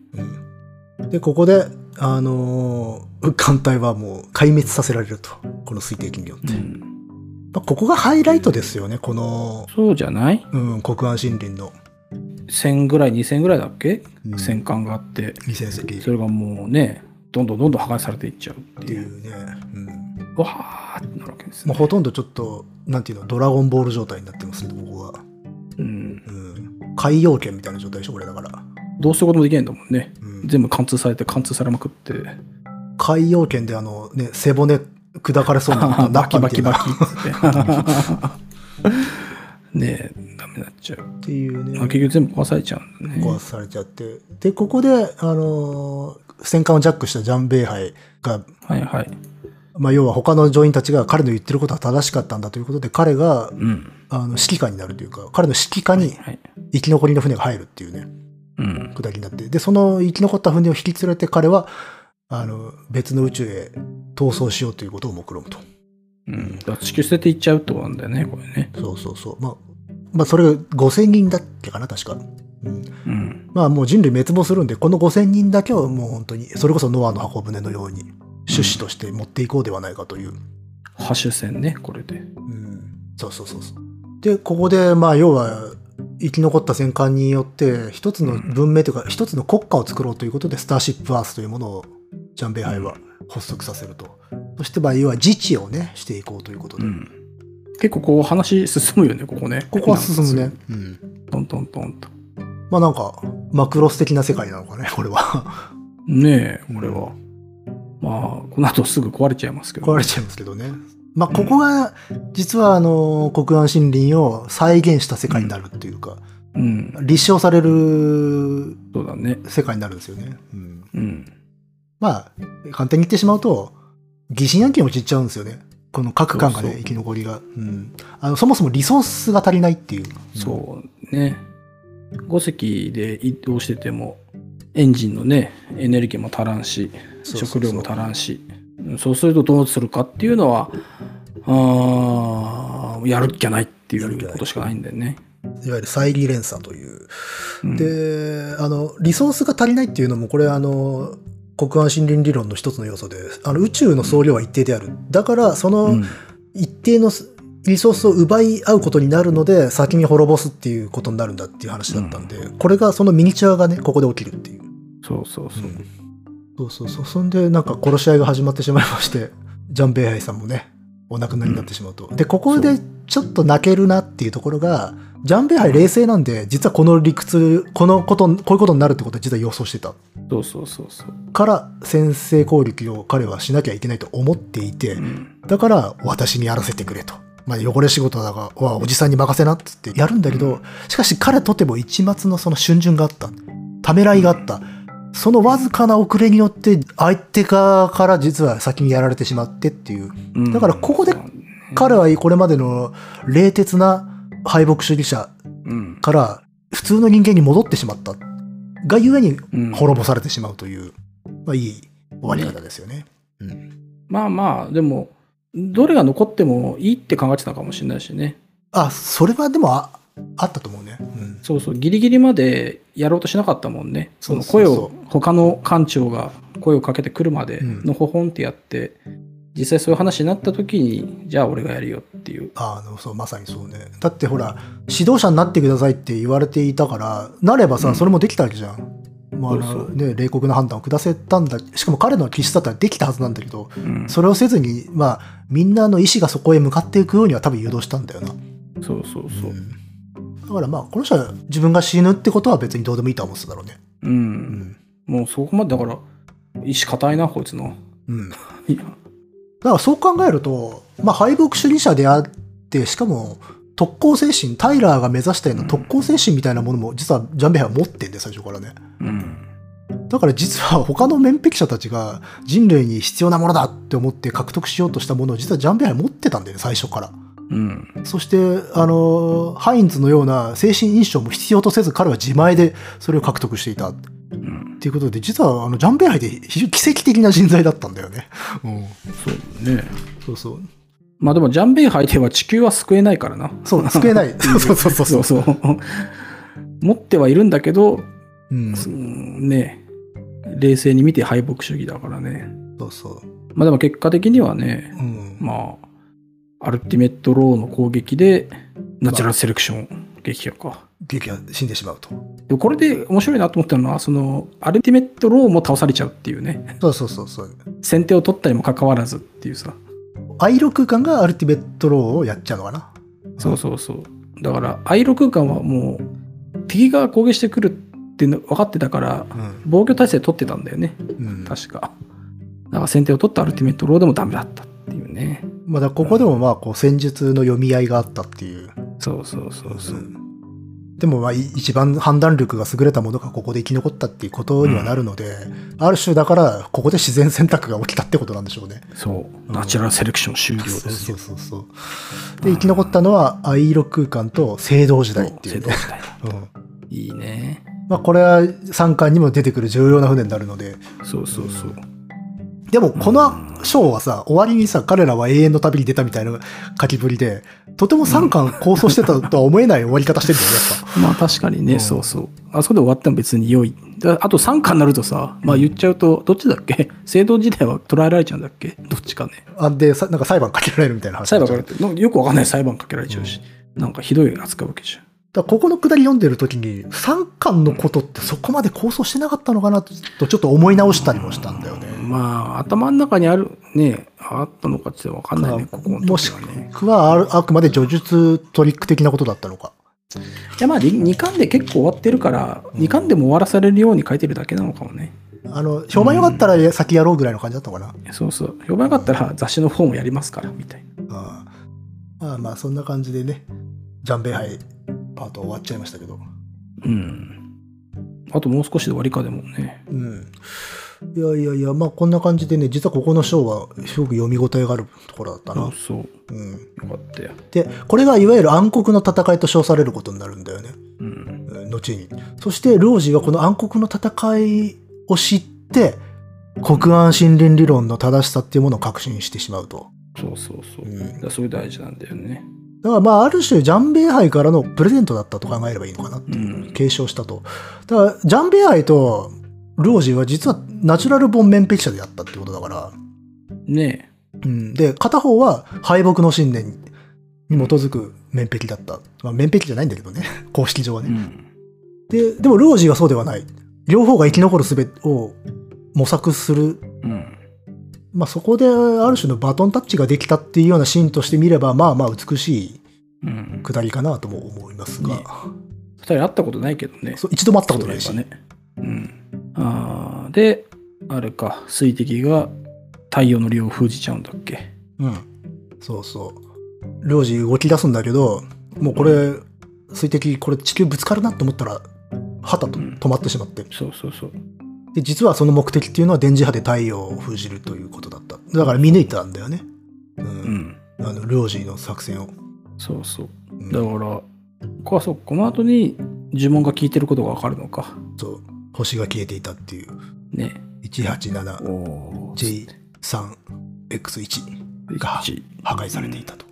Speaker 2: うん。で、ここで、あのー艦隊はもう壊滅させられると。この水滴によって。
Speaker 1: うん
Speaker 2: まあ、ここがハイライトですよね、この、
Speaker 1: そうじゃない
Speaker 2: うん、国安森林の。
Speaker 1: 1000ぐらい2000ぐらいだっけ、
Speaker 2: うん
Speaker 1: 戦艦があって
Speaker 2: 2000世紀
Speaker 1: それがもうねどんどんどんどん破壊されていっちゃうっ
Speaker 2: ってて
Speaker 1: い
Speaker 2: いううね、うん
Speaker 1: わーってなるわけです
Speaker 2: ま
Speaker 1: ね
Speaker 2: あ、、ほとんどちょっとなんていうのドラゴンボール状態になってますけどここは、
Speaker 1: うん、
Speaker 2: うん、海洋圏みたいな状態でしょこれだから、
Speaker 1: どうすることもできないんだもんね
Speaker 2: うん、
Speaker 1: 全部貫通されて貫通されまくって
Speaker 2: 海洋圏であのね背骨砕かれそ
Speaker 1: [laughs]
Speaker 2: うな
Speaker 1: バキバ
Speaker 2: みた
Speaker 1: キ
Speaker 2: いな
Speaker 1: バキっつって [laughs] ねえダメになっちゃう、
Speaker 2: っていうね
Speaker 1: まあ、結局全部壊されちゃうんだね
Speaker 2: 壊されちゃってでここであのー戦艦をジャックしたジャンベイハイが、
Speaker 1: はいはい
Speaker 2: まあ、要は他の乗員たちが彼の言ってることは正しかったんだということで彼が
Speaker 1: うん
Speaker 2: あの指揮官になるというか彼の指揮下に
Speaker 1: はい
Speaker 2: 生き残りの船が入るっていうね
Speaker 1: うん
Speaker 2: 下りになって、で、その生き残った船を引き連れて彼は、あの、別の宇宙へ逃走しようということを目論むと。
Speaker 1: うん、だから地球捨てていっちゃうってことなんだよねこれね
Speaker 2: そうそうそう。まあ、まあ、それが5000人だっけかな、確か。うん、
Speaker 1: うん
Speaker 2: まあ、もう人類滅亡するんで、この5000人だけをもう本当に、それこそノアの箱舟のように、種子として持っていこうではないかという。
Speaker 1: 波手戦ねこれで
Speaker 2: うん、そうそうそうそう。で、ここで、まあ、要は、生き残った戦艦によって、一つの文明というか、一つの国家を作ろうということで、スターシップアースというものを、ジャンベイハイは発足させると。そして、まあ、要は自治をね、していこうということで。
Speaker 1: うん結構こう話進むよねここね
Speaker 2: ここは進むね。うん。
Speaker 1: トントントンと
Speaker 2: まあ、なんか、マクロス的な世界なのかね、これは。
Speaker 1: ねえこれはまあこの後すぐ壊れちゃいますけど
Speaker 2: 壊れちゃいますけどね。まあ、ここが、実は、あの、国安森林を再現した世界になるっていうか、
Speaker 1: うん
Speaker 2: 立証される
Speaker 1: そうだね
Speaker 2: 世界になるんですよね。うん。
Speaker 1: うん
Speaker 2: まあ、簡単に言ってしまうと、疑心暗鬼に陥っちゃうんですよね。この各艦がね、
Speaker 1: そうそう
Speaker 2: 生き残りが、うんあの。そもそもリソースが足りないっていう。
Speaker 1: そうね5隻で移動しててもエンジンのねエネルギーも足らんし
Speaker 2: そうそうそう
Speaker 1: 食料も足らんしうんそうするとどうするかっていうのはあーやるっきゃないってい
Speaker 2: やるっきゃな
Speaker 1: う
Speaker 2: い
Speaker 1: ことしかないんだよね。
Speaker 2: いわゆる再利連鎖という。
Speaker 1: うん
Speaker 2: で、あの、リソースが足りないっていうのも、これ、あの、国安森林理論の一つの要素で、あの宇宙の総量は一定である。だから、その一定のすリソースを奪い合うことになるので、先に滅ぼすっていうことになるんだっていう話だったんで、これが、そのミニチュアがね、ここで起きるっていう。
Speaker 1: そうそうそう。
Speaker 2: そうそうそう。そんで、なんか殺し合いが始まってしまいまして、 [laughs] ジャンベイハイさんもね、お亡くなりになってしまうと。で、ここでちょっと泣けるなっていうところが、ジャンベイハイ冷静なんで、実はこの理屈、このこと、こういうことになるってことは実は予想してた。
Speaker 1: そうそうそうそう。
Speaker 2: から、先制攻撃を彼はしなきゃいけないと思っていて
Speaker 1: う、ん
Speaker 2: だから、私にやらせてくれと。まあ、汚れ仕事だが、はおじさんに任せなっつってやるんだけど、しかし彼とても一末のその瞬順があった。ためらいがあった。そのわずかな遅れによって、相手側から実は先にやられてしまってっていう。
Speaker 1: うん
Speaker 2: だからここで彼はこれまでの冷徹な敗北主義者
Speaker 1: うん
Speaker 2: から普通の人間に戻ってしまった。がゆえに
Speaker 1: うん
Speaker 2: 滅ぼされてしまうという、まあ、いい終わり方ですよね。うん
Speaker 1: まあまあ、でも、どれが残ってもいいって考えてたかもしれないしね。
Speaker 2: あ、それはでもああったと思うね。うん
Speaker 1: そうそう、ギリギリまでやろうとしなかったもんね。その
Speaker 2: そ
Speaker 1: 声
Speaker 2: うそう
Speaker 1: を、
Speaker 2: そう
Speaker 1: 他の艦長が声をかけてくるまで
Speaker 2: うん
Speaker 1: のほほんってやって、実際そういう話になった時に、じゃあ俺がやるよっていう。
Speaker 2: あのそうまさにそうねだってほら指導者になってくださいって言われていたからなればさ、
Speaker 1: うん
Speaker 2: それもできたわけじゃん、まああの
Speaker 1: そうそう
Speaker 2: ね、冷酷な判断を下せたんだしかも彼の気質だったらできたはずなんだけど
Speaker 1: うん
Speaker 2: それをせずにまあみんなの意思がそこへ向かっていくようには多分誘導したんだよな、
Speaker 1: そうそうそう。
Speaker 2: うんだからまあこの人は自分が死ぬってことは別にどうでもいいとは思ってただろうね
Speaker 1: うん。もうそこまで、だから、意志固いな、こいつの。
Speaker 2: うん、うん、だ
Speaker 1: いや
Speaker 2: からそう考えるとまあ敗北主義者であってしかも特攻精神タイラーが目指したような特攻精神みたいなものも実はジャンベイハイは持ってんで最初からね
Speaker 1: うん。
Speaker 2: だから実は他の面壁者たちが人類に必要なものだって思って獲得しようとしたものを実はジャンベハイ持ってたんだよね、最初から。
Speaker 1: うん。
Speaker 2: そして、あの、ハインズのような精神印象も必要とせず彼は自前でそれを獲得していた。
Speaker 1: うん。
Speaker 2: っていうことで、実はあのジャンベハイで非常に奇跡的な人材だったんだよね。うん。
Speaker 1: そうね。
Speaker 2: そうそう。
Speaker 1: まあでも、ジャンベイハイでは地球は救えないからな。
Speaker 2: そう、救えない。そうそうそうそ
Speaker 1: そうう。そう。持ってはいるんだけど、
Speaker 2: うん。
Speaker 1: う
Speaker 2: そ
Speaker 1: んね冷静に見て敗北主義だからね。
Speaker 2: うそう。
Speaker 1: まあでも結果的にはね、
Speaker 2: うん。
Speaker 1: まあ、アルティメットローの攻撃で、ナチュラルセレクション撃破か。
Speaker 2: 劇が死んでしまうと。
Speaker 1: でもこれで面白いなと思ったのは、その、アルティメットローも倒されちゃうっていうね。
Speaker 2: そうそうそうそう。
Speaker 1: 先手を取ったにもかかわらずっていうさ。
Speaker 2: アイロ空間がアルティメットローをやっちゃうのかな。
Speaker 1: そうそうそう。だから、アイロ空間はもう、敵が攻撃してくるっていうの分かってたから、
Speaker 2: うん。
Speaker 1: 防御体制取ってたんだよね。
Speaker 2: うん。
Speaker 1: 確か。だから先手を取ったアルティメットローでもダメだったっていうね。
Speaker 2: まあだからここでもまあこう戦術の読み合いがあったっていう。
Speaker 1: そうそうそうそうう。
Speaker 2: んでもまあい一番判断力が優れたものがここで生き残ったっていうことにはなるので、ある種だからここで自然選択が起きたってことなんでしょうね。
Speaker 1: そう。ナチュラルセレクション終了で
Speaker 2: そう
Speaker 1: す
Speaker 2: そ
Speaker 1: よ
Speaker 2: う。そうそう。で生き残ったのは愛色空間と青銅時代っていう
Speaker 1: 制
Speaker 2: ね
Speaker 1: 度。時代だ
Speaker 2: うん
Speaker 1: いいね。
Speaker 2: まあこれは三巻にも出てくる重要な船になるので。
Speaker 1: そうそうそう。
Speaker 2: でもこの章はさ、終わりにさ、彼らは永遠の旅に出たみたいな書きぶりで、とても三巻構想してたとは思えない終わり方してるんだよね、やっぱ。
Speaker 1: まあ確かにね、
Speaker 2: うん
Speaker 1: そうそう。あそこで終わっても別に良い。だあと3巻になるとさ、まあ言っちゃうと、どっちだっけ [laughs] 制度時代は捕らえられちゃうんだっけどっちかね。
Speaker 2: あでさ、なんか裁判かけられるみたいな話。
Speaker 1: 裁判かけられて、なんかよくわかんない裁判かけられちゃうし、なんかひどい扱うわけじゃん。
Speaker 2: だからここのくだり読んでる時に、三巻のことってそこまで構想してなかったのかなと、ちょっと思い直したりもしたんだよね。
Speaker 1: まあ頭の中にある、ね、あったのかちょっとわかんないね、ここの
Speaker 2: もし
Speaker 1: 時はね。
Speaker 2: くはある、あくまで叙述トリック的なことだったのか。
Speaker 1: いやまあ2巻で結構終わってるから、2巻でも終わらされるように書いてるだけなのかもね。
Speaker 2: あの、評判良かったら先やろうぐらいの感じだったのかな。
Speaker 1: そうそう。評判良かったら雑誌の方もやりますから、みたいな。
Speaker 2: ああまあまあそんな感じでねジャンベイハイパート終わっちゃいましたけど
Speaker 1: うん。あともう少しで終わりかでもね。
Speaker 2: うんいやいやいやまあこんな感じでね実はここの章はすごく読み応えがあるところだった
Speaker 1: そ
Speaker 2: な
Speaker 1: う、そう。
Speaker 2: うん、
Speaker 1: よかったよ。
Speaker 2: でこれがいわゆる暗黒の戦いと称されることになるんだよね、
Speaker 1: うん。
Speaker 2: うん後にそして老子がこの暗黒の戦いを知って国安森林理論の正しさっていうものを確信してしまうと、
Speaker 1: そうそうそう。
Speaker 2: う
Speaker 1: だ
Speaker 2: ん、だ
Speaker 1: か
Speaker 2: から
Speaker 1: それ大事なんだよね。
Speaker 2: らまあある種ジャンベイハイからのプレゼントだったと考えればいいのかなっていうう、
Speaker 1: ん。
Speaker 2: 継承したと。だから、ジャンベアイとルオジーは実はナチュラル本面壁者であったってことだから、
Speaker 1: ね
Speaker 2: うん、で、片方は敗北の信念に基づく面壁だった。まあ、面壁じゃないんだけどね、 [laughs] 公式上は
Speaker 1: え。
Speaker 2: ね。で、でもルオジーはそうではない。両方が生き残る術を模索する。
Speaker 1: うん。
Speaker 2: まあ、そこである種のバトンタッチができたっていうようなシーンとして見れば、まあまあ美しい
Speaker 1: うん。
Speaker 2: 下りかなとも思いますが、
Speaker 1: ね二人会ったことないけどね。
Speaker 2: そう一度も会ったことないし。
Speaker 1: そういえばね。うん。あーで、あれか、水滴が太陽の量を封じちゃうんだっけ。
Speaker 2: うん。そうそう。領事動き出すんだけど、もうこれ、水滴、これ地球ぶつかるなと思ったら、はたと
Speaker 1: うん
Speaker 2: 止まってしまって。
Speaker 1: そうそうそう。
Speaker 2: で、実はその目的っていうのは電磁波で太陽を封じるということだった。だから見抜いたんだよね。う。
Speaker 1: うんん。
Speaker 2: あの、領事の作戦を。
Speaker 1: そうそう。
Speaker 2: うん
Speaker 1: だから、こはそう、この後に呪文が効いてることがわかるのか。
Speaker 2: そう。星が消えていたっていう。
Speaker 1: ね
Speaker 2: 187J3X1
Speaker 1: お。
Speaker 2: が
Speaker 1: 一
Speaker 2: 破壊されていたと。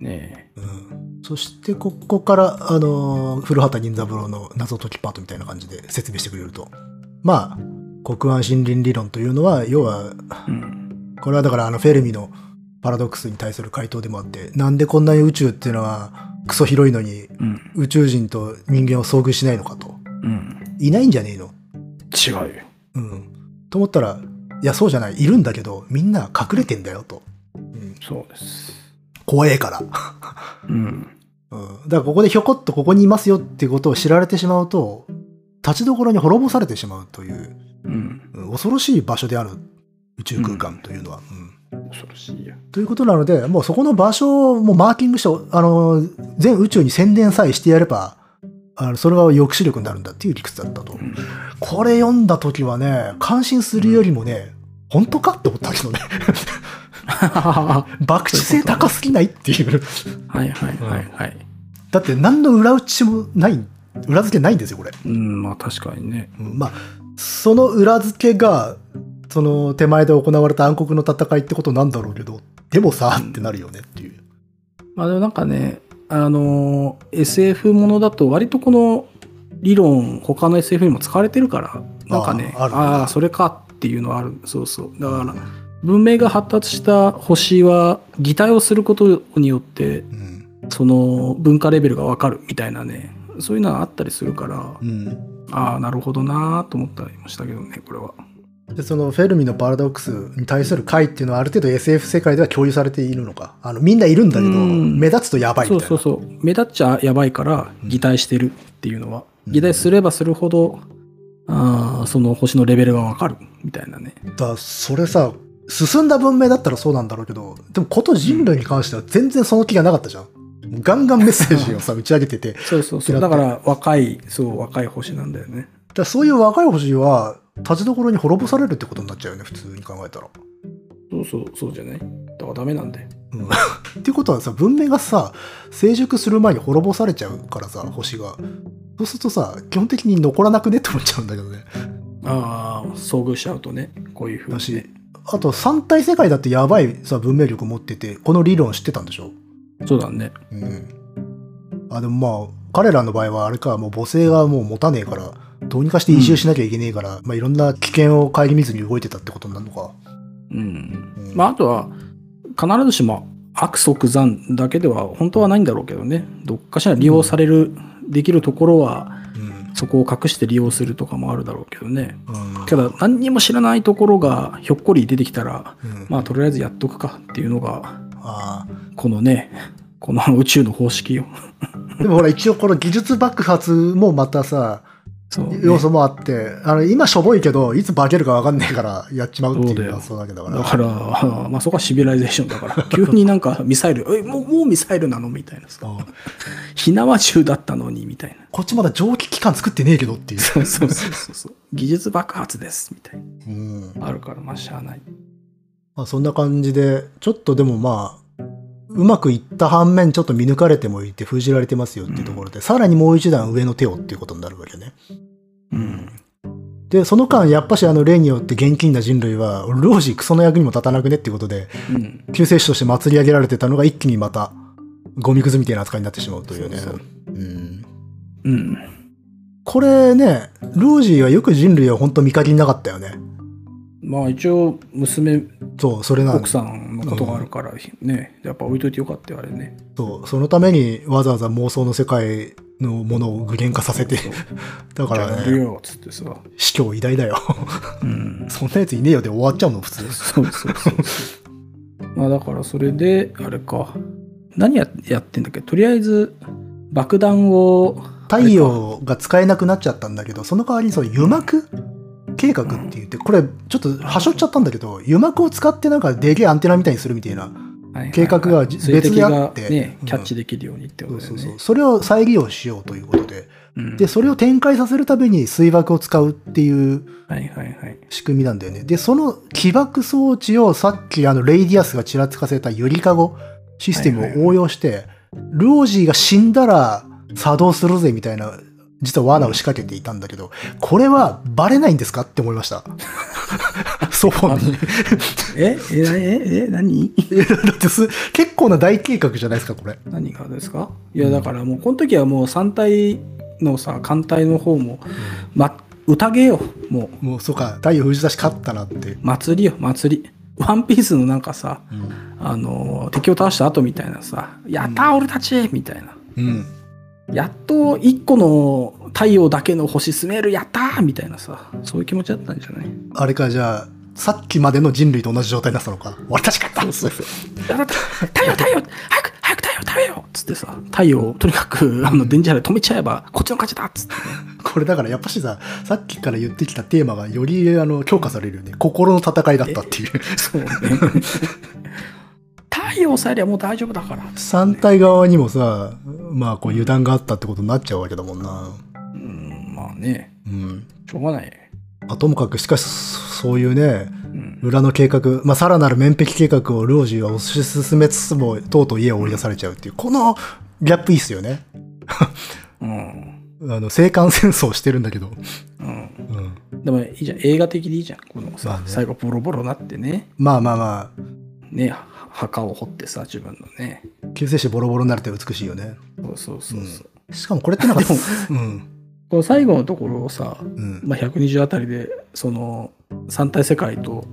Speaker 1: ね
Speaker 2: うんそしてここから、あのー古畑任三郎の謎解きパートみたいな感じで説明してくれるとまあ国安森林理論というのは要は
Speaker 1: え。うん。
Speaker 2: これはだからあのフェルミのパラドックスに対する回答でもあってなんでこんなに宇宙っていうのはクソ広いのに
Speaker 1: うん。
Speaker 2: 宇宙人と人間を遭遇しないのかと
Speaker 1: うん。
Speaker 2: いないんじゃねえの
Speaker 1: 違うよ。
Speaker 2: うんと思ったらいやそうじゃないいるんだけどみんな隠れてんだよと、うん、
Speaker 1: そうです。
Speaker 2: 怖えから
Speaker 1: うん。
Speaker 2: うん、だからここでひょこっとここにいますよっていうことを知られてしまうと立ちどころに滅ぼされてしまうという、
Speaker 1: うん。
Speaker 2: うん恐ろしい場所である宇宙空間というのは。うん
Speaker 1: 恐ろしいよ。
Speaker 2: ということなのでもうそこの場所をもうマーキングしてあの全宇宙に宣伝さえしてやればあのそれが抑止力になるんだっていう理屈だったと。
Speaker 1: うん
Speaker 2: これ読んだ時はね、感心するよりもね、本当かって思ったけどね、博打性高すぎないっていう。
Speaker 1: はいはいはいはい。
Speaker 2: だって何の裏打ちもない、裏付けないんですよ、これ。
Speaker 1: うん、まあ確かにね。
Speaker 2: うんまあ、その裏付けが、その手前で行われた暗黒の戦いってことなんだろうけど、でもさ、ってなるよねっていう。
Speaker 1: まあでもなんかね、あのー SF ものだと割とこの理論、他の SF にも使われてるから、なんかね、
Speaker 2: あ
Speaker 1: あ
Speaker 2: ある
Speaker 1: あー、それかっていうのはある。そうそう。だから、文明が発達した星は擬態をすることによって、
Speaker 2: うん。
Speaker 1: その文化レベルがわかるみたいなね、そういうのはあったりするから、
Speaker 2: うん。
Speaker 1: ああ、なるほどなーと思ったりもしたけどね、これは。
Speaker 2: で、そのフェルミのパラドックスに対する解っていうのはある程度 SF 世界では共有されているのか。あの、みんないるんだけど、
Speaker 1: うん
Speaker 2: 目立つとやばい
Speaker 1: そ
Speaker 2: み
Speaker 1: う
Speaker 2: たい
Speaker 1: そう
Speaker 2: な。
Speaker 1: そう目立っちゃやばいから
Speaker 2: うん
Speaker 1: 擬態してるっていうのは、
Speaker 2: うん
Speaker 1: 擬態すればするほどあーその星のレベルがわかるみたいなね
Speaker 2: だからそれさ、進んだ文明だったらそうなんだろうけど、でもこと人類に関しては全然その気がなかったじゃん。ガンガンメッセージをさ、打ち上げてて、
Speaker 1: そうそうそう
Speaker 2: 嫌
Speaker 1: だ
Speaker 2: って
Speaker 1: から若いそう若い星なんだよね
Speaker 2: だからそういう若い星は立ちどころに滅ぼされるってことになっちゃうよね普通に考えたら。
Speaker 1: そうそうそうじゃないだからダメなんだよ
Speaker 2: うん、っていうことはさ文明がさ成熟する前に滅ぼされちゃうからさ星が。そうするとさ基本的に残らなくねって思っちゃうんだけどね。
Speaker 1: ああ遭遇しちゃうとねこういうふう
Speaker 2: だ
Speaker 1: にね、
Speaker 2: しあと三体世界だってやばいさ文明力持っててこの理論知ってたんでしょ
Speaker 1: そうだね
Speaker 2: うん。あでもまあ彼らの場合はあれかもう母性がもう持たねえからどうにかして移住しなきゃいけねえから、まあいろんな危険を顧みずに動いてたってことになるのか。
Speaker 1: うん
Speaker 2: うん
Speaker 1: まああとは必ずしも悪即残だけでは本当はないんだろうけどねどっかしら利用される、できるところは
Speaker 2: うん
Speaker 1: そこを隠して利用するとかもあるだろうけどね
Speaker 2: うん
Speaker 1: ただ何にも知らないところがひょっこり出てきたら
Speaker 2: うん
Speaker 1: まあとりあえずやっとくかっていうのが
Speaker 2: あー
Speaker 1: このねこの宇宙の方式よ。
Speaker 2: でもほら一応この技術爆発もまたさ、
Speaker 1: そうね
Speaker 2: 要素もあって、あの今しょぼいけど、いつ化けるかわかんねえからやっちまうって
Speaker 1: そう
Speaker 2: い
Speaker 1: だ
Speaker 2: う
Speaker 1: よ
Speaker 2: 発想だけだから。
Speaker 1: だから、まあ、そこはシビライゼーションだ [laughs] から、急になんかミサイル、え、もう、もうミサイルなのみたいなさ。
Speaker 2: うん
Speaker 1: 火縄銃だったのに、みたいな。
Speaker 2: こっちまだ蒸気機関作ってねえけどっていう。
Speaker 1: そうそうそうそう。技術爆発です、みたい
Speaker 2: うん
Speaker 1: な。あるから、まあ、しゃあない。
Speaker 2: まあ、そんな感じで、ちょっとでもまあ、うまくいった反面、ちょっと見抜かれてもいて封じられてますよっていうところで、さらにもう一段上の手をっていうことになるわけね。
Speaker 1: うん。
Speaker 2: で、その間、やっぱしあの例によって現金な人類は、老子クソの役にも立たなくねっていうことで、
Speaker 1: うん。
Speaker 2: 救世主として祭り上げられてたのが一気にまたゴミくずみたいな扱いになってしまうというね
Speaker 1: そうそう
Speaker 2: うん
Speaker 1: うん。
Speaker 2: これねロージーはよく人類は本当見限りなかったよね
Speaker 1: まあ、一応、娘、
Speaker 2: そうそれなん
Speaker 1: 奥さんのことがあるから、ね、やっぱ置いといてよかったよ、あれね。
Speaker 2: そうそのためにわざわざ妄想の世界のものを具現化させて
Speaker 1: そう
Speaker 2: [laughs] だか
Speaker 1: じゃあ
Speaker 2: ら
Speaker 1: やる
Speaker 2: ね
Speaker 1: よ、つってさ。
Speaker 2: 死去偉大だよ [laughs]
Speaker 1: うん。
Speaker 2: そんなやついねえよで終わっちゃうの普通
Speaker 1: そうそうそうそう。まあだからそれで、あれか。何ややってんだっけとりあえず爆弾を、
Speaker 2: 太陽が使えなくなっちゃったんだけどその代わりにその油膜計画って言ってこれちょっとはしょっちゃったんだけど油膜を使ってなんかでけえアンテナみたいにするみたいな
Speaker 1: はいはいはい
Speaker 2: 計画が別
Speaker 1: 水滴
Speaker 2: にあ
Speaker 1: が
Speaker 2: って
Speaker 1: ね
Speaker 2: うん、
Speaker 1: キャッチできるようにってこ
Speaker 2: そ
Speaker 1: とだ
Speaker 2: う
Speaker 1: よ
Speaker 2: そう
Speaker 1: ね。
Speaker 2: そう。それを再利用しようということで。
Speaker 1: うん
Speaker 2: で、それを展開させるために水爆を使うっていう
Speaker 1: はいはいはい。
Speaker 2: 仕組みなんだよね。で、その起爆装置をさっきあのレイディアスがちらつかせたゆりかごシステ
Speaker 1: はいはい
Speaker 2: ム
Speaker 1: は
Speaker 2: を
Speaker 1: い
Speaker 2: 応用して、ルオージーが死んだら作動するぜみたいな、実は罠を仕掛けていたんだけど、これはバレないんですかって思い
Speaker 1: [laughs]
Speaker 2: ました。そうに。
Speaker 1: ええええ何
Speaker 2: だってす結構な大計画じゃないですか、これ。
Speaker 1: 何がですかいやだからもうこの時はもう3体のさ艦隊の方も、ま、宴よもう
Speaker 2: もうそうか、太陽封じ出し勝ったなって。
Speaker 1: 祭りよ祭りワンピースのなんかさあの敵を倒した後みたいなさ「やったー俺たち!」みたいな
Speaker 2: うん
Speaker 1: やっと一個の太陽だけの星住めるやったーみたいなさそういう気持ちだったんじゃない
Speaker 2: あれか、じゃあ、さっきまでの人類と同じ状態になってたのか。俺たち勝った
Speaker 1: やった太陽太陽早く早く太陽食べようっつってさ太陽をとにかくあの電磁波で止めちゃえばこっちの勝ちだっつって
Speaker 2: これだからやっぱしさ、さっきから言ってきたテーマがよりあの強化されるよね。心の戦いだったっていう。
Speaker 1: そうね太体を抑えりゃもう大丈夫だからっつって
Speaker 2: 反対側にもさ、まあこう油断があったってことになっちゃうわけだもんな。
Speaker 1: うんまあね
Speaker 2: うん。
Speaker 1: しょうがない、
Speaker 2: まあともかく、しかし、そういうね、
Speaker 1: うん、
Speaker 2: 裏の計画、まあ、さらなる面壁計画をルオジーは推し進めつつも、とうとう家を追い出されちゃうっていう、このギャップいいっすよね。
Speaker 1: うん
Speaker 2: あの、青韓戦争してるんだけど。
Speaker 1: うん、
Speaker 2: うん。
Speaker 1: でもいいじゃん映画的でいいじゃんこのさ、
Speaker 2: まあね
Speaker 1: 最後ボロボロなってね
Speaker 2: まあまあま
Speaker 1: ねは墓を掘ってさ自分のね
Speaker 2: あ、救世主ボロボロになるって美しいよね。
Speaker 1: そうそうそうそう、
Speaker 2: しかもこれってなんか、
Speaker 1: でも
Speaker 2: [laughs] うん。
Speaker 1: この最後のところをさ、
Speaker 2: うん。
Speaker 1: まあ、120あたりでその三体世界と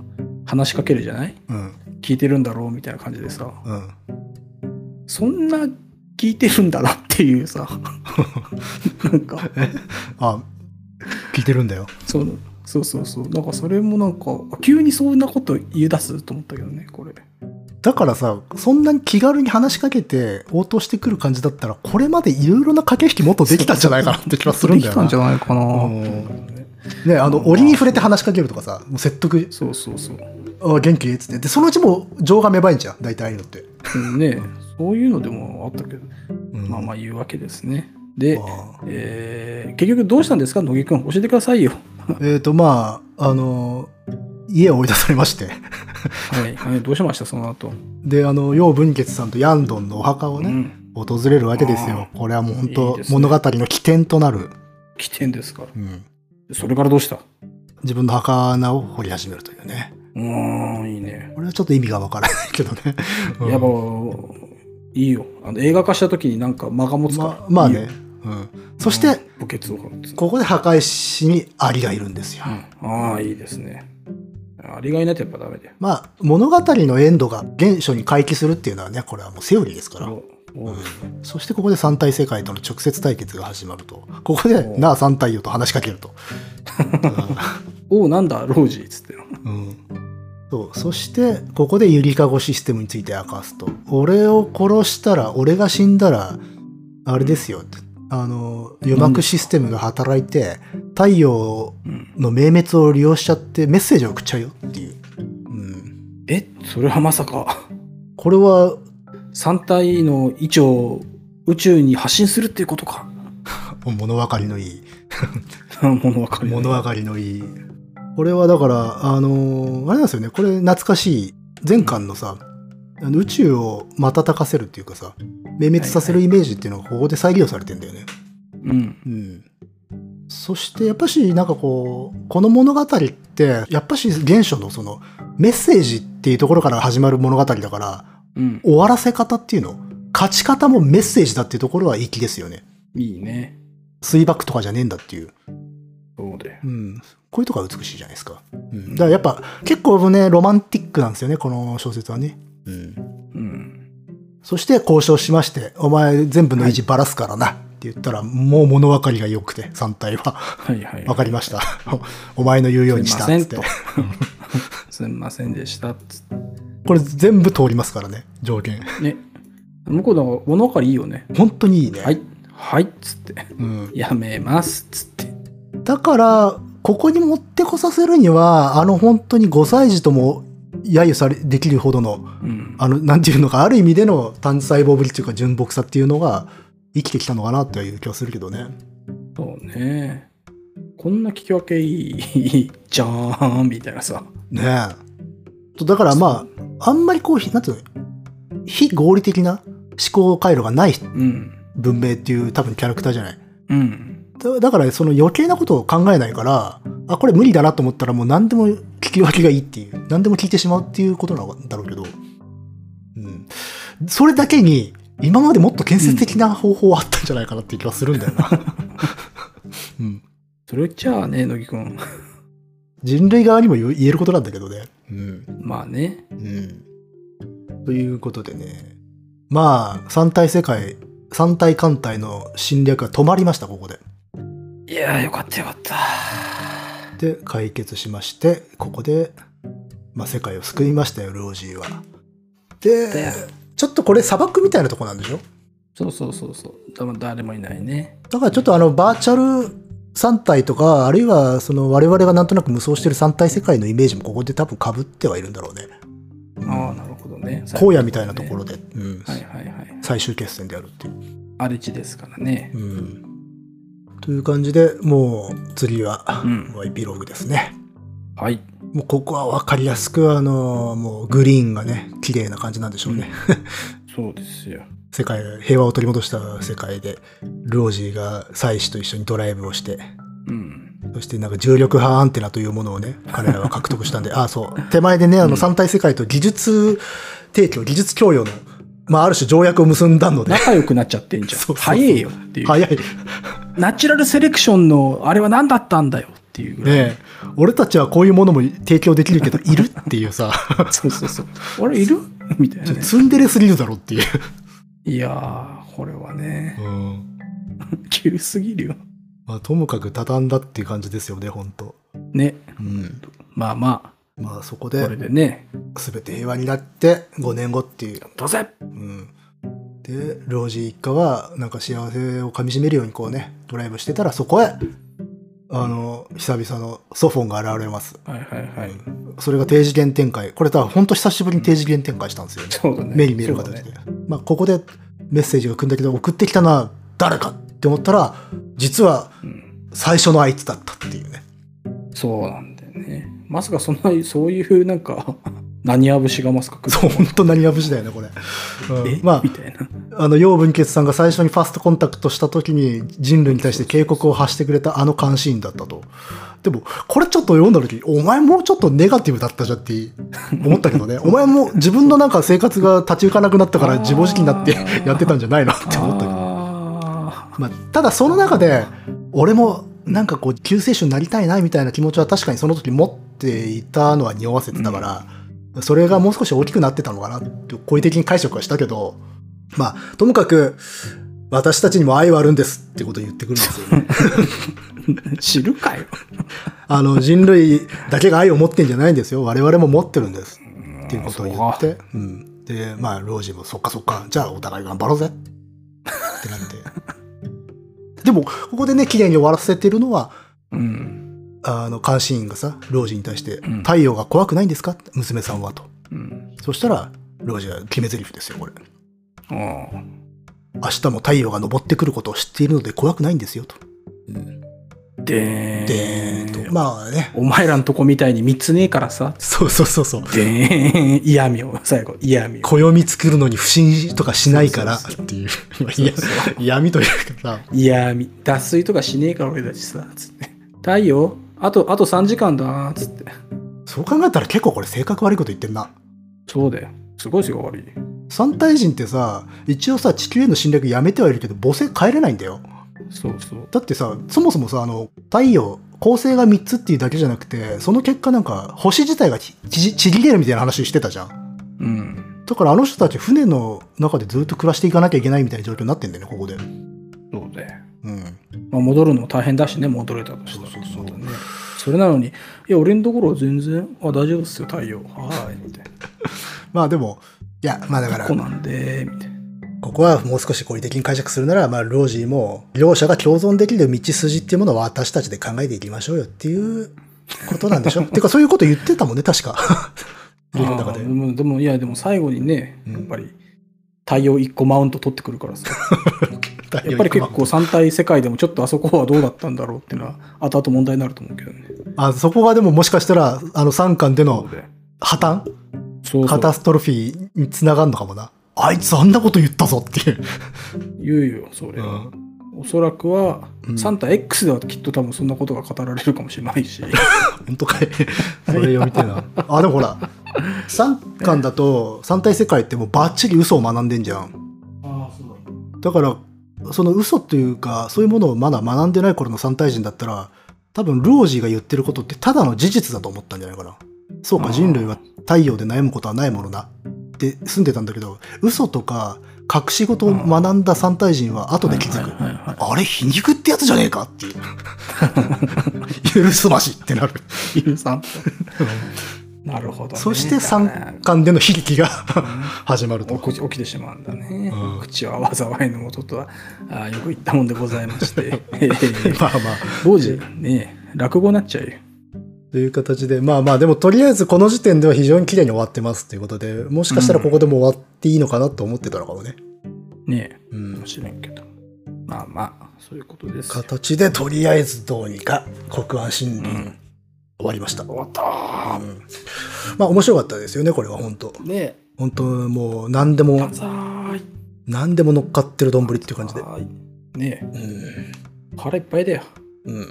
Speaker 1: 話しかけるじゃない
Speaker 2: うん。
Speaker 1: 聞いてるんだろうみたいな感じでさ
Speaker 2: うん。
Speaker 1: そんな聞いてるんだなっていう
Speaker 2: [laughs]
Speaker 1: さなんか
Speaker 2: あ、聞いてるんだよ。
Speaker 1: そうそうそうそうなんかそれもなんか急にそんなこと言い出すと思ったけどねこれ
Speaker 2: だからさ、そんなに気軽に話しかけて応答してくる感じだったら、これまでいろいろな駆け引きもっとできたんじゃないかなって気はするんだよな。
Speaker 1: できたんじゃないかな、
Speaker 2: うんね、あの、折に触れて話しかけるとかさ、もう説得、
Speaker 1: そうそうそう、
Speaker 2: あ元気っつって。で、そのうちもう情が芽生えんじゃん、大体ああいうのって。
Speaker 1: うんねそういうのでもあったけどまあま
Speaker 2: あ
Speaker 1: あ言うわけですねで、
Speaker 2: ああ
Speaker 1: えー結局どうしたんですか野木くん教えてくださいよ
Speaker 2: えっ、と、まあ、あの、家を追い出されまして。
Speaker 1: はい、はい、どうしましたその後
Speaker 2: で、あの、楊文傑さんとヤンドンのお墓を
Speaker 1: う
Speaker 2: ね、
Speaker 1: ん
Speaker 2: 訪れるわけですよ
Speaker 1: あ。
Speaker 2: これはもう本
Speaker 1: いい
Speaker 2: 当
Speaker 1: ですね
Speaker 2: 物語の起点となる。
Speaker 1: 起点ですから
Speaker 2: うん
Speaker 1: それからどうした
Speaker 2: 自分の墓穴を掘り始めるというね。
Speaker 1: うーんいいね
Speaker 2: これはちょっと意味がわからないけどね。うん
Speaker 1: やっぱいいよあの映画化した時になんか間が持つから、
Speaker 2: ままあ
Speaker 1: いい
Speaker 2: ね
Speaker 1: よ。
Speaker 2: うん、そして、
Speaker 1: うん墓穴を掘るって
Speaker 2: ここで墓石にアリがいるんですよ。
Speaker 1: うんああいいですねありがいないとやっぱダメだよ
Speaker 2: まあ、物語のエンドが原初に回帰するっていうのはね、これはもうセオリーですから。
Speaker 1: おお
Speaker 2: そしてここで三体世界との直接対決が始まると。ここで
Speaker 1: お、う
Speaker 2: なあ三体よと話しかけ
Speaker 1: [laughs]
Speaker 2: ると。
Speaker 1: おうなんだロージーっつって
Speaker 2: うんそうそして、ここでゆりかごシステムについて明かすと。俺を殺したら、俺が死んだら、あれですよって。あの、油膜システムが働いて、太陽
Speaker 1: うん
Speaker 2: の明滅を利用しちゃってメッセージを送っちゃうよっていう。うん。
Speaker 1: えそれはまさか
Speaker 2: これは、
Speaker 1: 三体の位置を宇宙に発信するっていうことか [laughs]
Speaker 2: 物分かりのいい。
Speaker 1: 物分かりだね
Speaker 2: 物分かりのいい。これはだから、あのーあれなんですよね、これ懐かしい、前巻のさ、あの宇宙を瞬かせるっていうかさ、明滅させるイメージっていうのがここで再利用されてんだよね。
Speaker 1: うん
Speaker 2: うん。そして、やっぱし、なんかこう、この物語って、やっぱし、原初のその、メッセージっていうところから始まる物語だから、
Speaker 1: うん
Speaker 2: 終わらせ方っていうの、勝ち方もメッセージだっていうところは粋ですよね。
Speaker 1: いいね
Speaker 2: 水爆とかじゃねえんだっていう。
Speaker 1: そうだよ
Speaker 2: うん、こういうとこが美しいじゃないですか。うん、だからやっぱ結構ねロマンティックなんですよねこの小説はね。うん、
Speaker 1: うん
Speaker 2: そして交渉しまして「お前全部の意地ばらすからな」って言ったらもう物分かりが良くて三体は
Speaker 1: はいはい
Speaker 2: 「分かりました」 [laughs] 「お前の言うようにした」っつっ
Speaker 1: すい
Speaker 2: て
Speaker 1: ますみませんでしたっつって
Speaker 2: これ全部通りますからね条件
Speaker 1: ね向こうだから物分かりいいよね
Speaker 2: 本当にいいね、
Speaker 1: はいはいっつって
Speaker 2: うん、
Speaker 1: やめますっつって
Speaker 2: だからここに持ってこさせるにはあの本当に5歳児とも揶揄されできるほどの
Speaker 1: うん
Speaker 2: あの、なんていうのか、ある意味での単細胞ぶりっていうか、純朴さっていうのが、生きてきたのかなという気はするけどね。
Speaker 1: そうねこんな聞き分けいいいいじゃーんみたいなさ
Speaker 2: ねえ。とだからまあ、あんまりこう、ひなんていうの、非合理的な思考回路がない
Speaker 1: うん
Speaker 2: 文明っていう多分キャラクターじゃない。
Speaker 1: うん
Speaker 2: だだから、その余計なことを考えないから、あ、これ無理だなと思ったらもう何でも聞き分けがいいっていう、何でも聞いてしまうっていうことなんだろうけど、うん。それだけに、今までもっと建設的な方法はあったんじゃないかなっていう気はするんだよな。 [laughs] うん。
Speaker 1: それじゃあね乃木くん
Speaker 2: 人類側にも言う言えることなんだけどね。うん。
Speaker 1: まあね
Speaker 2: ということでね。まあ、三体世界、三体艦隊の侵略が止まりました、ここで。
Speaker 1: いやーよかったよかった
Speaker 2: で、解決しまして、ここで、まあ、世界を救いましたよ、ルオジーは。
Speaker 1: だ
Speaker 2: で
Speaker 1: よ、
Speaker 2: ちょっとこれ砂漠みたいなとこなんでしょ
Speaker 1: そうそうそうそう多分誰もいないね
Speaker 2: だからちょっとあの、バーチャル三体とか、あるいはその我々がなんとなく無双してる三体世界のイメージもここで多分被ってはいるんだろうね。
Speaker 1: ああなるほどね。
Speaker 2: 荒野みたいなところ
Speaker 1: で。
Speaker 2: で、うん
Speaker 1: はいはいはい。
Speaker 2: 最終決戦であるっていう。
Speaker 1: 荒れ地ですからね。
Speaker 2: うん、という感じでもう次は、
Speaker 1: うん
Speaker 2: もうエピローグですね。
Speaker 1: はい。
Speaker 2: もうここは分かりやすく、あのもうグリーンがね、綺麗な感じなんでしょうね。
Speaker 1: そうですよ。
Speaker 2: 世界、平和を取り戻した世界で、ルオジーが妻子と一緒にドライブをして、
Speaker 1: うん。
Speaker 2: そしてなんか重力波アンテナというものをね、彼らは獲得し
Speaker 1: [laughs]
Speaker 2: たんで、ああ、そう。手前でね、あの、三大世界と技術提供、技術供与の、まあ、ある種条約を結んだの
Speaker 1: [laughs]
Speaker 2: で、
Speaker 1: 仲良くなっちゃってんじゃ
Speaker 2: そ
Speaker 1: ん。
Speaker 2: うそうそう
Speaker 1: 早えよっていう。
Speaker 2: 早い。
Speaker 1: ナチュラルセレクションのあれは何だったんだよっていうぐらい。
Speaker 2: ねえ俺たちはこういうものも提供できるけど、いるってい
Speaker 1: [laughs]
Speaker 2: うさ、
Speaker 1: そうそうそう。あれい [laughs] るみたいなね。
Speaker 2: ツンデレすぎるだ
Speaker 1: [laughs]
Speaker 2: ろっていう。
Speaker 1: いやー、これはね、
Speaker 2: うん
Speaker 1: 急すぎるよ。
Speaker 2: まあ、ともかく畳んだっていう感じですよね、本当。
Speaker 1: ね。
Speaker 2: うん。
Speaker 1: まあま
Speaker 2: まあ、そこ
Speaker 1: あ、これ
Speaker 2: で、
Speaker 1: でね、
Speaker 2: すべて平和になって、5年後っていう。
Speaker 1: どうせ
Speaker 2: うん。で、老人一家は、なんか幸せをかみしめるようにこうね、ドライブしてたら、そこへ、あの、久々のソフォンが現れます。
Speaker 1: はいはいはい。
Speaker 2: うんそれが低次元展開。これ、だ、ほんと久しぶりに低次元展開したんですよね。
Speaker 1: そうだね。
Speaker 2: 目に見える形で。
Speaker 1: そうだね
Speaker 2: まあ、ここでメッセージが来るんだけど、送ってきたのは誰かって思ったら、実は
Speaker 1: うん
Speaker 2: 最初のあいつだったっていうね。
Speaker 1: そうなんだよね。まさかそんな、そういうなんか、何やぶしがますか来る
Speaker 2: そう、本当何が無事だよね、これ。うん
Speaker 1: え
Speaker 2: ま
Speaker 1: みたいな。
Speaker 2: あ、あの、楊文傑さんが最初にファーストコンタクトした時に人類に対して警告を発してくれたあの監視員だったと。でも、これちょっと読んだ時、お前もうちょっとネガティブだったじゃんって思ったけどね、お前も自分のなんか生活が立ち行かなくなったから自暴自棄になってやってたんじゃないのって思ったけど。
Speaker 1: あ
Speaker 2: まあ、ただその中で、俺もなんかこう、救世主になりたいなみたいな気持ちは確かにその時持っていたのは匂わせてたから、それがもう少し大きくなってたのかなって、好意的に解釈はしたけど、まあ、ともかく、私たちにも愛はあるんですってことを言ってくるんですよね。
Speaker 1: ー [laughs] 知るかよ。
Speaker 2: あの、人類だけが愛を持ってんじゃないんですよ。我々も持ってるんです。っていうことを言って、うん。で、まあ、ロージも、そっかそっか、じゃあお互い頑張ろうぜ。ってなって。でも、ここでね、綺麗に終わらせてるのは、
Speaker 1: うん。
Speaker 2: あの、監視員がさ、ロージに対して、
Speaker 1: ん
Speaker 2: 太陽が怖くないんですか娘さんはと。
Speaker 1: うん。
Speaker 2: そしたら、ロージが決め台詞ですよ、これ。
Speaker 1: ああ。
Speaker 2: 明日も太陽が昇ってくることを知っているので怖くないんですよ、と。
Speaker 1: でー
Speaker 2: で
Speaker 1: ん
Speaker 2: ーんと。まあね。
Speaker 1: お前らのとこみたいに3つねえからさ。
Speaker 2: そうそうそうそう。
Speaker 1: でーん。嫌味を、最後、嫌味を。
Speaker 2: 暦作るのに不審とかしないから
Speaker 1: そう
Speaker 2: っていう、いや闇というかさ、
Speaker 1: 嫌味。脱水とかしねえから俺たちさ。つって。太陽あと、あと3時間だな。つって。
Speaker 2: そう考えたら結構これ性格悪いこと言ってんな。
Speaker 1: そうだよ。すごいすごい悪い。
Speaker 2: 三大人ってさ、一応さ、地球への侵略やめてはいるけど、母性帰れないんだよ。
Speaker 1: そうそう。
Speaker 2: だってさ、そもそもさ、あの、太陽、恒星が3つっていうだけじゃなくて、その結果なんか、星自体がちちちぎれるみたいな話してたじゃん。
Speaker 1: うん。
Speaker 2: だからあの人たち船の中でずっと暮らしていかなきゃいけないみたいな状況になってんだよね、ここで。
Speaker 1: そうだよ。
Speaker 2: うん。
Speaker 1: まあ、戻るのも大変だしね、戻れたとしても
Speaker 2: そうそうそう
Speaker 1: またねそれなのに、いや、俺のところは全然、あ、大丈夫っすよ、太陽。はーい、みたい
Speaker 2: まあでも、いや、まあだか
Speaker 1: な。
Speaker 2: ら
Speaker 1: こ、なんで、みたいな。
Speaker 2: ここはもう少し合理的に解釈するなら、まあ、ロージーも、両者が共存できる道筋っていうものは私たちで考えていきましょうよっていうことなんでしょてか、そういうこと言ってたもんね、確か。 [laughs] 自分の中
Speaker 1: あー
Speaker 2: で
Speaker 1: で。も、でもいや、でも最後にね、
Speaker 2: うん
Speaker 1: やっぱり、太陽1個マウント取ってくるからさ。やっぱり結構、三体世界でもちょっとあそこはどうだったんだろうっていうのは、後々問題になると思うけどね。
Speaker 2: あそこがでももしかしたら、あの三巻で
Speaker 1: そ
Speaker 2: の
Speaker 1: うで
Speaker 2: 破綻
Speaker 1: そうそ
Speaker 2: カ
Speaker 1: う
Speaker 2: タストロフィーにつながるのかもな。あいつあんなこと言ったぞっていう。
Speaker 1: 言うよ、それは。おそらくは、
Speaker 2: うん
Speaker 1: サンタ X ではきっと多分そんなことが語られるかもしれない
Speaker 2: [laughs]
Speaker 1: し。
Speaker 2: 本当かいそれ読みてえな。 [laughs] あ、でもほら、三巻だと、三体世界ってもうバッチリ嘘を学んでんじゃん。
Speaker 1: ああ、そうだ。
Speaker 2: だからその嘘というかそういうものをまだ学んでない頃の三大人だったら多分ルオージーが言ってることってただの事実だと思ったんじゃないかなそう
Speaker 1: あ
Speaker 2: か
Speaker 1: ー
Speaker 2: 人類は太陽で悩むことはないものだって住んでたんだけど嘘とか隠し事を学んだ三大人は後で気づく
Speaker 1: はいはいはいはい
Speaker 2: あれ皮肉ってやつじゃねえかっていう [laughs] 許すま
Speaker 1: [laughs]
Speaker 2: しってなる
Speaker 1: 許さん。なるほど、ね。
Speaker 2: そし
Speaker 1: だ
Speaker 2: て
Speaker 1: から
Speaker 2: 三巻での悲劇が [laughs] 始まると
Speaker 1: 起き起きてしまうんだね。
Speaker 2: うん
Speaker 1: 口は災いのもととはあーよく言 [laughs] ったもんでございまして。えー
Speaker 2: まあまあ
Speaker 1: 当時ね、落語になっちゃうよ。
Speaker 2: という形で、まあまあ、でもとりあえずこの時点では非常に綺麗に終わってますということで、もしかしたらここでも終わっていいのかなと思ってたのかもね。
Speaker 1: ねえ、
Speaker 2: う
Speaker 1: か
Speaker 2: ん
Speaker 1: も。しれんけど。まあまあ、そういうことですよ。
Speaker 2: 形でとりあえずどうにか国安
Speaker 1: う
Speaker 2: 森林
Speaker 1: ん。
Speaker 2: 終わりました。
Speaker 1: 終わったー
Speaker 2: まあ面白かったですよね、これは本当
Speaker 1: ね
Speaker 2: 本当もう何で
Speaker 1: え、
Speaker 2: も
Speaker 1: 万、歳
Speaker 2: 何でも乗っかってる丼っていう感じで。
Speaker 1: はーいねえ、
Speaker 2: うん。
Speaker 1: 腹いっぱいだよ。
Speaker 2: うん。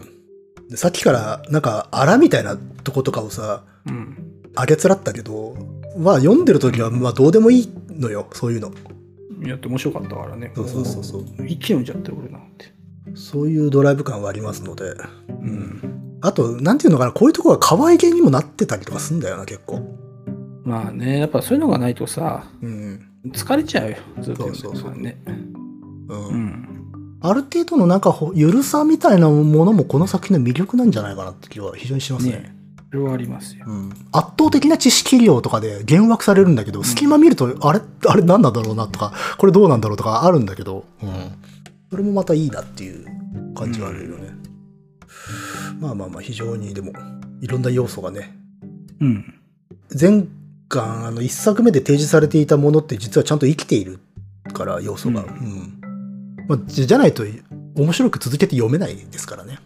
Speaker 2: でさっきから、なんか、荒みたいなとことかをさ、
Speaker 1: うん。
Speaker 2: あげつらったけど、まあ読んでる時は、まあどうでもいいのよ、そういうの。
Speaker 1: やって面白かったからね。
Speaker 2: そうそうそうそう。
Speaker 1: 一気に飲んじゃって俺なんて。
Speaker 2: そういうドライブ感はありますので。
Speaker 1: うん。
Speaker 2: あと、なんていうのかな、こういうとこが可愛げにもなってたりとかすんだよな、結構。
Speaker 1: まあね、やっぱそういうのがないとさ、
Speaker 2: うん。
Speaker 1: 疲れちゃうよ、ずっと読んで
Speaker 2: そ
Speaker 1: る
Speaker 2: うそうそう
Speaker 1: からね。
Speaker 2: うん。
Speaker 1: うん。
Speaker 2: ある程度のなんか、ほゆるさみたいなものもこの作品の魅力なんじゃないかなって気は非常にしますね。
Speaker 1: ねそれはありますよ。
Speaker 2: うん、圧倒的な知識量とかで幻惑されるんだけど、隙間見ると、あれ、 [laughs] あれ何なんだろうなとか、これどうなんだろうとかあるんだけど、うん。それもまたいいなっていう感じはあるよね。まあまあまあ、非常にでも、いろんな要素がね、
Speaker 1: うん。
Speaker 2: 前巻、あの、一作目で提示されていたものって実はちゃんと生きているから、要素が。
Speaker 1: う
Speaker 2: うんん。まあ、じゃじゃないと、面白く続けて読めないですからね。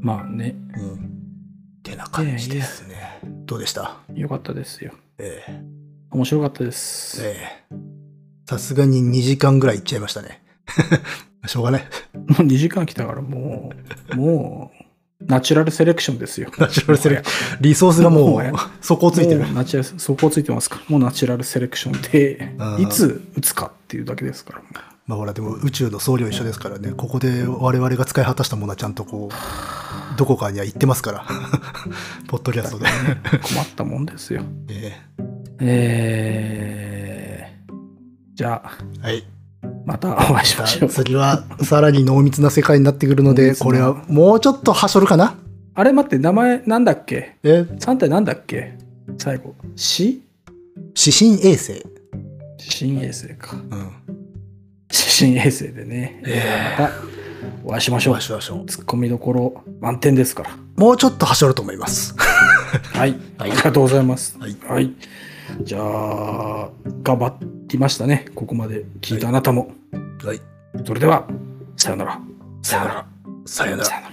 Speaker 1: まあね、
Speaker 2: うん。ってな感じですね。どうでした
Speaker 1: よかったですよ。
Speaker 2: ええ
Speaker 1: 面白かったです。
Speaker 2: ええさすがに2時間ぐらいいっちゃいましたね。 [laughs] しょうがない。
Speaker 1: もう2時間来たからもう、もう、ナチュラルセレクションですよ。
Speaker 2: ナチュラルセレクリソースが
Speaker 1: も
Speaker 2: も
Speaker 1: うや
Speaker 2: う、底をついてる
Speaker 1: も。うナチュラル、そこついてますから。もうナチュラルセレクションで
Speaker 2: あ、ー
Speaker 1: いつ打つかっていうだけですから。
Speaker 2: まあほら、でも宇宙の総量一緒ですからね、ここで我々が使い果たしたものはちゃんとこう、どこかには行ってますから。 [laughs] ポッドキャストで。
Speaker 1: 困ったもんですよ。
Speaker 2: え
Speaker 1: えー、じゃあ、
Speaker 2: えはい。
Speaker 1: またお会いしましょう。
Speaker 2: 次は、 [laughs] さらに濃密な世界になってくるの
Speaker 1: 濃
Speaker 2: で、
Speaker 1: 密な
Speaker 2: これはもうちょっとはしょるかな
Speaker 1: あれ待って、名前なんだっけ
Speaker 2: え
Speaker 1: ?3 体なんだっけ最後。し
Speaker 2: 指針衛星。
Speaker 1: 新衛星か。
Speaker 2: うん。
Speaker 1: 新衛星でね。えーまたお会いしましょう
Speaker 2: は。しょはしょ
Speaker 1: ツッコミどころ満点ですから。
Speaker 2: もうちょっとはしょると思います。
Speaker 1: はい。
Speaker 2: はい
Speaker 1: ありがとうございます。
Speaker 2: はい
Speaker 1: はい。じゃあ、頑張ってましたね。ここまで聞いたあなたも。
Speaker 2: はい。
Speaker 1: それでは、さよなら。
Speaker 2: さよなら。さよなら
Speaker 1: さ。よなら。